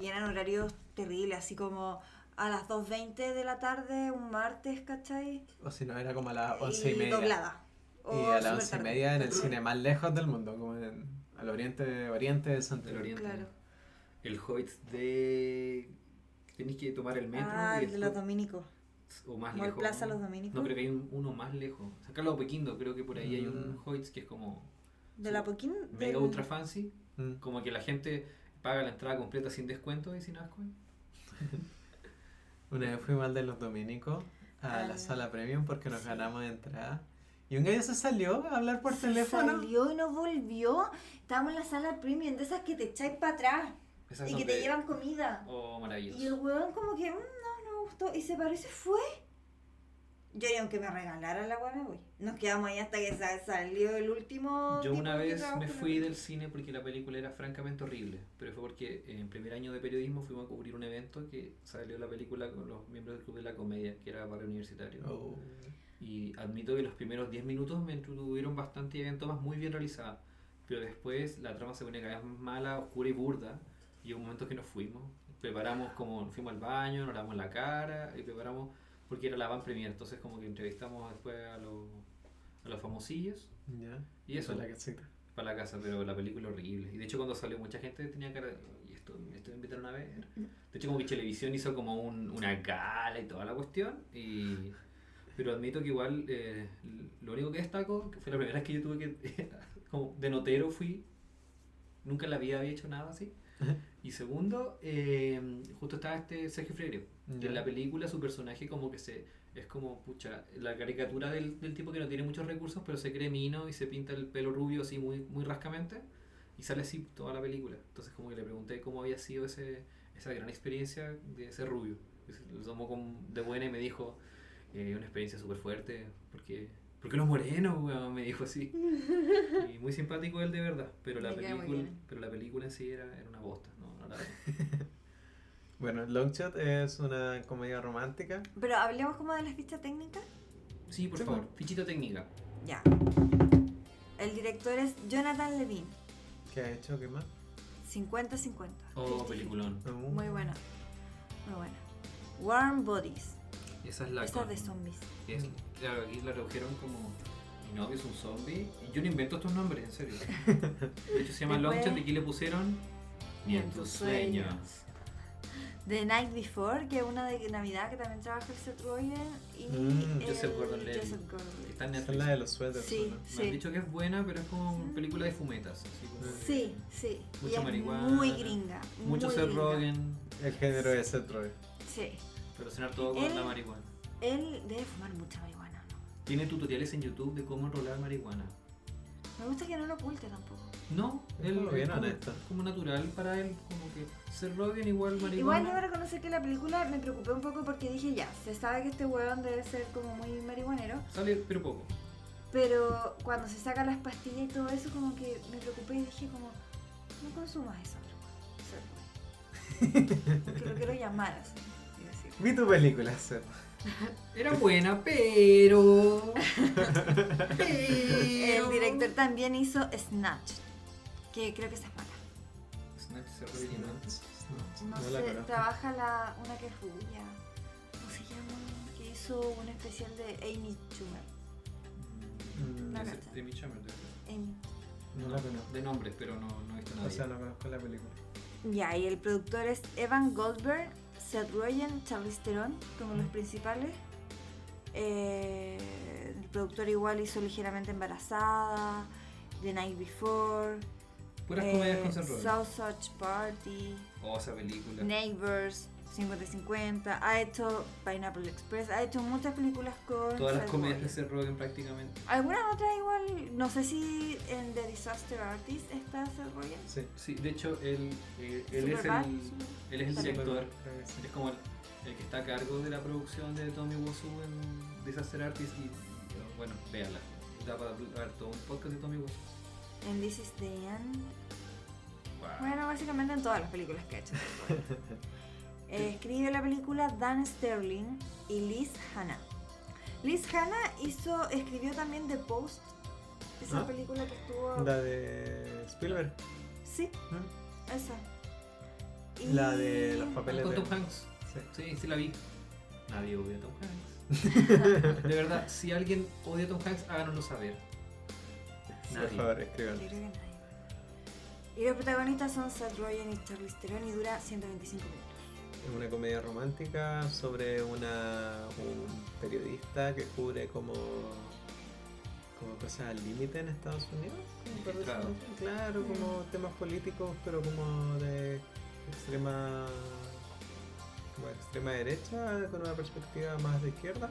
Speaker 1: y eran horarios terribles, así como a las 2.20 de la tarde, un martes, ¿cachai?
Speaker 2: O si no, era como a las once y,
Speaker 1: y
Speaker 2: media.
Speaker 1: doblada. O
Speaker 2: Y a las
Speaker 1: súper
Speaker 2: once y
Speaker 1: tarde.
Speaker 2: media en el cine más lejos del mundo, como en, al oriente, oriente de
Speaker 3: Del
Speaker 2: Santiago.
Speaker 3: oriente.
Speaker 1: Claro.
Speaker 3: El Hobbit de... Tenéis que tomar el metro
Speaker 1: Ah,
Speaker 3: y
Speaker 1: el de los
Speaker 3: después-
Speaker 1: dominicos.
Speaker 3: o más
Speaker 1: Como el
Speaker 3: lejos.
Speaker 1: Plaza
Speaker 3: ¿no?
Speaker 1: Los Dominicos.
Speaker 3: No, creo que hay un- uno más lejos. O sea, Carlos Pequindo, creo que por ahí hay un
Speaker 2: Mm.
Speaker 3: Hoyts que es como
Speaker 1: De
Speaker 3: Sí.
Speaker 1: la Poquín.
Speaker 3: mega
Speaker 1: del-
Speaker 3: ultra fancy.
Speaker 2: Mm.
Speaker 3: Como que la gente paga la entrada completa sin descuento y sin asco.
Speaker 2: Una vez fuimos al de los dominicos, a la
Speaker 1: Ah.
Speaker 2: sala premium, porque nos
Speaker 1: Sí.
Speaker 2: ganamos entrada. Y un gallo se salió a hablar por teléfono.
Speaker 1: Salió y no volvió. Estábamos en la sala premium, de esas que te echáis para atrás
Speaker 3: Esas
Speaker 1: y
Speaker 3: son
Speaker 1: que te
Speaker 3: de-
Speaker 1: llevan comida.
Speaker 3: Oh,
Speaker 1: Y el
Speaker 3: maravilloso.
Speaker 1: weón como que, "Mm, no, no me gustó. Y se paró y se fue. Yo, y aunque me regalaran la weá, me voy. Nos quedamos ahí hasta que sa- salió el último.
Speaker 3: Yo
Speaker 1: tipo
Speaker 3: una
Speaker 1: que
Speaker 3: vez
Speaker 1: trabajó
Speaker 3: me
Speaker 1: en la
Speaker 3: fui
Speaker 1: película.
Speaker 3: del cine porque la película era francamente horrible, pero fue porque en primer año de periodismo fuimos a cubrir un evento que salió la película con los miembros del Club de la Comedia, que era barrio universitario.
Speaker 2: Oh.
Speaker 3: Y admito que los primeros 10 minutos me entretuvieron bastante y habían tomas muy bien realizadas. Pero después la trama se pone cada vez más mala, oscura y burda. Y hubo momentos que nos fuimos. Preparamos como, nos fuimos al baño, nos lavamos la cara y preparamos, porque era la van premier. Entonces como que entrevistamos después a los, a los famosillos
Speaker 2: Ya.
Speaker 3: Y eso.
Speaker 2: la casita.
Speaker 3: para la casa, pero la película horrible. Y de hecho cuando salió mucha gente tenía cara de, y esto, esto me invitaron a ver. De hecho como que Televisión hizo como un- una gala y toda la cuestión. Y, pero admito que igual eh, lo único que destaco, que fue la primera vez que yo tuve que, como de notero fui, nunca en la vida había hecho nada así.
Speaker 2: Ajá.
Speaker 3: Y segundo, eh, justo estaba este Sergio Freire. Y
Speaker 2: Ya.
Speaker 3: en la película su personaje como que se... Es como, pucha, la caricatura del, del tipo que no tiene muchos recursos, pero se cree mino y se pinta el pelo rubio así muy, muy rascamente. Y sale así toda la película. Entonces como que le pregunté cómo había sido ese, esa gran experiencia de ese rubio. Y se Lo tomó con- de buena y me dijo, eh, una experiencia súper fuerte, porque... Porque los morenos, weón, me dijo así. Y muy simpático él de verdad, pero la
Speaker 1: Me cae muy
Speaker 3: película,
Speaker 1: bien.
Speaker 3: pero la película en sí era, era una bosta, no, no dale.
Speaker 2: Bueno, Longshot es una comedia romántica.
Speaker 1: Pero hablemos como de la ficha técnica.
Speaker 3: Sí, por
Speaker 2: Sí,
Speaker 3: favor,
Speaker 2: bueno.
Speaker 3: fichita técnica.
Speaker 1: Ya. El director es Jonathan Levine.
Speaker 2: ¿Qué ha hecho? ¿Qué más?
Speaker 1: 50-50.
Speaker 3: Oh, peliculón.
Speaker 2: No.
Speaker 1: Muy buena. Muy buena. Warm Bodies.
Speaker 3: Esa es la
Speaker 1: Esta es
Speaker 3: con-
Speaker 1: de zombies.
Speaker 3: es- claro, aquí la redujeron como mi novio es un zombie. Y yo no invento estos nombres, en serio. De hecho se llama
Speaker 1: Después-
Speaker 3: Longshot y aquí le pusieron Ni en tus sueños.
Speaker 1: The Night Before, que es una de Navidad que también trabaja el Seth Rogen y
Speaker 2: Mm,
Speaker 1: el
Speaker 3: Joseph Gordon-Levitt.
Speaker 1: Joseph Gordon-Levitt.
Speaker 3: Está en
Speaker 2: Esa
Speaker 3: Netflix.
Speaker 2: es la de los suéteres.
Speaker 1: Sí.
Speaker 2: ¿no?
Speaker 3: Me han dicho que es buena, pero es como una
Speaker 1: Sí.
Speaker 3: película de fumetas. así como que-
Speaker 1: Sí, sí. Y
Speaker 3: Mucha
Speaker 1: es
Speaker 3: marihuana,
Speaker 1: Muy gringa.
Speaker 3: Mucho
Speaker 1: muy
Speaker 3: Seth
Speaker 1: gringa.
Speaker 3: Rogen,
Speaker 2: El género es Seth Rogen.
Speaker 1: Sí.
Speaker 3: relacionar todo con
Speaker 1: Él-
Speaker 3: la marihuana.
Speaker 1: Él debe fumar mucha marihuana, ¿no?
Speaker 3: Tiene tutoriales en YouTube de cómo enrolar marihuana.
Speaker 1: Me gusta que no lo oculte tampoco.
Speaker 3: No,
Speaker 2: Es
Speaker 3: él
Speaker 2: como bien
Speaker 3: es como,
Speaker 2: honesto.
Speaker 3: es como natural para él, como que Seth Rogen igual marihuana.
Speaker 1: Igual debo reconocer que la película me preocupé un poco porque dije ya, se sabe que este huevón debe ser como muy marihuanero,
Speaker 3: Sale, pero poco.
Speaker 1: pero cuando se saca las pastillas y todo eso como que me preocupé y dije como, no consumas esa droga, Seth Rogen". Como que lo quiero llamar así. y decir,
Speaker 2: Vi tu película, Seth.
Speaker 3: Era buena, pero.
Speaker 1: El
Speaker 3: pero...
Speaker 1: director también hizo Snatch, que creo que esa es mala.
Speaker 3: Snatch Seth Rogen, ¿no?
Speaker 1: No,
Speaker 2: No la
Speaker 1: sé,
Speaker 2: conozco.
Speaker 1: trabaja la, una que es rubia, ¿cómo se llama? Que hizo un especial de Amy Schumer.
Speaker 3: Mm,
Speaker 1: No,
Speaker 3: ese-
Speaker 1: cacha.
Speaker 3: Amy Schumer, de-
Speaker 1: Amy.
Speaker 2: No la conozco.
Speaker 3: De nombres, pero no, no he visto nada.
Speaker 2: O sea, no conozco la película.
Speaker 1: Ya, y el productor es Evan Goldberg, Seth Rogen, Charlize Theron como los principales. Eh, el productor igual hizo Ligeramente Embarazada, The Night Before,
Speaker 3: Puras
Speaker 1: eh,
Speaker 3: comedias con Seth Rogen.
Speaker 1: Sausage Party,
Speaker 3: Oh, esa película.
Speaker 1: Neighbors, 50-50, ha hecho Pineapple Express, ha hecho muchas películas con
Speaker 3: Todas las
Speaker 1: Seth
Speaker 3: comedias de
Speaker 1: Rogen.
Speaker 3: Seth Rogen prácticamente.
Speaker 1: Algunas otras igual, no sé si en The Disaster Artist está Seth Rogen.
Speaker 2: Sí.
Speaker 3: Sí, de hecho, él, eh, él, es,
Speaker 1: Superbad,
Speaker 3: el,
Speaker 1: Superbad.
Speaker 3: él es el
Speaker 1: Sí,
Speaker 3: director.
Speaker 2: Creo que eh, sí.
Speaker 3: Es como el, el que está a cargo de la producción de Tommy Wiseau en Disaster Artist. Y y, bueno, véala. Da para ver todo un podcast de Tommy Wiseau.
Speaker 1: En This Is The End.
Speaker 3: Wow.
Speaker 1: Bueno, básicamente en todas las películas que ha hecho. Eh, escribe la película Dan Sterling y Liz Hanna. Liz Hanna hizo, escribió también The Post, esa
Speaker 2: Ah.
Speaker 1: película que estuvo.
Speaker 2: La de Spielberg.
Speaker 1: Sí,
Speaker 2: ¿no?
Speaker 1: esa. Y-
Speaker 2: La de los papeles
Speaker 3: Con
Speaker 2: de...
Speaker 3: Tom Hanks.
Speaker 2: Sí.
Speaker 3: Sí, sí la vi. Nadie odia a Tom Hanks. de verdad, si alguien odia a Tom Hanks, háganoslo saber.
Speaker 2: Por
Speaker 3: Nadie.
Speaker 2: favor,
Speaker 1: Yo
Speaker 2: escriban.
Speaker 1: creo que nadie. Y los protagonistas son Seth Rogen y Charlize Theron y dura 125 minutos.
Speaker 2: Es una comedia romántica sobre una, un periodista que cubre como, como cosas al límite en Estados Unidos. como por
Speaker 3: Infiltrado.
Speaker 2: decirlo así. Claro, como temas políticos, pero como de extrema, como extrema derecha, con una perspectiva más de izquierda.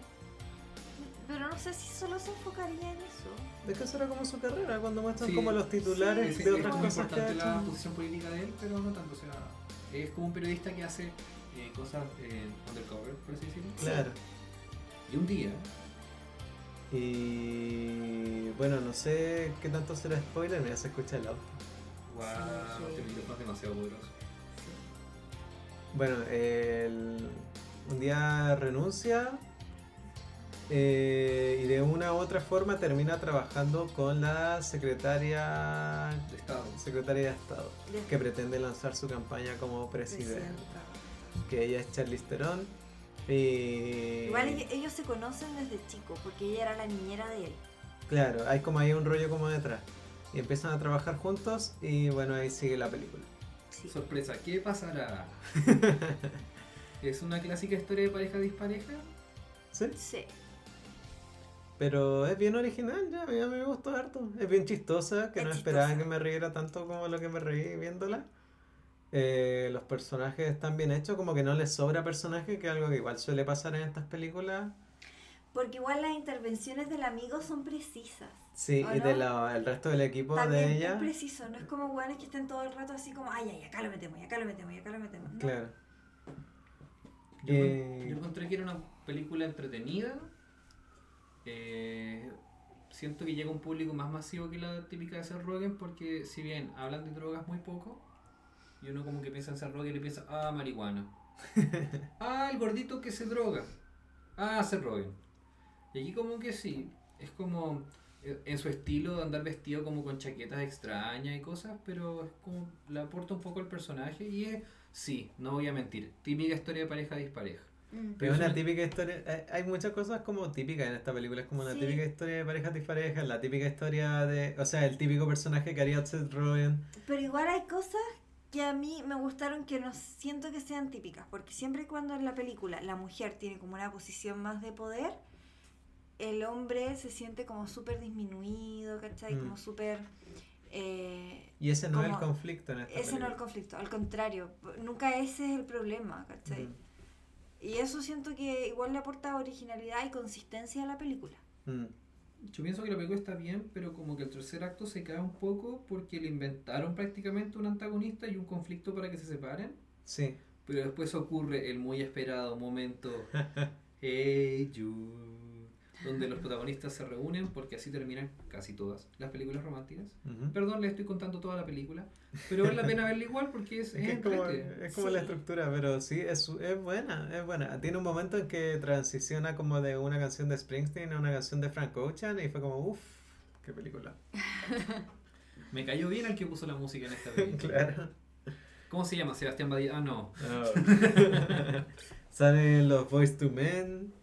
Speaker 1: Pero no sé si solo se enfocaría en eso.
Speaker 2: De que eso era como su carrera, cuando muestran
Speaker 3: Sí.
Speaker 2: como los titulares
Speaker 1: Sí,
Speaker 2: de
Speaker 1: sí,
Speaker 2: otras
Speaker 3: es muy
Speaker 2: cosas que ha
Speaker 3: importante
Speaker 2: hecho.
Speaker 3: la posición política de él, pero no tanto. O sea, es como un periodista que hace eh, cosas eh, undercover, por así decirlo.
Speaker 2: Claro.
Speaker 3: Y un día,
Speaker 2: Y bueno, no sé qué tanto será spoiler, mira, se escucha el auto.
Speaker 3: wow,
Speaker 1: Sí, sí.
Speaker 3: este micrófono es demasiado poderoso.
Speaker 2: Bueno, el- un día renuncia eh, y de una u otra forma termina trabajando con la secretaria,
Speaker 3: De Estado.
Speaker 2: secretaria de Estado,
Speaker 1: De-
Speaker 2: que pretende lanzar su campaña como presidenta.
Speaker 1: Presidenta.
Speaker 2: Que ella es Charlize Theron. Y...
Speaker 1: Igual ellos, ellos se conocen desde chico, porque ella era la niñera de él.
Speaker 2: Claro, hay como ahí un rollo como detrás. Y empiezan a trabajar juntos y bueno, ahí sigue la película.
Speaker 1: Sí.
Speaker 3: Sorpresa, ¿qué pasará? es una clásica historia de pareja dispareja.
Speaker 2: ¿Sí?
Speaker 1: Sí.
Speaker 2: Pero es bien original, ya, a mí a mí me gustó harto. Es bien chistosa, que
Speaker 1: Es
Speaker 2: no esperaba
Speaker 1: chistosa.
Speaker 2: que me riera tanto como lo que me reí viéndola. Eh, los personajes están bien hechos, como que no les sobra personaje, que es algo que igual suele pasar en estas películas.
Speaker 1: Porque igual las intervenciones del amigo son precisas.
Speaker 2: Sí,
Speaker 1: ¿O
Speaker 2: y del
Speaker 1: no?
Speaker 2: resto del equipo
Speaker 1: También
Speaker 2: de
Speaker 1: es
Speaker 2: ella.
Speaker 1: preciso, no es como hueones que estén todo el rato así como, ay, ay, acá lo metemos, y acá lo metemos, y acá lo metemos. No.
Speaker 2: Claro.
Speaker 3: Yo, encon-
Speaker 2: Eh.
Speaker 3: yo encontré que era una película entretenida. Eh, siento que llega a un público más masivo que la típica de Seth Rogen porque si bien hablan de drogas muy poco, Y uno como que piensa en San Roque y le piensa, ah, marihuana. ah, el gordito que se droga. Ah, se Rogen. Y aquí como que sí, es como eh, en su estilo de andar vestido como con chaquetas extrañas y cosas, pero es como le aporta un poco al personaje y es, sí, no voy a mentir, típica historia de pareja dispareja.
Speaker 1: Mm.
Speaker 2: Pero es una
Speaker 3: Usual-
Speaker 2: típica historia. hay- Hay muchas cosas como típicas en esta película. Es como una
Speaker 1: Sí.
Speaker 2: típica historia de parejas disparejas, la típica historia de. O sea, el típico personaje que haría Seth Rogen.
Speaker 1: Pero igual hay cosas que a mí me gustaron que no siento que sean típicas, porque siempre y cuando en la película la mujer tiene como una posición más de poder, el hombre se siente como súper disminuido, ¿cachai?
Speaker 2: Mm.
Speaker 1: Como súper... eh,
Speaker 2: Y ese no es el
Speaker 1: Como-
Speaker 2: conflicto en esta
Speaker 1: ese no es el
Speaker 2: película.
Speaker 1: conflicto, al contrario, p- nunca ese es el problema, ¿cachai? Y eso siento que igual le aporta originalidad y consistencia a la película.
Speaker 2: Ujú, mm.
Speaker 3: Yo pienso que la película está bien, pero como que el tercer acto se cae un poco porque le inventaron prácticamente un antagonista y un conflicto para que se separen.
Speaker 2: Sí.
Speaker 3: Pero después ocurre el muy esperado momento Hey Jude, donde los protagonistas se reúnen porque así terminan casi todas las películas románticas.
Speaker 2: ujú.
Speaker 3: Perdón, le estoy contando toda la película, pero vale la pena verla igual porque es,
Speaker 2: Es, que
Speaker 3: es
Speaker 2: es como,
Speaker 3: entrete.
Speaker 2: es como
Speaker 1: Sí.
Speaker 2: la estructura, pero sí, es, es buena, es buena. Tiene un momento en que transiciona como de una canción de Springsteen a una canción de Frank Ocean y fue como, uff, qué película.
Speaker 3: Me cayó bien el que puso la música en esta película.
Speaker 2: claro.
Speaker 3: ¿Cómo se llama? Sebastián Badía. Ah, no.
Speaker 2: Salen los Boys to Men.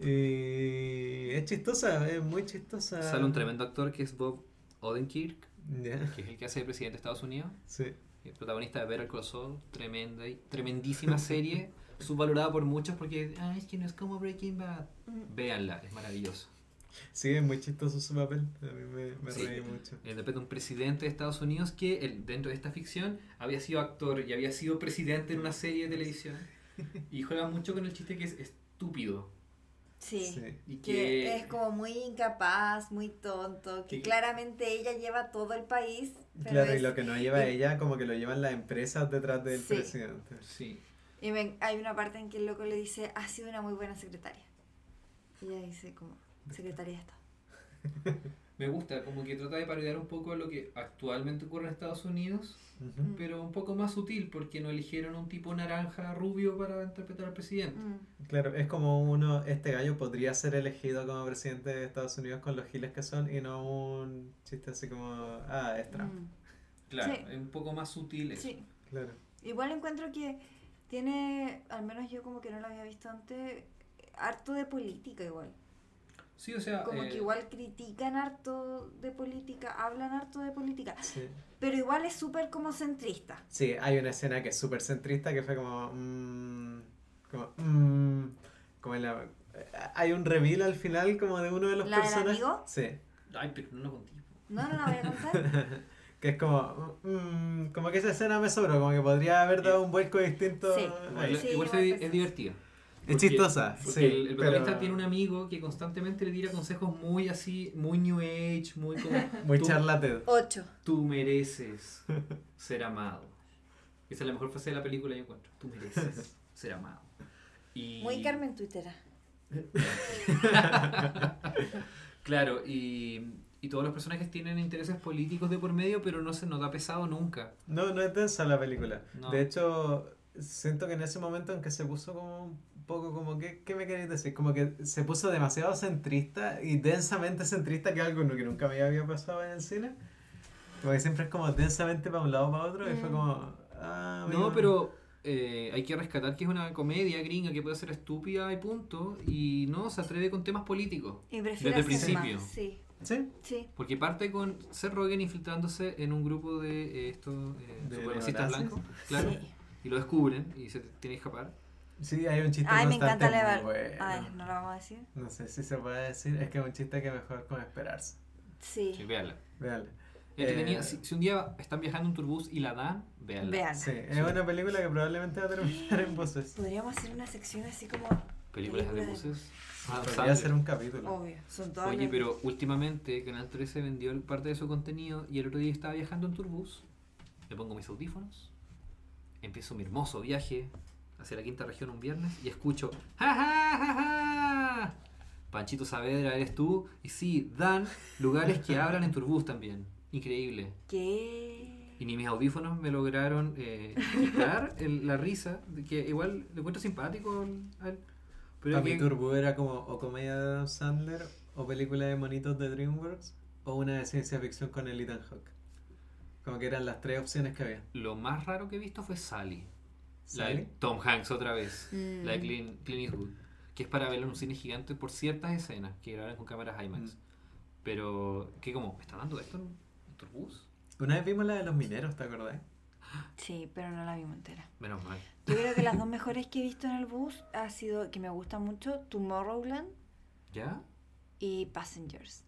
Speaker 2: Y es chistosa, es muy chistosa.
Speaker 3: Sale
Speaker 1: Ah.
Speaker 3: un tremendo actor que es Bob Odenkirk,
Speaker 2: Ya,
Speaker 3: que es el que hace de presidente de Estados Unidos.
Speaker 2: sí.
Speaker 3: el protagonista de Better Call Saul, tremenda, y- tremendísima serie, subvalorada por muchos porque, ah, es que no es como Breaking Bad.
Speaker 1: Mm.
Speaker 3: Véanla, es maravilloso.
Speaker 2: Sí, es muy chistoso su papel. A mí me, me
Speaker 3: Sí.
Speaker 2: reí mucho.
Speaker 3: Eh, depende de un presidente de Estados Unidos que, el- dentro de esta ficción, había sido actor y había sido presidente en una serie de televisión. Y juega mucho con el chiste que es estúpido.
Speaker 1: Sí.
Speaker 3: Y
Speaker 1: Que
Speaker 3: que
Speaker 1: es como muy incapaz, muy tonto, que
Speaker 3: Que-
Speaker 1: claramente ella lleva todo el país. pero
Speaker 2: Claro, y
Speaker 1: es-
Speaker 2: lo que no lleva
Speaker 1: y-
Speaker 2: ella, como que lo llevan las empresas detrás del
Speaker 1: Sí.
Speaker 2: presidente.
Speaker 3: Sí.
Speaker 1: Y me- hay una parte en que el loco le dice, ha sido una muy buena secretaria. Y ella dice como, secretaria de Estado.
Speaker 3: Me gusta, como que trata de parodiar un poco lo que actualmente ocurre en Estados Unidos,
Speaker 2: Ujú.
Speaker 1: Mm.
Speaker 3: pero un poco más sutil porque no eligieron un tipo naranja rubio para interpretar al presidente.
Speaker 1: Mm.
Speaker 2: Claro, es como uno, este gallo podría ser elegido como presidente de Estados Unidos con los giles que son y no un chiste así como, ah, es Trump.
Speaker 1: Mm.
Speaker 3: Claro,
Speaker 1: Sí.
Speaker 3: es un poco más sutil eso.
Speaker 1: Sí.
Speaker 2: Claro.
Speaker 1: Igual encuentro que tiene, al menos yo como que no lo había visto antes, harto de política igual.
Speaker 3: Sí, o sea,
Speaker 1: Como
Speaker 3: eh,
Speaker 1: que igual critican harto de política, hablan harto de política,
Speaker 2: Sí.
Speaker 1: pero igual es súper como centrista.
Speaker 2: Sí, hay una escena que es súper centrista que fue como. mm, como. mm, como en la- Hay un reveal al final como de uno de los
Speaker 1: ¿La del
Speaker 2: personajes.
Speaker 1: amigo?
Speaker 2: Sí.
Speaker 3: Ay, pero no lo contigo.
Speaker 1: No, no la voy a contar.
Speaker 2: que es como. mm, como que esa escena me sobró, como que podría haber
Speaker 3: Eh,
Speaker 2: dado un vuelco distinto.
Speaker 1: Sí.
Speaker 2: ahí.
Speaker 3: Igual,
Speaker 1: Sí,
Speaker 3: igual
Speaker 1: igual
Speaker 3: se di-
Speaker 1: pensé.
Speaker 3: es divertida.
Speaker 2: es chistosa,
Speaker 3: Porque
Speaker 2: sí.
Speaker 3: el, el protagonista
Speaker 2: pero
Speaker 3: tiene un amigo que constantemente le tira consejos muy así, muy new age, muy como
Speaker 2: Muy
Speaker 3: tú,
Speaker 2: charlatán.
Speaker 1: Ocho.
Speaker 3: tú mereces ser amado. Esa es la mejor frase de la película yo encuentro. Tú mereces ser amado. Y,
Speaker 1: Muy Carmen Twittera.
Speaker 3: Claro, y, y todos los personajes tienen intereses políticos de por medio, pero no se nota pesado nunca.
Speaker 2: No, no es densa la película.
Speaker 3: No.
Speaker 2: De hecho, siento que en ese momento en que se puso como un poco como que, ¿qué me queréis decir? Como que se puso demasiado centrista y densamente centrista, que es algo que nunca me había pasado en el cine. Porque siempre es como densamente para un lado para otro y fue
Speaker 1: Mm.
Speaker 2: como... Ah, amigo,
Speaker 3: No, pero eh, hay que rescatar que es una comedia gringa que puede ser estúpida y punto, y no se atreve con temas políticos.
Speaker 1: Y prefiero
Speaker 3: Desde
Speaker 1: hacer
Speaker 3: el
Speaker 1: más,
Speaker 3: principio.
Speaker 1: Sí,
Speaker 2: Sí,
Speaker 1: sí.
Speaker 3: Porque parte con Seth Rogen infiltrándose en un grupo de eh, estos eh,
Speaker 2: De
Speaker 3: supremacistas
Speaker 2: neonazis.
Speaker 3: blancos, claro, Este
Speaker 1: sí.
Speaker 3: y lo descubren y se tiene que escapar.
Speaker 2: sí, hay un chiste
Speaker 1: Ay, me
Speaker 2: constante
Speaker 1: encanta la
Speaker 2: muy bueno.
Speaker 1: Ay, ¿no lo vamos a decir?
Speaker 2: No sé si se puede decir, es que es un chiste que mejor con esperarse.
Speaker 3: Sí,
Speaker 1: Sí.
Speaker 3: véanla.
Speaker 2: Veale.
Speaker 3: Entretenida.
Speaker 2: Eh,
Speaker 3: si, si un día están viajando en turbús y la dan, véanla.
Speaker 1: Vean.
Speaker 2: Sí, es una película que probablemente va a terminar en voces.
Speaker 1: Podríamos hacer una sección así como,
Speaker 3: Películas de
Speaker 1: Película de-
Speaker 3: buses.
Speaker 2: Podría ser un capítulo.
Speaker 1: obvio, son todas
Speaker 3: Oye,
Speaker 1: las-
Speaker 3: pero últimamente Canal 13 vendió parte de su contenido y el otro día estaba viajando en Turbus. Me pongo mis audífonos, empiezo mi hermoso viaje hacia la quinta región un viernes y escucho ¡Ja, ja, ja, ja! Panchito Saavedra, eres tú. Y sí, dan lugares que hablan en Turbus también. Increíble.
Speaker 1: ¿Qué?
Speaker 3: y ni mis audífonos me lograron eh, quitar el- la risa, de que igual lo encuentro simpático al- al- pero
Speaker 2: Papi
Speaker 3: que-
Speaker 2: Turbo era como o comedia de Adam Sandler, o película de monitos de DreamWorks, o una de ciencia ficción con el Ethan Hawke. Como que eran las tres opciones que había.
Speaker 3: lo más raro que he visto fue Sally, la de
Speaker 2: ¿Sale?
Speaker 3: Tom Hanks otra vez,
Speaker 1: Mm.
Speaker 3: la de Clint, Clint Eastwood, que es para verlo en un cine gigante por ciertas escenas que grabaron con cámaras IMAX.
Speaker 2: Mm.
Speaker 3: Pero, que como, ¿me está dando esto en en Turbus?
Speaker 2: Una vez vimos la de los mineros, ¿te acordás?
Speaker 1: Sí, pero no la vimos entera.
Speaker 3: Menos mal.
Speaker 1: Yo creo que las dos mejores que he visto en el bus ha sido, que me gusta mucho, Tomorrowland
Speaker 3: ¿Ya?
Speaker 1: y Passengers.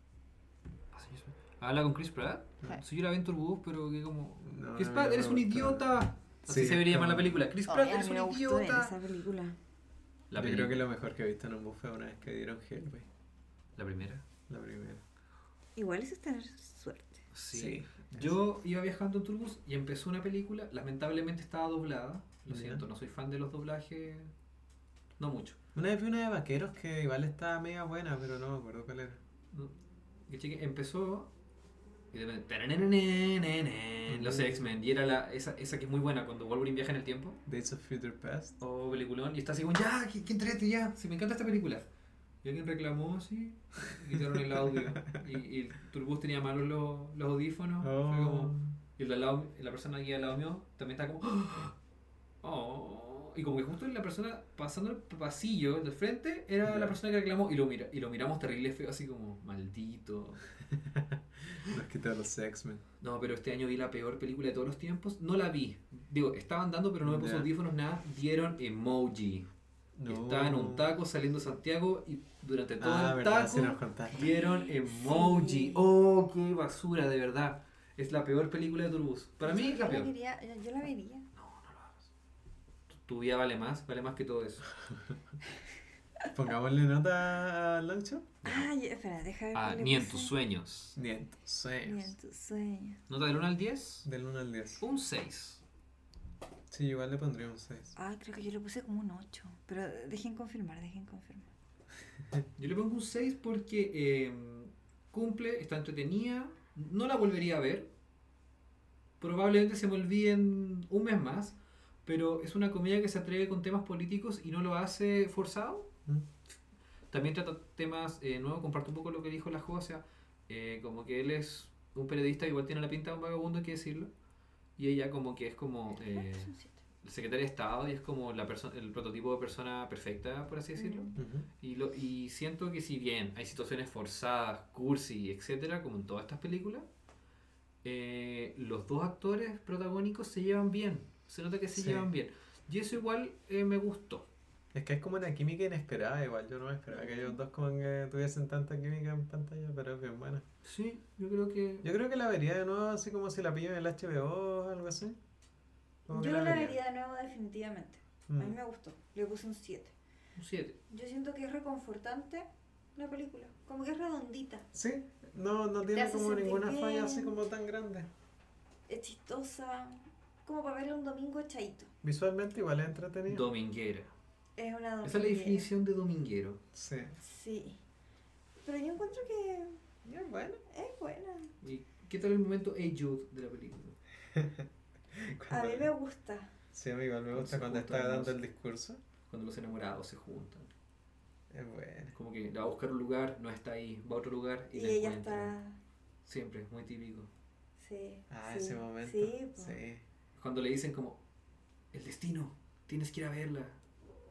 Speaker 3: Así es. Habla con Chris Pratt.
Speaker 1: Sí.
Speaker 3: Si yo la vi en Turbus, pero que como.
Speaker 2: No,
Speaker 3: Chris
Speaker 2: no,
Speaker 3: Pratt,
Speaker 2: no me
Speaker 3: eres un
Speaker 2: gustó.
Speaker 3: idiota. Así
Speaker 2: Sí,
Speaker 3: se debería
Speaker 2: como-
Speaker 3: llamar la película. Chris
Speaker 1: Ay,
Speaker 3: Pratt,
Speaker 1: a
Speaker 3: eres
Speaker 1: mí
Speaker 3: un
Speaker 1: me gustó ver
Speaker 3: idiota.
Speaker 1: esa película.
Speaker 3: La,
Speaker 2: Yo
Speaker 3: peli-
Speaker 2: creo que lo mejor que he visto en un bus fue una vez que dieron Hellboy,
Speaker 3: la primera.
Speaker 2: la primera.
Speaker 1: Igual es tener suerte.
Speaker 3: Sí. Yo iba viajando en Turbus y empezó una película. Lamentablemente estaba doblada. Lo
Speaker 2: Ya.
Speaker 3: siento, no soy fan de los doblajes. No mucho.
Speaker 2: Una vez vi una de vaqueros que igual estaba media buena, pero no me acuerdo cuál era.
Speaker 3: No. Que cheque- Empezó. Y de repente, "Tarananananana", Los X-Men. Y era la, esa, esa que es muy buena cuando Wolverine viaja en el tiempo.
Speaker 2: Dates of Future Past.
Speaker 3: Oh, peliculón. Y está así como, ya, que, que entrete, ya. Si me encanta esta película. Y alguien reclamó, sí. y Quitaron el audio. Y, y el Turbus tenía malos los, los audífonos. Fue como, y el de al lado- la persona que iba al lado mío también estaba como, oh. Y como que justo la persona pasando el pasillo del frente era
Speaker 2: Ya.
Speaker 3: la persona que reclamó. Y lo, mira, y lo miramos terrible feo, así como, maldito.
Speaker 2: Nos quitaron los X-Men.
Speaker 3: No, pero este año vi la peor película de todos los tiempos. No la vi. Digo, estaban dando, pero no me puso
Speaker 2: Ya.
Speaker 3: audífonos, nada. Dieron emoji.
Speaker 2: No.
Speaker 3: Estaba en un taco saliendo de Santiago y durante todo
Speaker 2: Ah,
Speaker 3: el
Speaker 2: verdad, sí nos
Speaker 3: taco
Speaker 2: contaste.
Speaker 3: dieron emoji.
Speaker 1: Sí.
Speaker 3: Oh, qué basura, de verdad. Es la peor película de Turbus. Para mí,
Speaker 1: yo
Speaker 3: la
Speaker 1: la
Speaker 3: peor.
Speaker 1: vería, yo, yo la vería.
Speaker 3: Tu, tu vida vale más, vale más que todo eso.
Speaker 2: Pongámosle nota a Longshot.
Speaker 1: Ah, ya, espera, deja ver.
Speaker 3: Ah,
Speaker 1: cuál le
Speaker 3: ni en
Speaker 1: puse.
Speaker 3: tus sueños.
Speaker 2: Ni en tus
Speaker 1: Ni
Speaker 2: sueños.
Speaker 1: en tus sueños.
Speaker 3: Nota del 1 al 10,
Speaker 2: Del 1 al 10.
Speaker 3: un 6.
Speaker 2: Sí, igual le pondría un 6.
Speaker 1: Ay, creo que yo le puse como un 8. Pero dejen confirmar, dejen confirmar.
Speaker 3: Yo le pongo un 6 porque eh, cumple, está entretenida. No la volvería a ver. Probablemente se me olvide en un mes más. Pero es una comedia que se atreve con temas políticos y no lo hace forzado.
Speaker 2: Mm.
Speaker 3: También trata temas eh, nuevos. Comparto un poco lo que dijo la Jo. O sea, eh, como que él es un periodista, igual tiene la pinta de un vagabundo, hay que decirlo. Y ella, como que es como.
Speaker 1: Ah,
Speaker 3: eh,
Speaker 1: pues un siete.
Speaker 3: secretaria de Estado y es como la perso- el prototipo de persona perfecta, por así decirlo.
Speaker 1: Mm.
Speaker 2: Ujú.
Speaker 3: Y, lo, y siento que si bien hay situaciones forzadas, cursi, etcétera, como en todas estas películas, eh, los dos actores protagónicos se llevan bien. Se nota que se
Speaker 2: Sí.
Speaker 3: llevan bien. Y eso igual eh, me gustó.
Speaker 2: Es que es como una química inesperada, igual. Yo no me esperaba que ellos dos como que tuviesen tanta química en pantalla, pero es bien buena.
Speaker 3: Sí, yo creo que...
Speaker 2: Yo creo que la vería de nuevo, así como si la pillo en el HBO o algo así. Como que
Speaker 1: Yo la vería de nuevo definitivamente.
Speaker 2: Mm.
Speaker 1: A mí me gustó. Le puse un 7.
Speaker 3: Un 7.
Speaker 1: Yo siento que es reconfortante la película. Como que es redondita.
Speaker 2: Sí, no, no
Speaker 1: Te
Speaker 2: tiene
Speaker 1: hace
Speaker 2: como
Speaker 1: sentir
Speaker 2: ninguna falla
Speaker 1: bien.
Speaker 2: así como tan grande.
Speaker 1: Es chistosa. Como para verla un domingo echadito.
Speaker 2: Visualmente igual es entretenida.
Speaker 3: Dominguera.
Speaker 1: Es una
Speaker 3: Esa es la
Speaker 1: dominguera.
Speaker 3: definición de dominguero.
Speaker 2: Sí.
Speaker 1: Sí. Pero yo encuentro que
Speaker 2: Ya, bueno.
Speaker 1: es buena.
Speaker 3: ¿Y qué tal el momento Hey Jude de la película?
Speaker 1: A mí
Speaker 2: Cuando-
Speaker 1: me gusta.
Speaker 2: Sí, a mí igual me
Speaker 3: Con
Speaker 2: gusta
Speaker 3: su
Speaker 2: cuando
Speaker 3: punto
Speaker 2: está dando
Speaker 3: hermoso.
Speaker 2: el discurso.
Speaker 3: Cuando los enamorados se juntan.
Speaker 2: Es bueno.
Speaker 3: Como que la va a buscar un lugar, no está ahí, va a otro lugar y,
Speaker 1: Y
Speaker 3: la
Speaker 1: ella
Speaker 3: encuentra.
Speaker 1: está.
Speaker 3: Siempre, es muy típico.
Speaker 1: Sí.
Speaker 2: Ah,
Speaker 1: sí,
Speaker 2: ese momento.
Speaker 1: Sí, pues. po.
Speaker 2: sí,
Speaker 3: Cuando le dicen como, el destino, tienes que ir a verla.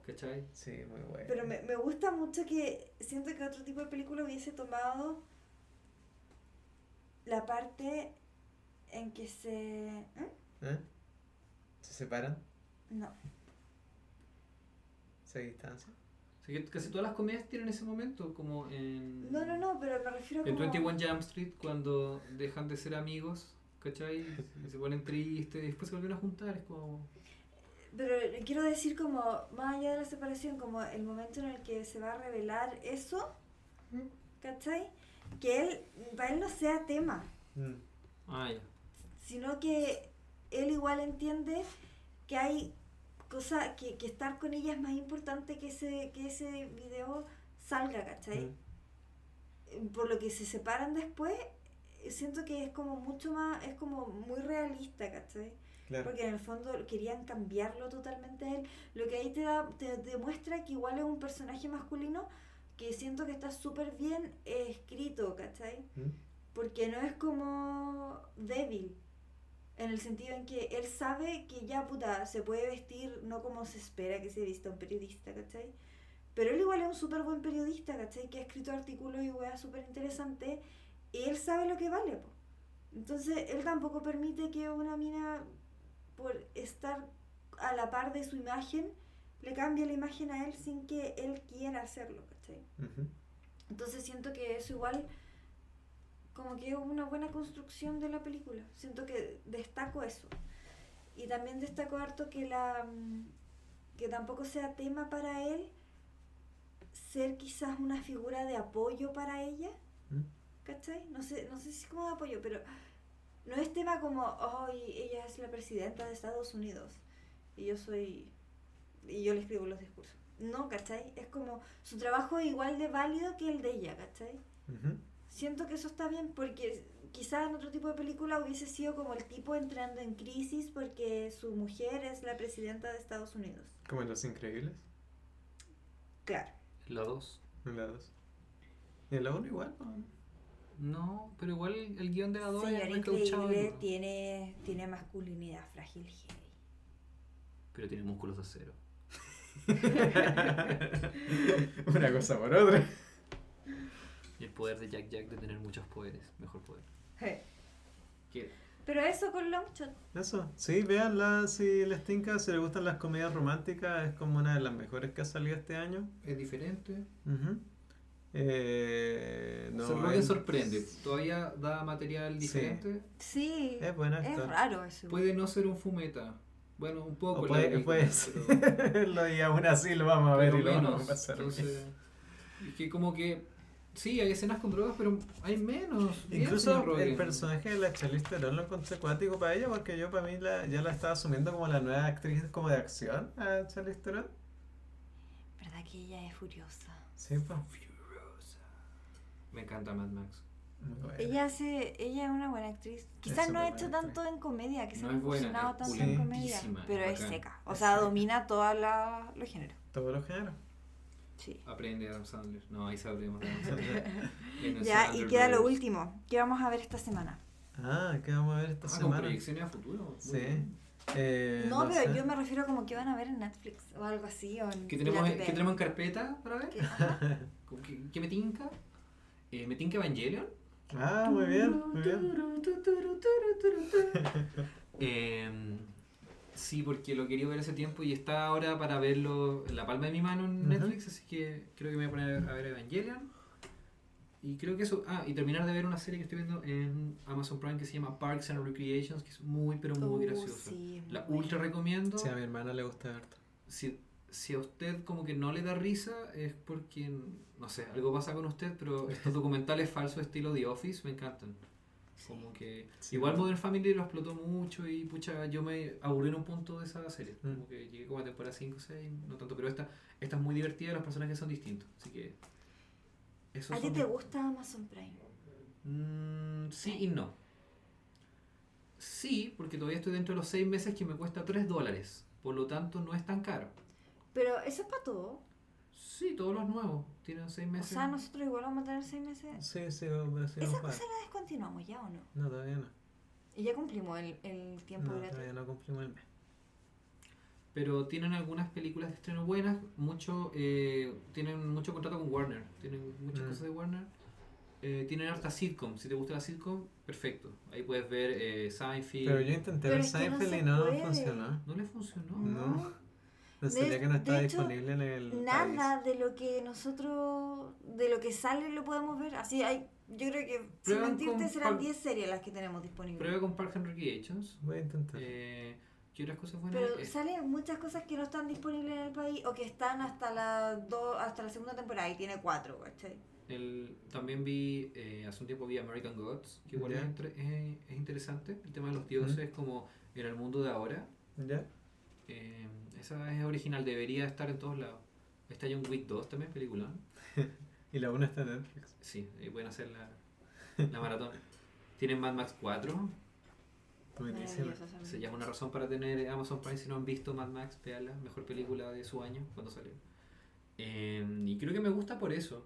Speaker 3: ¿Cachai?
Speaker 2: sí, muy bueno.
Speaker 1: Pero me, me gusta mucho que siento que otro tipo de película hubiese tomado la parte en que se... ¿eh?
Speaker 2: ¿Eh? ¿Se separan?
Speaker 1: No,
Speaker 2: ¿Se distancian?
Speaker 3: O sea, que casi todas las comedias tienen ese momento, como en...
Speaker 1: no, no, no, pero me refiero
Speaker 3: En
Speaker 1: como...
Speaker 3: 21 Jump Street, cuando dejan de ser amigos, ¿cachai? Y se ponen tristes, y después se vuelven a juntar, es como...
Speaker 1: Pero quiero decir como, más allá de la separación, como el momento en el que se va a revelar eso,
Speaker 2: Mm.
Speaker 1: ¿cachai? Que él, para él no sea tema,
Speaker 2: Mm.
Speaker 3: Ah, ya.
Speaker 1: sino que él igual entiende que hay cosas, que, que estar con ella es más importante que ese, que ese video salga, ¿cachai?
Speaker 2: Mm.
Speaker 1: por lo que se separan después, siento que es como mucho más, es como muy realista, ¿cachai?
Speaker 2: Claro.
Speaker 1: Porque en el fondo querían cambiarlo totalmente a él. Lo que ahí te, da, te demuestra que igual es un personaje masculino que siento que está súper bien eh, escrito, ¿cachai?
Speaker 2: ¿Mm?
Speaker 1: Porque no es como débil. En el sentido en que él sabe que ya, puta, se puede vestir no como se espera que se vista un periodista, ¿cachai? Pero él igual es un súper buen periodista, ¿cachai? Que ha escrito artículos y weas súper interesantes. Y él sabe lo que vale, po. Entonces, él tampoco permite que una mina, por estar a la par de su imagen, le cambie la imagen a él sin que él quiera hacerlo, ¿cachai?
Speaker 2: Ujú.
Speaker 1: Entonces siento que eso igual como que es una buena construcción de la película. Siento que destaco eso. Y también destaco harto que la mm, que tampoco sea tema para él ser quizás una figura de apoyo para ella,
Speaker 2: ¿Mm?
Speaker 1: ¿cachai? No sé, no sé si como de apoyo, pero no es tema como, hoy ella es la presidenta de Estados Unidos y yo soy y yo le escribo los discursos. No, ¿cachai? Es como su trabajo es igual de válido que el de ella, ¿cachai?
Speaker 2: Ujú.
Speaker 1: Siento que eso está bien porque quizás en otro tipo de película hubiese sido como el tipo entrando en crisis porque su mujer es la presidenta de Estados Unidos.
Speaker 2: Como en Los Increíbles,
Speaker 1: Claro.
Speaker 3: La 2.
Speaker 2: en la 2. Y en la 1 igual, ¿no?
Speaker 3: No, pero igual el guión de la 2
Speaker 1: Señor
Speaker 3: es recauchado. de
Speaker 1: increíble
Speaker 3: nuevo.
Speaker 1: tiene, tiene masculinidad frágil. heavy.
Speaker 3: Pero tiene músculos de acero.
Speaker 2: Una cosa por otra.
Speaker 3: Y el poder de Jack Jack de tener muchos poderes. Mejor poder.
Speaker 1: Je.
Speaker 3: ¿Qué?
Speaker 1: Pero eso con Longshot.
Speaker 2: Eso, sí, véanla si les tinca, si les gustan las comedias románticas, es como una de las mejores que ha salido este año.
Speaker 3: Es diferente.
Speaker 2: Ujú. Eh, no,
Speaker 3: Se lo que
Speaker 2: es-
Speaker 3: sorprende. Todavía da material diferente.
Speaker 1: Sí.
Speaker 2: Es buen actor.
Speaker 1: raro eso.
Speaker 3: Puede no ser un fumeta. Bueno, un
Speaker 2: O
Speaker 3: poco. la
Speaker 2: puede-
Speaker 3: película,
Speaker 2: puede ser.
Speaker 3: pues pero-
Speaker 2: Lo- y aún así lo vamos a ver
Speaker 3: pero
Speaker 2: y lo vamos
Speaker 3: menos,
Speaker 2: a pasar. bien.
Speaker 3: entonces, es que como que. Sí, hay escenas con drogas, pero hay menos. Bien, señor
Speaker 2: Incluso el
Speaker 3: Rogen.
Speaker 2: personaje de la Charlize Theron lo encontré cuático para ella porque yo para mí la- ya la estaba asumiendo como la nueva actriz como de acción a Charlize Theron.
Speaker 1: ¿Verdad que ella es furiosa?
Speaker 2: Sí, pues.
Speaker 3: Furiosa. Me encanta Mad Max.
Speaker 2: Muy buena.
Speaker 1: Ella hace, ella es una buena actriz. Quizás no
Speaker 2: súper
Speaker 1: ha
Speaker 2: buena
Speaker 1: hecho
Speaker 2: actriz.
Speaker 1: tanto en comedia,
Speaker 3: No
Speaker 1: quizás
Speaker 3: es
Speaker 1: no ha
Speaker 3: buena,
Speaker 1: funcionado
Speaker 3: es
Speaker 1: tanto en comedia,
Speaker 3: pulentísima,
Speaker 1: pero
Speaker 3: es
Speaker 1: es
Speaker 3: bacán.
Speaker 1: seca. O
Speaker 2: Es
Speaker 1: sea,
Speaker 2: seca.
Speaker 1: domina todos la- los géneros.
Speaker 2: Todos los géneros.
Speaker 1: Sí.
Speaker 3: Aprende Adam Sandler. No, ahí sabremos de Adam Sandler. Adam
Speaker 1: Ya, y
Speaker 3: Sandler
Speaker 1: queda lo
Speaker 3: Brothers.
Speaker 1: último. ¿Qué vamos a ver esta semana?
Speaker 2: Ah, ¿qué vamos a ver esta
Speaker 3: Ah, con
Speaker 2: semana?
Speaker 3: proyecciones a futuro. Muy
Speaker 2: Sí.
Speaker 3: bien.
Speaker 2: Eh,
Speaker 1: no, pero
Speaker 2: sé.
Speaker 1: yo me refiero como que van a ver en Netflix o algo así. O en
Speaker 3: ¿Qué tenemos,
Speaker 1: Pirate
Speaker 3: ¿Qué
Speaker 1: Bay.
Speaker 3: tenemos en carpeta para ver?
Speaker 1: Que- ah, ajá.
Speaker 3: ¿Con ¿Qué, qué me tinca? Eh, ¿Me tinca Evangelion?
Speaker 2: Ah, muy bien, muy bien.
Speaker 3: Eh, sí, porque lo quería ver hace tiempo y está ahora para verlo en la palma de mi mano en
Speaker 2: Ujú.
Speaker 3: Netflix, así que creo que me voy a poner a ver Evangelion. Y creo que eso. Ah, y terminar de ver una serie que estoy viendo en Amazon Prime que se llama Parks and Recreations, que es muy, pero muy
Speaker 1: Uh,
Speaker 3: graciosa.
Speaker 1: sí, es
Speaker 3: La
Speaker 1: muy
Speaker 3: ultra
Speaker 1: buena.
Speaker 3: recomiendo.
Speaker 2: Sí, a mi hermana le gusta verte.
Speaker 3: si, si a usted como que no le da risa es porque, no sé, algo pasa con usted, pero estos documentales falsos estilo The Office me encantan. Como que
Speaker 2: Sí.
Speaker 3: igual Modern Family lo explotó mucho y pucha, yo me aburrí en un punto de esa serie. Como
Speaker 2: Mm.
Speaker 3: que llegué como a temporada 5 o 6, no tanto, pero esta, esta es muy divertida, los personajes son distintos. Así que... Eso
Speaker 1: ¿A ti te gusta Amazon Prime?
Speaker 3: Mm, sí y no. Sí, porque todavía estoy dentro de los 6 meses que me cuesta 3 dólares. Por lo tanto, no es tan caro.
Speaker 1: Pero eso es para todo.
Speaker 3: Sí, todos los nuevos. Tienen seis
Speaker 1: O
Speaker 3: meses.
Speaker 1: sea, nosotros igual vamos a tener seis meses.
Speaker 2: Sí, sí, vamos sí,
Speaker 1: Esa
Speaker 2: vamos a
Speaker 1: cosa
Speaker 2: jugar.
Speaker 1: la descontinuamos ya o no.
Speaker 2: No, todavía no.
Speaker 1: Y ya cumplimos el, el tiempo
Speaker 2: No,
Speaker 1: gratuito.
Speaker 2: todavía no cumplimos el mes.
Speaker 3: Pero tienen algunas películas de estreno buenas. Mucho, eh, tienen mucho contrato con Warner. Tienen muchas
Speaker 2: Mm.
Speaker 3: cosas de Warner. Eh, tienen harta sitcom. Si te gusta la sitcom, perfecto. Ahí puedes ver eh, Seinfeld.
Speaker 2: Pero yo intenté
Speaker 1: Pero
Speaker 2: ver
Speaker 1: es que no
Speaker 2: Seinfeld
Speaker 1: se
Speaker 2: y no,
Speaker 1: puede.
Speaker 2: funcionó.
Speaker 3: No le funcionó.
Speaker 2: No. No
Speaker 1: De-
Speaker 2: sabía que no
Speaker 1: de
Speaker 2: estaba
Speaker 1: hecho,
Speaker 2: disponible en el.
Speaker 1: Nada de lo que nosotros, de lo que sale lo podemos ver. Así hay, yo creo que, sin
Speaker 3: Prueban
Speaker 1: mentirte,
Speaker 3: con
Speaker 1: serán
Speaker 3: Pal-
Speaker 1: 10 series las que tenemos disponibles.
Speaker 3: Prueba con Park and Recreations.
Speaker 2: país. Voy a intentar.
Speaker 3: Eh, ¿Qué otras cosas buenas?
Speaker 1: Pero
Speaker 3: Eh,
Speaker 1: salen muchas cosas que no están disponibles en el país o que están hasta la, do- hasta la segunda temporada y tiene cuatro, ¿cachai?
Speaker 3: El- también vi, eh, hace un tiempo vi American Gods, que igual
Speaker 2: Ya.
Speaker 3: es, entre- es- es interesante. El tema de los dioses como en el mundo de ahora.
Speaker 2: ¿Ya?
Speaker 3: Eh, esa es original, debería estar en todos lados. Está John Wick 2 también, película.
Speaker 2: Y la una está en Netflix.
Speaker 3: Sí, eh, pueden hacer la, la maratón. Tienen Mad Max 4.
Speaker 2: Buenísima.
Speaker 1: Maravilloso esa
Speaker 3: Se
Speaker 1: película.
Speaker 3: llama una razón para tener eh, Amazon Prime. Si no han visto Mad Max, veanla. Mejor película de su año cuando salió. Eh, y creo que me gusta por eso.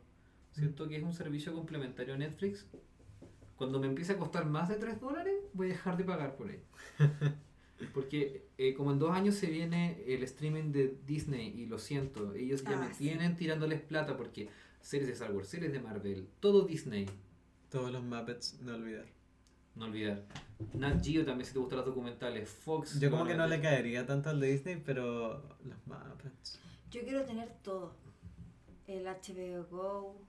Speaker 3: Siento que es un servicio complementario a Netflix. Cuando me empiece a costar más de 3 dólares, voy a dejar de pagar por él. Porque eh, como en dos años se viene el streaming de Disney y lo siento, ellos ya
Speaker 1: Ah,
Speaker 3: me
Speaker 1: sí.
Speaker 3: tienen tirándoles plata porque series de Star Wars, series de Marvel, todo Disney.
Speaker 2: Todos los Muppets, no olvidar.
Speaker 3: No olvidar. Nat Geo también, si te gustan los documentales. Fox.
Speaker 2: Yo como que no
Speaker 3: olvidar.
Speaker 2: le caería tanto al de Disney, pero los Muppets.
Speaker 1: Yo quiero tener todo. El HBO Go,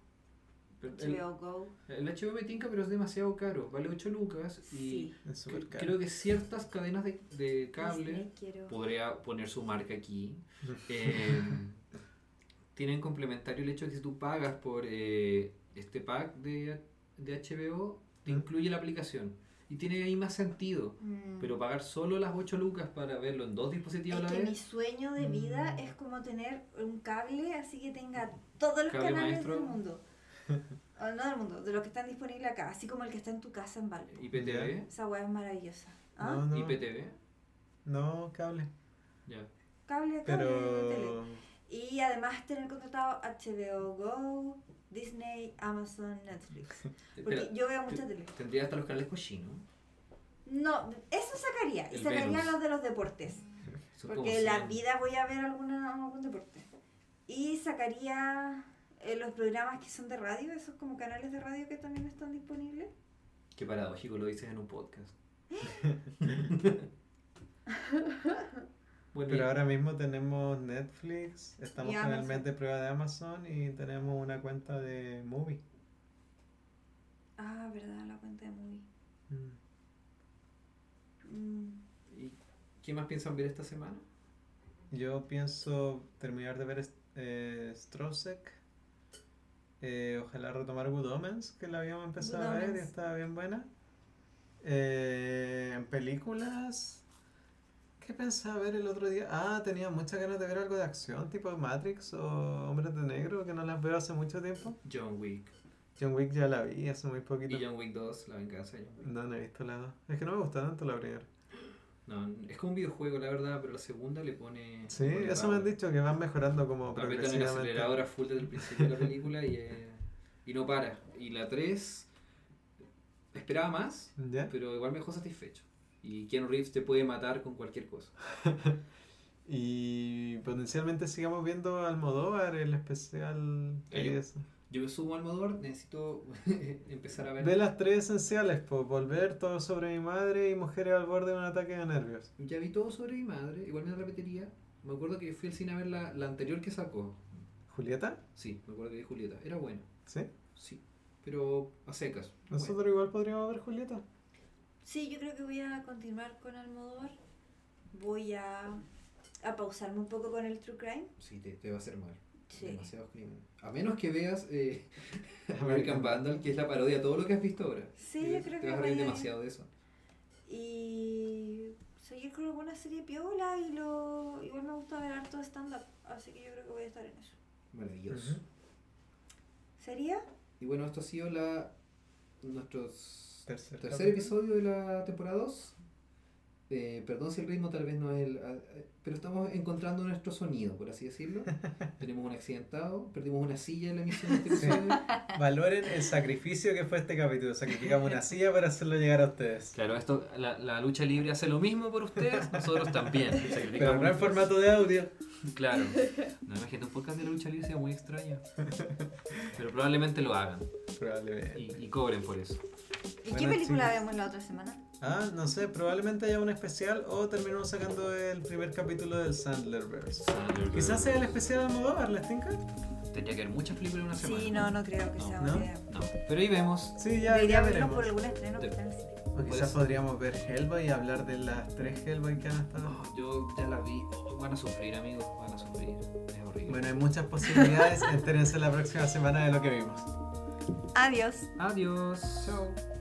Speaker 3: Pero el-
Speaker 1: HBO Go.
Speaker 3: El HBO me tinca, pero es demasiado caro. Vale 8 lucas y
Speaker 1: Sí.
Speaker 2: Es
Speaker 3: cre-
Speaker 2: súper caro.
Speaker 3: creo que ciertas cadenas de, de cable
Speaker 1: Disney quiero.
Speaker 3: podría poner su marca aquí. eh, tienen complementario el hecho de que si tú pagas por eh, este pack de, de HBO, te
Speaker 2: ¿Mm?
Speaker 3: incluye la aplicación. Y tiene ahí más sentido.
Speaker 1: Mm.
Speaker 3: Pero pagar solo las 8 lucas para verlo en dos dispositivos a
Speaker 1: Es
Speaker 3: la
Speaker 1: que mi
Speaker 3: vez.
Speaker 1: sueño de vida
Speaker 2: Mm.
Speaker 1: es como tener un cable así que tenga todos los
Speaker 3: Cable
Speaker 1: canales
Speaker 3: maestro.
Speaker 1: del mundo. O no del mundo, de los que están disponibles acá, así como el que está en tu casa en Valpo.
Speaker 3: IPTV.
Speaker 1: Esa weá es maravillosa. ¿Ah?
Speaker 2: No, no,
Speaker 3: IPTV.
Speaker 2: no, cable.
Speaker 3: Ya.
Speaker 1: Cable, cable, tele.
Speaker 2: Pero...
Speaker 1: Y además tener contratado HBO Go, Disney, Amazon, Netflix. Porque
Speaker 3: Espera,
Speaker 1: yo veo
Speaker 3: te-
Speaker 1: mucha tele.
Speaker 3: Tendría hasta los canales cochinos.
Speaker 1: No, eso sacaría. Y
Speaker 3: El
Speaker 1: sacaría
Speaker 3: Venus.
Speaker 1: los de los deportes.
Speaker 3: Son como
Speaker 1: Porque la
Speaker 3: 100.
Speaker 1: vida voy a ver alguna, algún deporte. Y sacaría eh, los programas que son de radio, esos como canales de radio que también están disponibles.
Speaker 3: Qué paradójico lo dices en un podcast. bueno,
Speaker 2: Pero ahora mismo tenemos Netflix, estamos
Speaker 1: Y
Speaker 2: con el
Speaker 1: Amazon.
Speaker 2: mes de prueba de Amazon y tenemos una cuenta de Movie.
Speaker 1: Ah, verdad, la cuenta de Movie. Mm,
Speaker 3: ¿y qué más piensan ver esta semana?
Speaker 2: Yo pienso terminar de ver eh, Strosek. Eh, ojalá retomar Good Omens, que la habíamos empezado
Speaker 1: Good
Speaker 2: a ver y
Speaker 1: Omens.
Speaker 2: estaba bien buena. Eh, en películas. ¿Qué pensaba ver el otro día? Ah, tenía muchas ganas de ver algo de acción, tipo Matrix o Hombres de Negro, que no las veo hace mucho tiempo.
Speaker 3: John Wick.
Speaker 2: John Wick ya la vi hace muy poquito.
Speaker 3: Y John Wick 2, la venganza de John Wick.
Speaker 2: No, no he visto la dos. Es que no me gusta tanto la primera.
Speaker 3: No, es como un videojuego, la verdad, pero la segunda le pone.
Speaker 2: Sí,
Speaker 3: le pone
Speaker 2: eso me han
Speaker 3: power.
Speaker 2: dicho, que van mejorando como
Speaker 3: Apretan el
Speaker 2: progresivamente.
Speaker 3: acelerador a full desde el principio de la película y, eh, y no para. Y la 3, esperaba más,
Speaker 2: ¿Ya?
Speaker 3: pero igual me dejó satisfecho. Y Keanu Reeves te puede matar con cualquier cosa.
Speaker 2: Y potencialmente sigamos viendo Almodóvar, el especial.
Speaker 3: Eh,
Speaker 2: y
Speaker 3: yo-
Speaker 2: eso.
Speaker 3: Yo me subo al Almodóvar, necesito empezar a ver.
Speaker 2: Ve las tres esenciales, pues volver todo sobre mi madre y mujeres al borde de un ataque de nervios.
Speaker 3: Ya vi todo sobre mi madre, igual me la repetiría. Me acuerdo que fui al cine a ver la, la anterior que sacó.
Speaker 2: ¿Julieta?
Speaker 3: Sí, me acuerdo que vi Julieta. Era buena,
Speaker 2: ¿Sí?
Speaker 3: sí. Pero a secas.
Speaker 2: Nosotros
Speaker 3: Bueno,
Speaker 2: igual podríamos ver Julieta.
Speaker 1: Sí, yo creo que voy a continuar con Almodóvar. Voy a, a pausarme un poco con el True Crime.
Speaker 3: Sí, te, te va a hacer mal.
Speaker 1: Sí.
Speaker 3: Demasiados crímenes. A menos que veas eh, American Vandal, que es la parodia de todo lo que has visto ahora.
Speaker 1: Sí,
Speaker 3: Y
Speaker 1: yo
Speaker 3: es-
Speaker 1: creo
Speaker 3: te
Speaker 1: que
Speaker 3: vas a
Speaker 1: voy
Speaker 3: reír
Speaker 1: a ir.
Speaker 3: demasiado de eso.
Speaker 1: Y seguir con alguna serie piola y lo igual me gusta ver harto stand-up, así que yo creo que voy a estar en eso.
Speaker 3: Maravilloso.
Speaker 2: Ujú.
Speaker 1: ¿Sería?
Speaker 3: Y bueno, esto ha sido la nuestro
Speaker 2: Tercer
Speaker 3: tercer
Speaker 2: capítulo.
Speaker 3: episodio de la temporada 2. Eh, perdón si el ritmo tal vez no es el... a- a- Pero estamos encontrando nuestro sonido, por así decirlo. Tenemos un accidentado, perdimos una silla en la emisión de
Speaker 2: Sí.
Speaker 3: este episodio.
Speaker 2: Valoren el sacrificio que fue este capítulo. Sacrificamos una silla para hacerlo llegar a ustedes.
Speaker 3: Claro, esto, la, la lucha libre hace lo mismo por ustedes, nosotros también.
Speaker 2: Pero no en formato de audio.
Speaker 3: Claro. No imagino un podcast de la lucha libre sea muy extraño. Pero probablemente lo hagan
Speaker 2: Probablemente.
Speaker 3: y, y cobren por eso.
Speaker 1: ¿Y qué
Speaker 2: Bueno,
Speaker 1: película
Speaker 2: chicos.
Speaker 1: vemos la otra semana?
Speaker 2: Ah, no sé, probablemente haya un especial o terminemos sacando el primer capítulo del Sandlerverse. Quizás sea el especial de Almodóvar, ¿les tinca?
Speaker 3: Ah, Tendría que haber muchas películas en una semana.
Speaker 1: Sí, no, no creo que
Speaker 3: No,
Speaker 1: sea
Speaker 2: ¿no?
Speaker 1: buena idea.
Speaker 3: No, pero ahí vemos.
Speaker 2: Sí, ya, ya
Speaker 1: Debería verlo por
Speaker 2: veremos.
Speaker 1: algún estreno que
Speaker 3: De-
Speaker 1: está en el cine.
Speaker 2: O quizás
Speaker 3: Pues-
Speaker 2: podríamos ver Hellboy y hablar de las tres Hellboy que han estado.
Speaker 3: Oh, yo ya la vi. Oh, van a sufrir, amigos. Van a sufrir. Es horrible.
Speaker 2: Bueno, hay muchas posibilidades. Entérense la próxima semana de lo que vimos.
Speaker 1: Adiós.
Speaker 3: Adiós.
Speaker 2: Chao.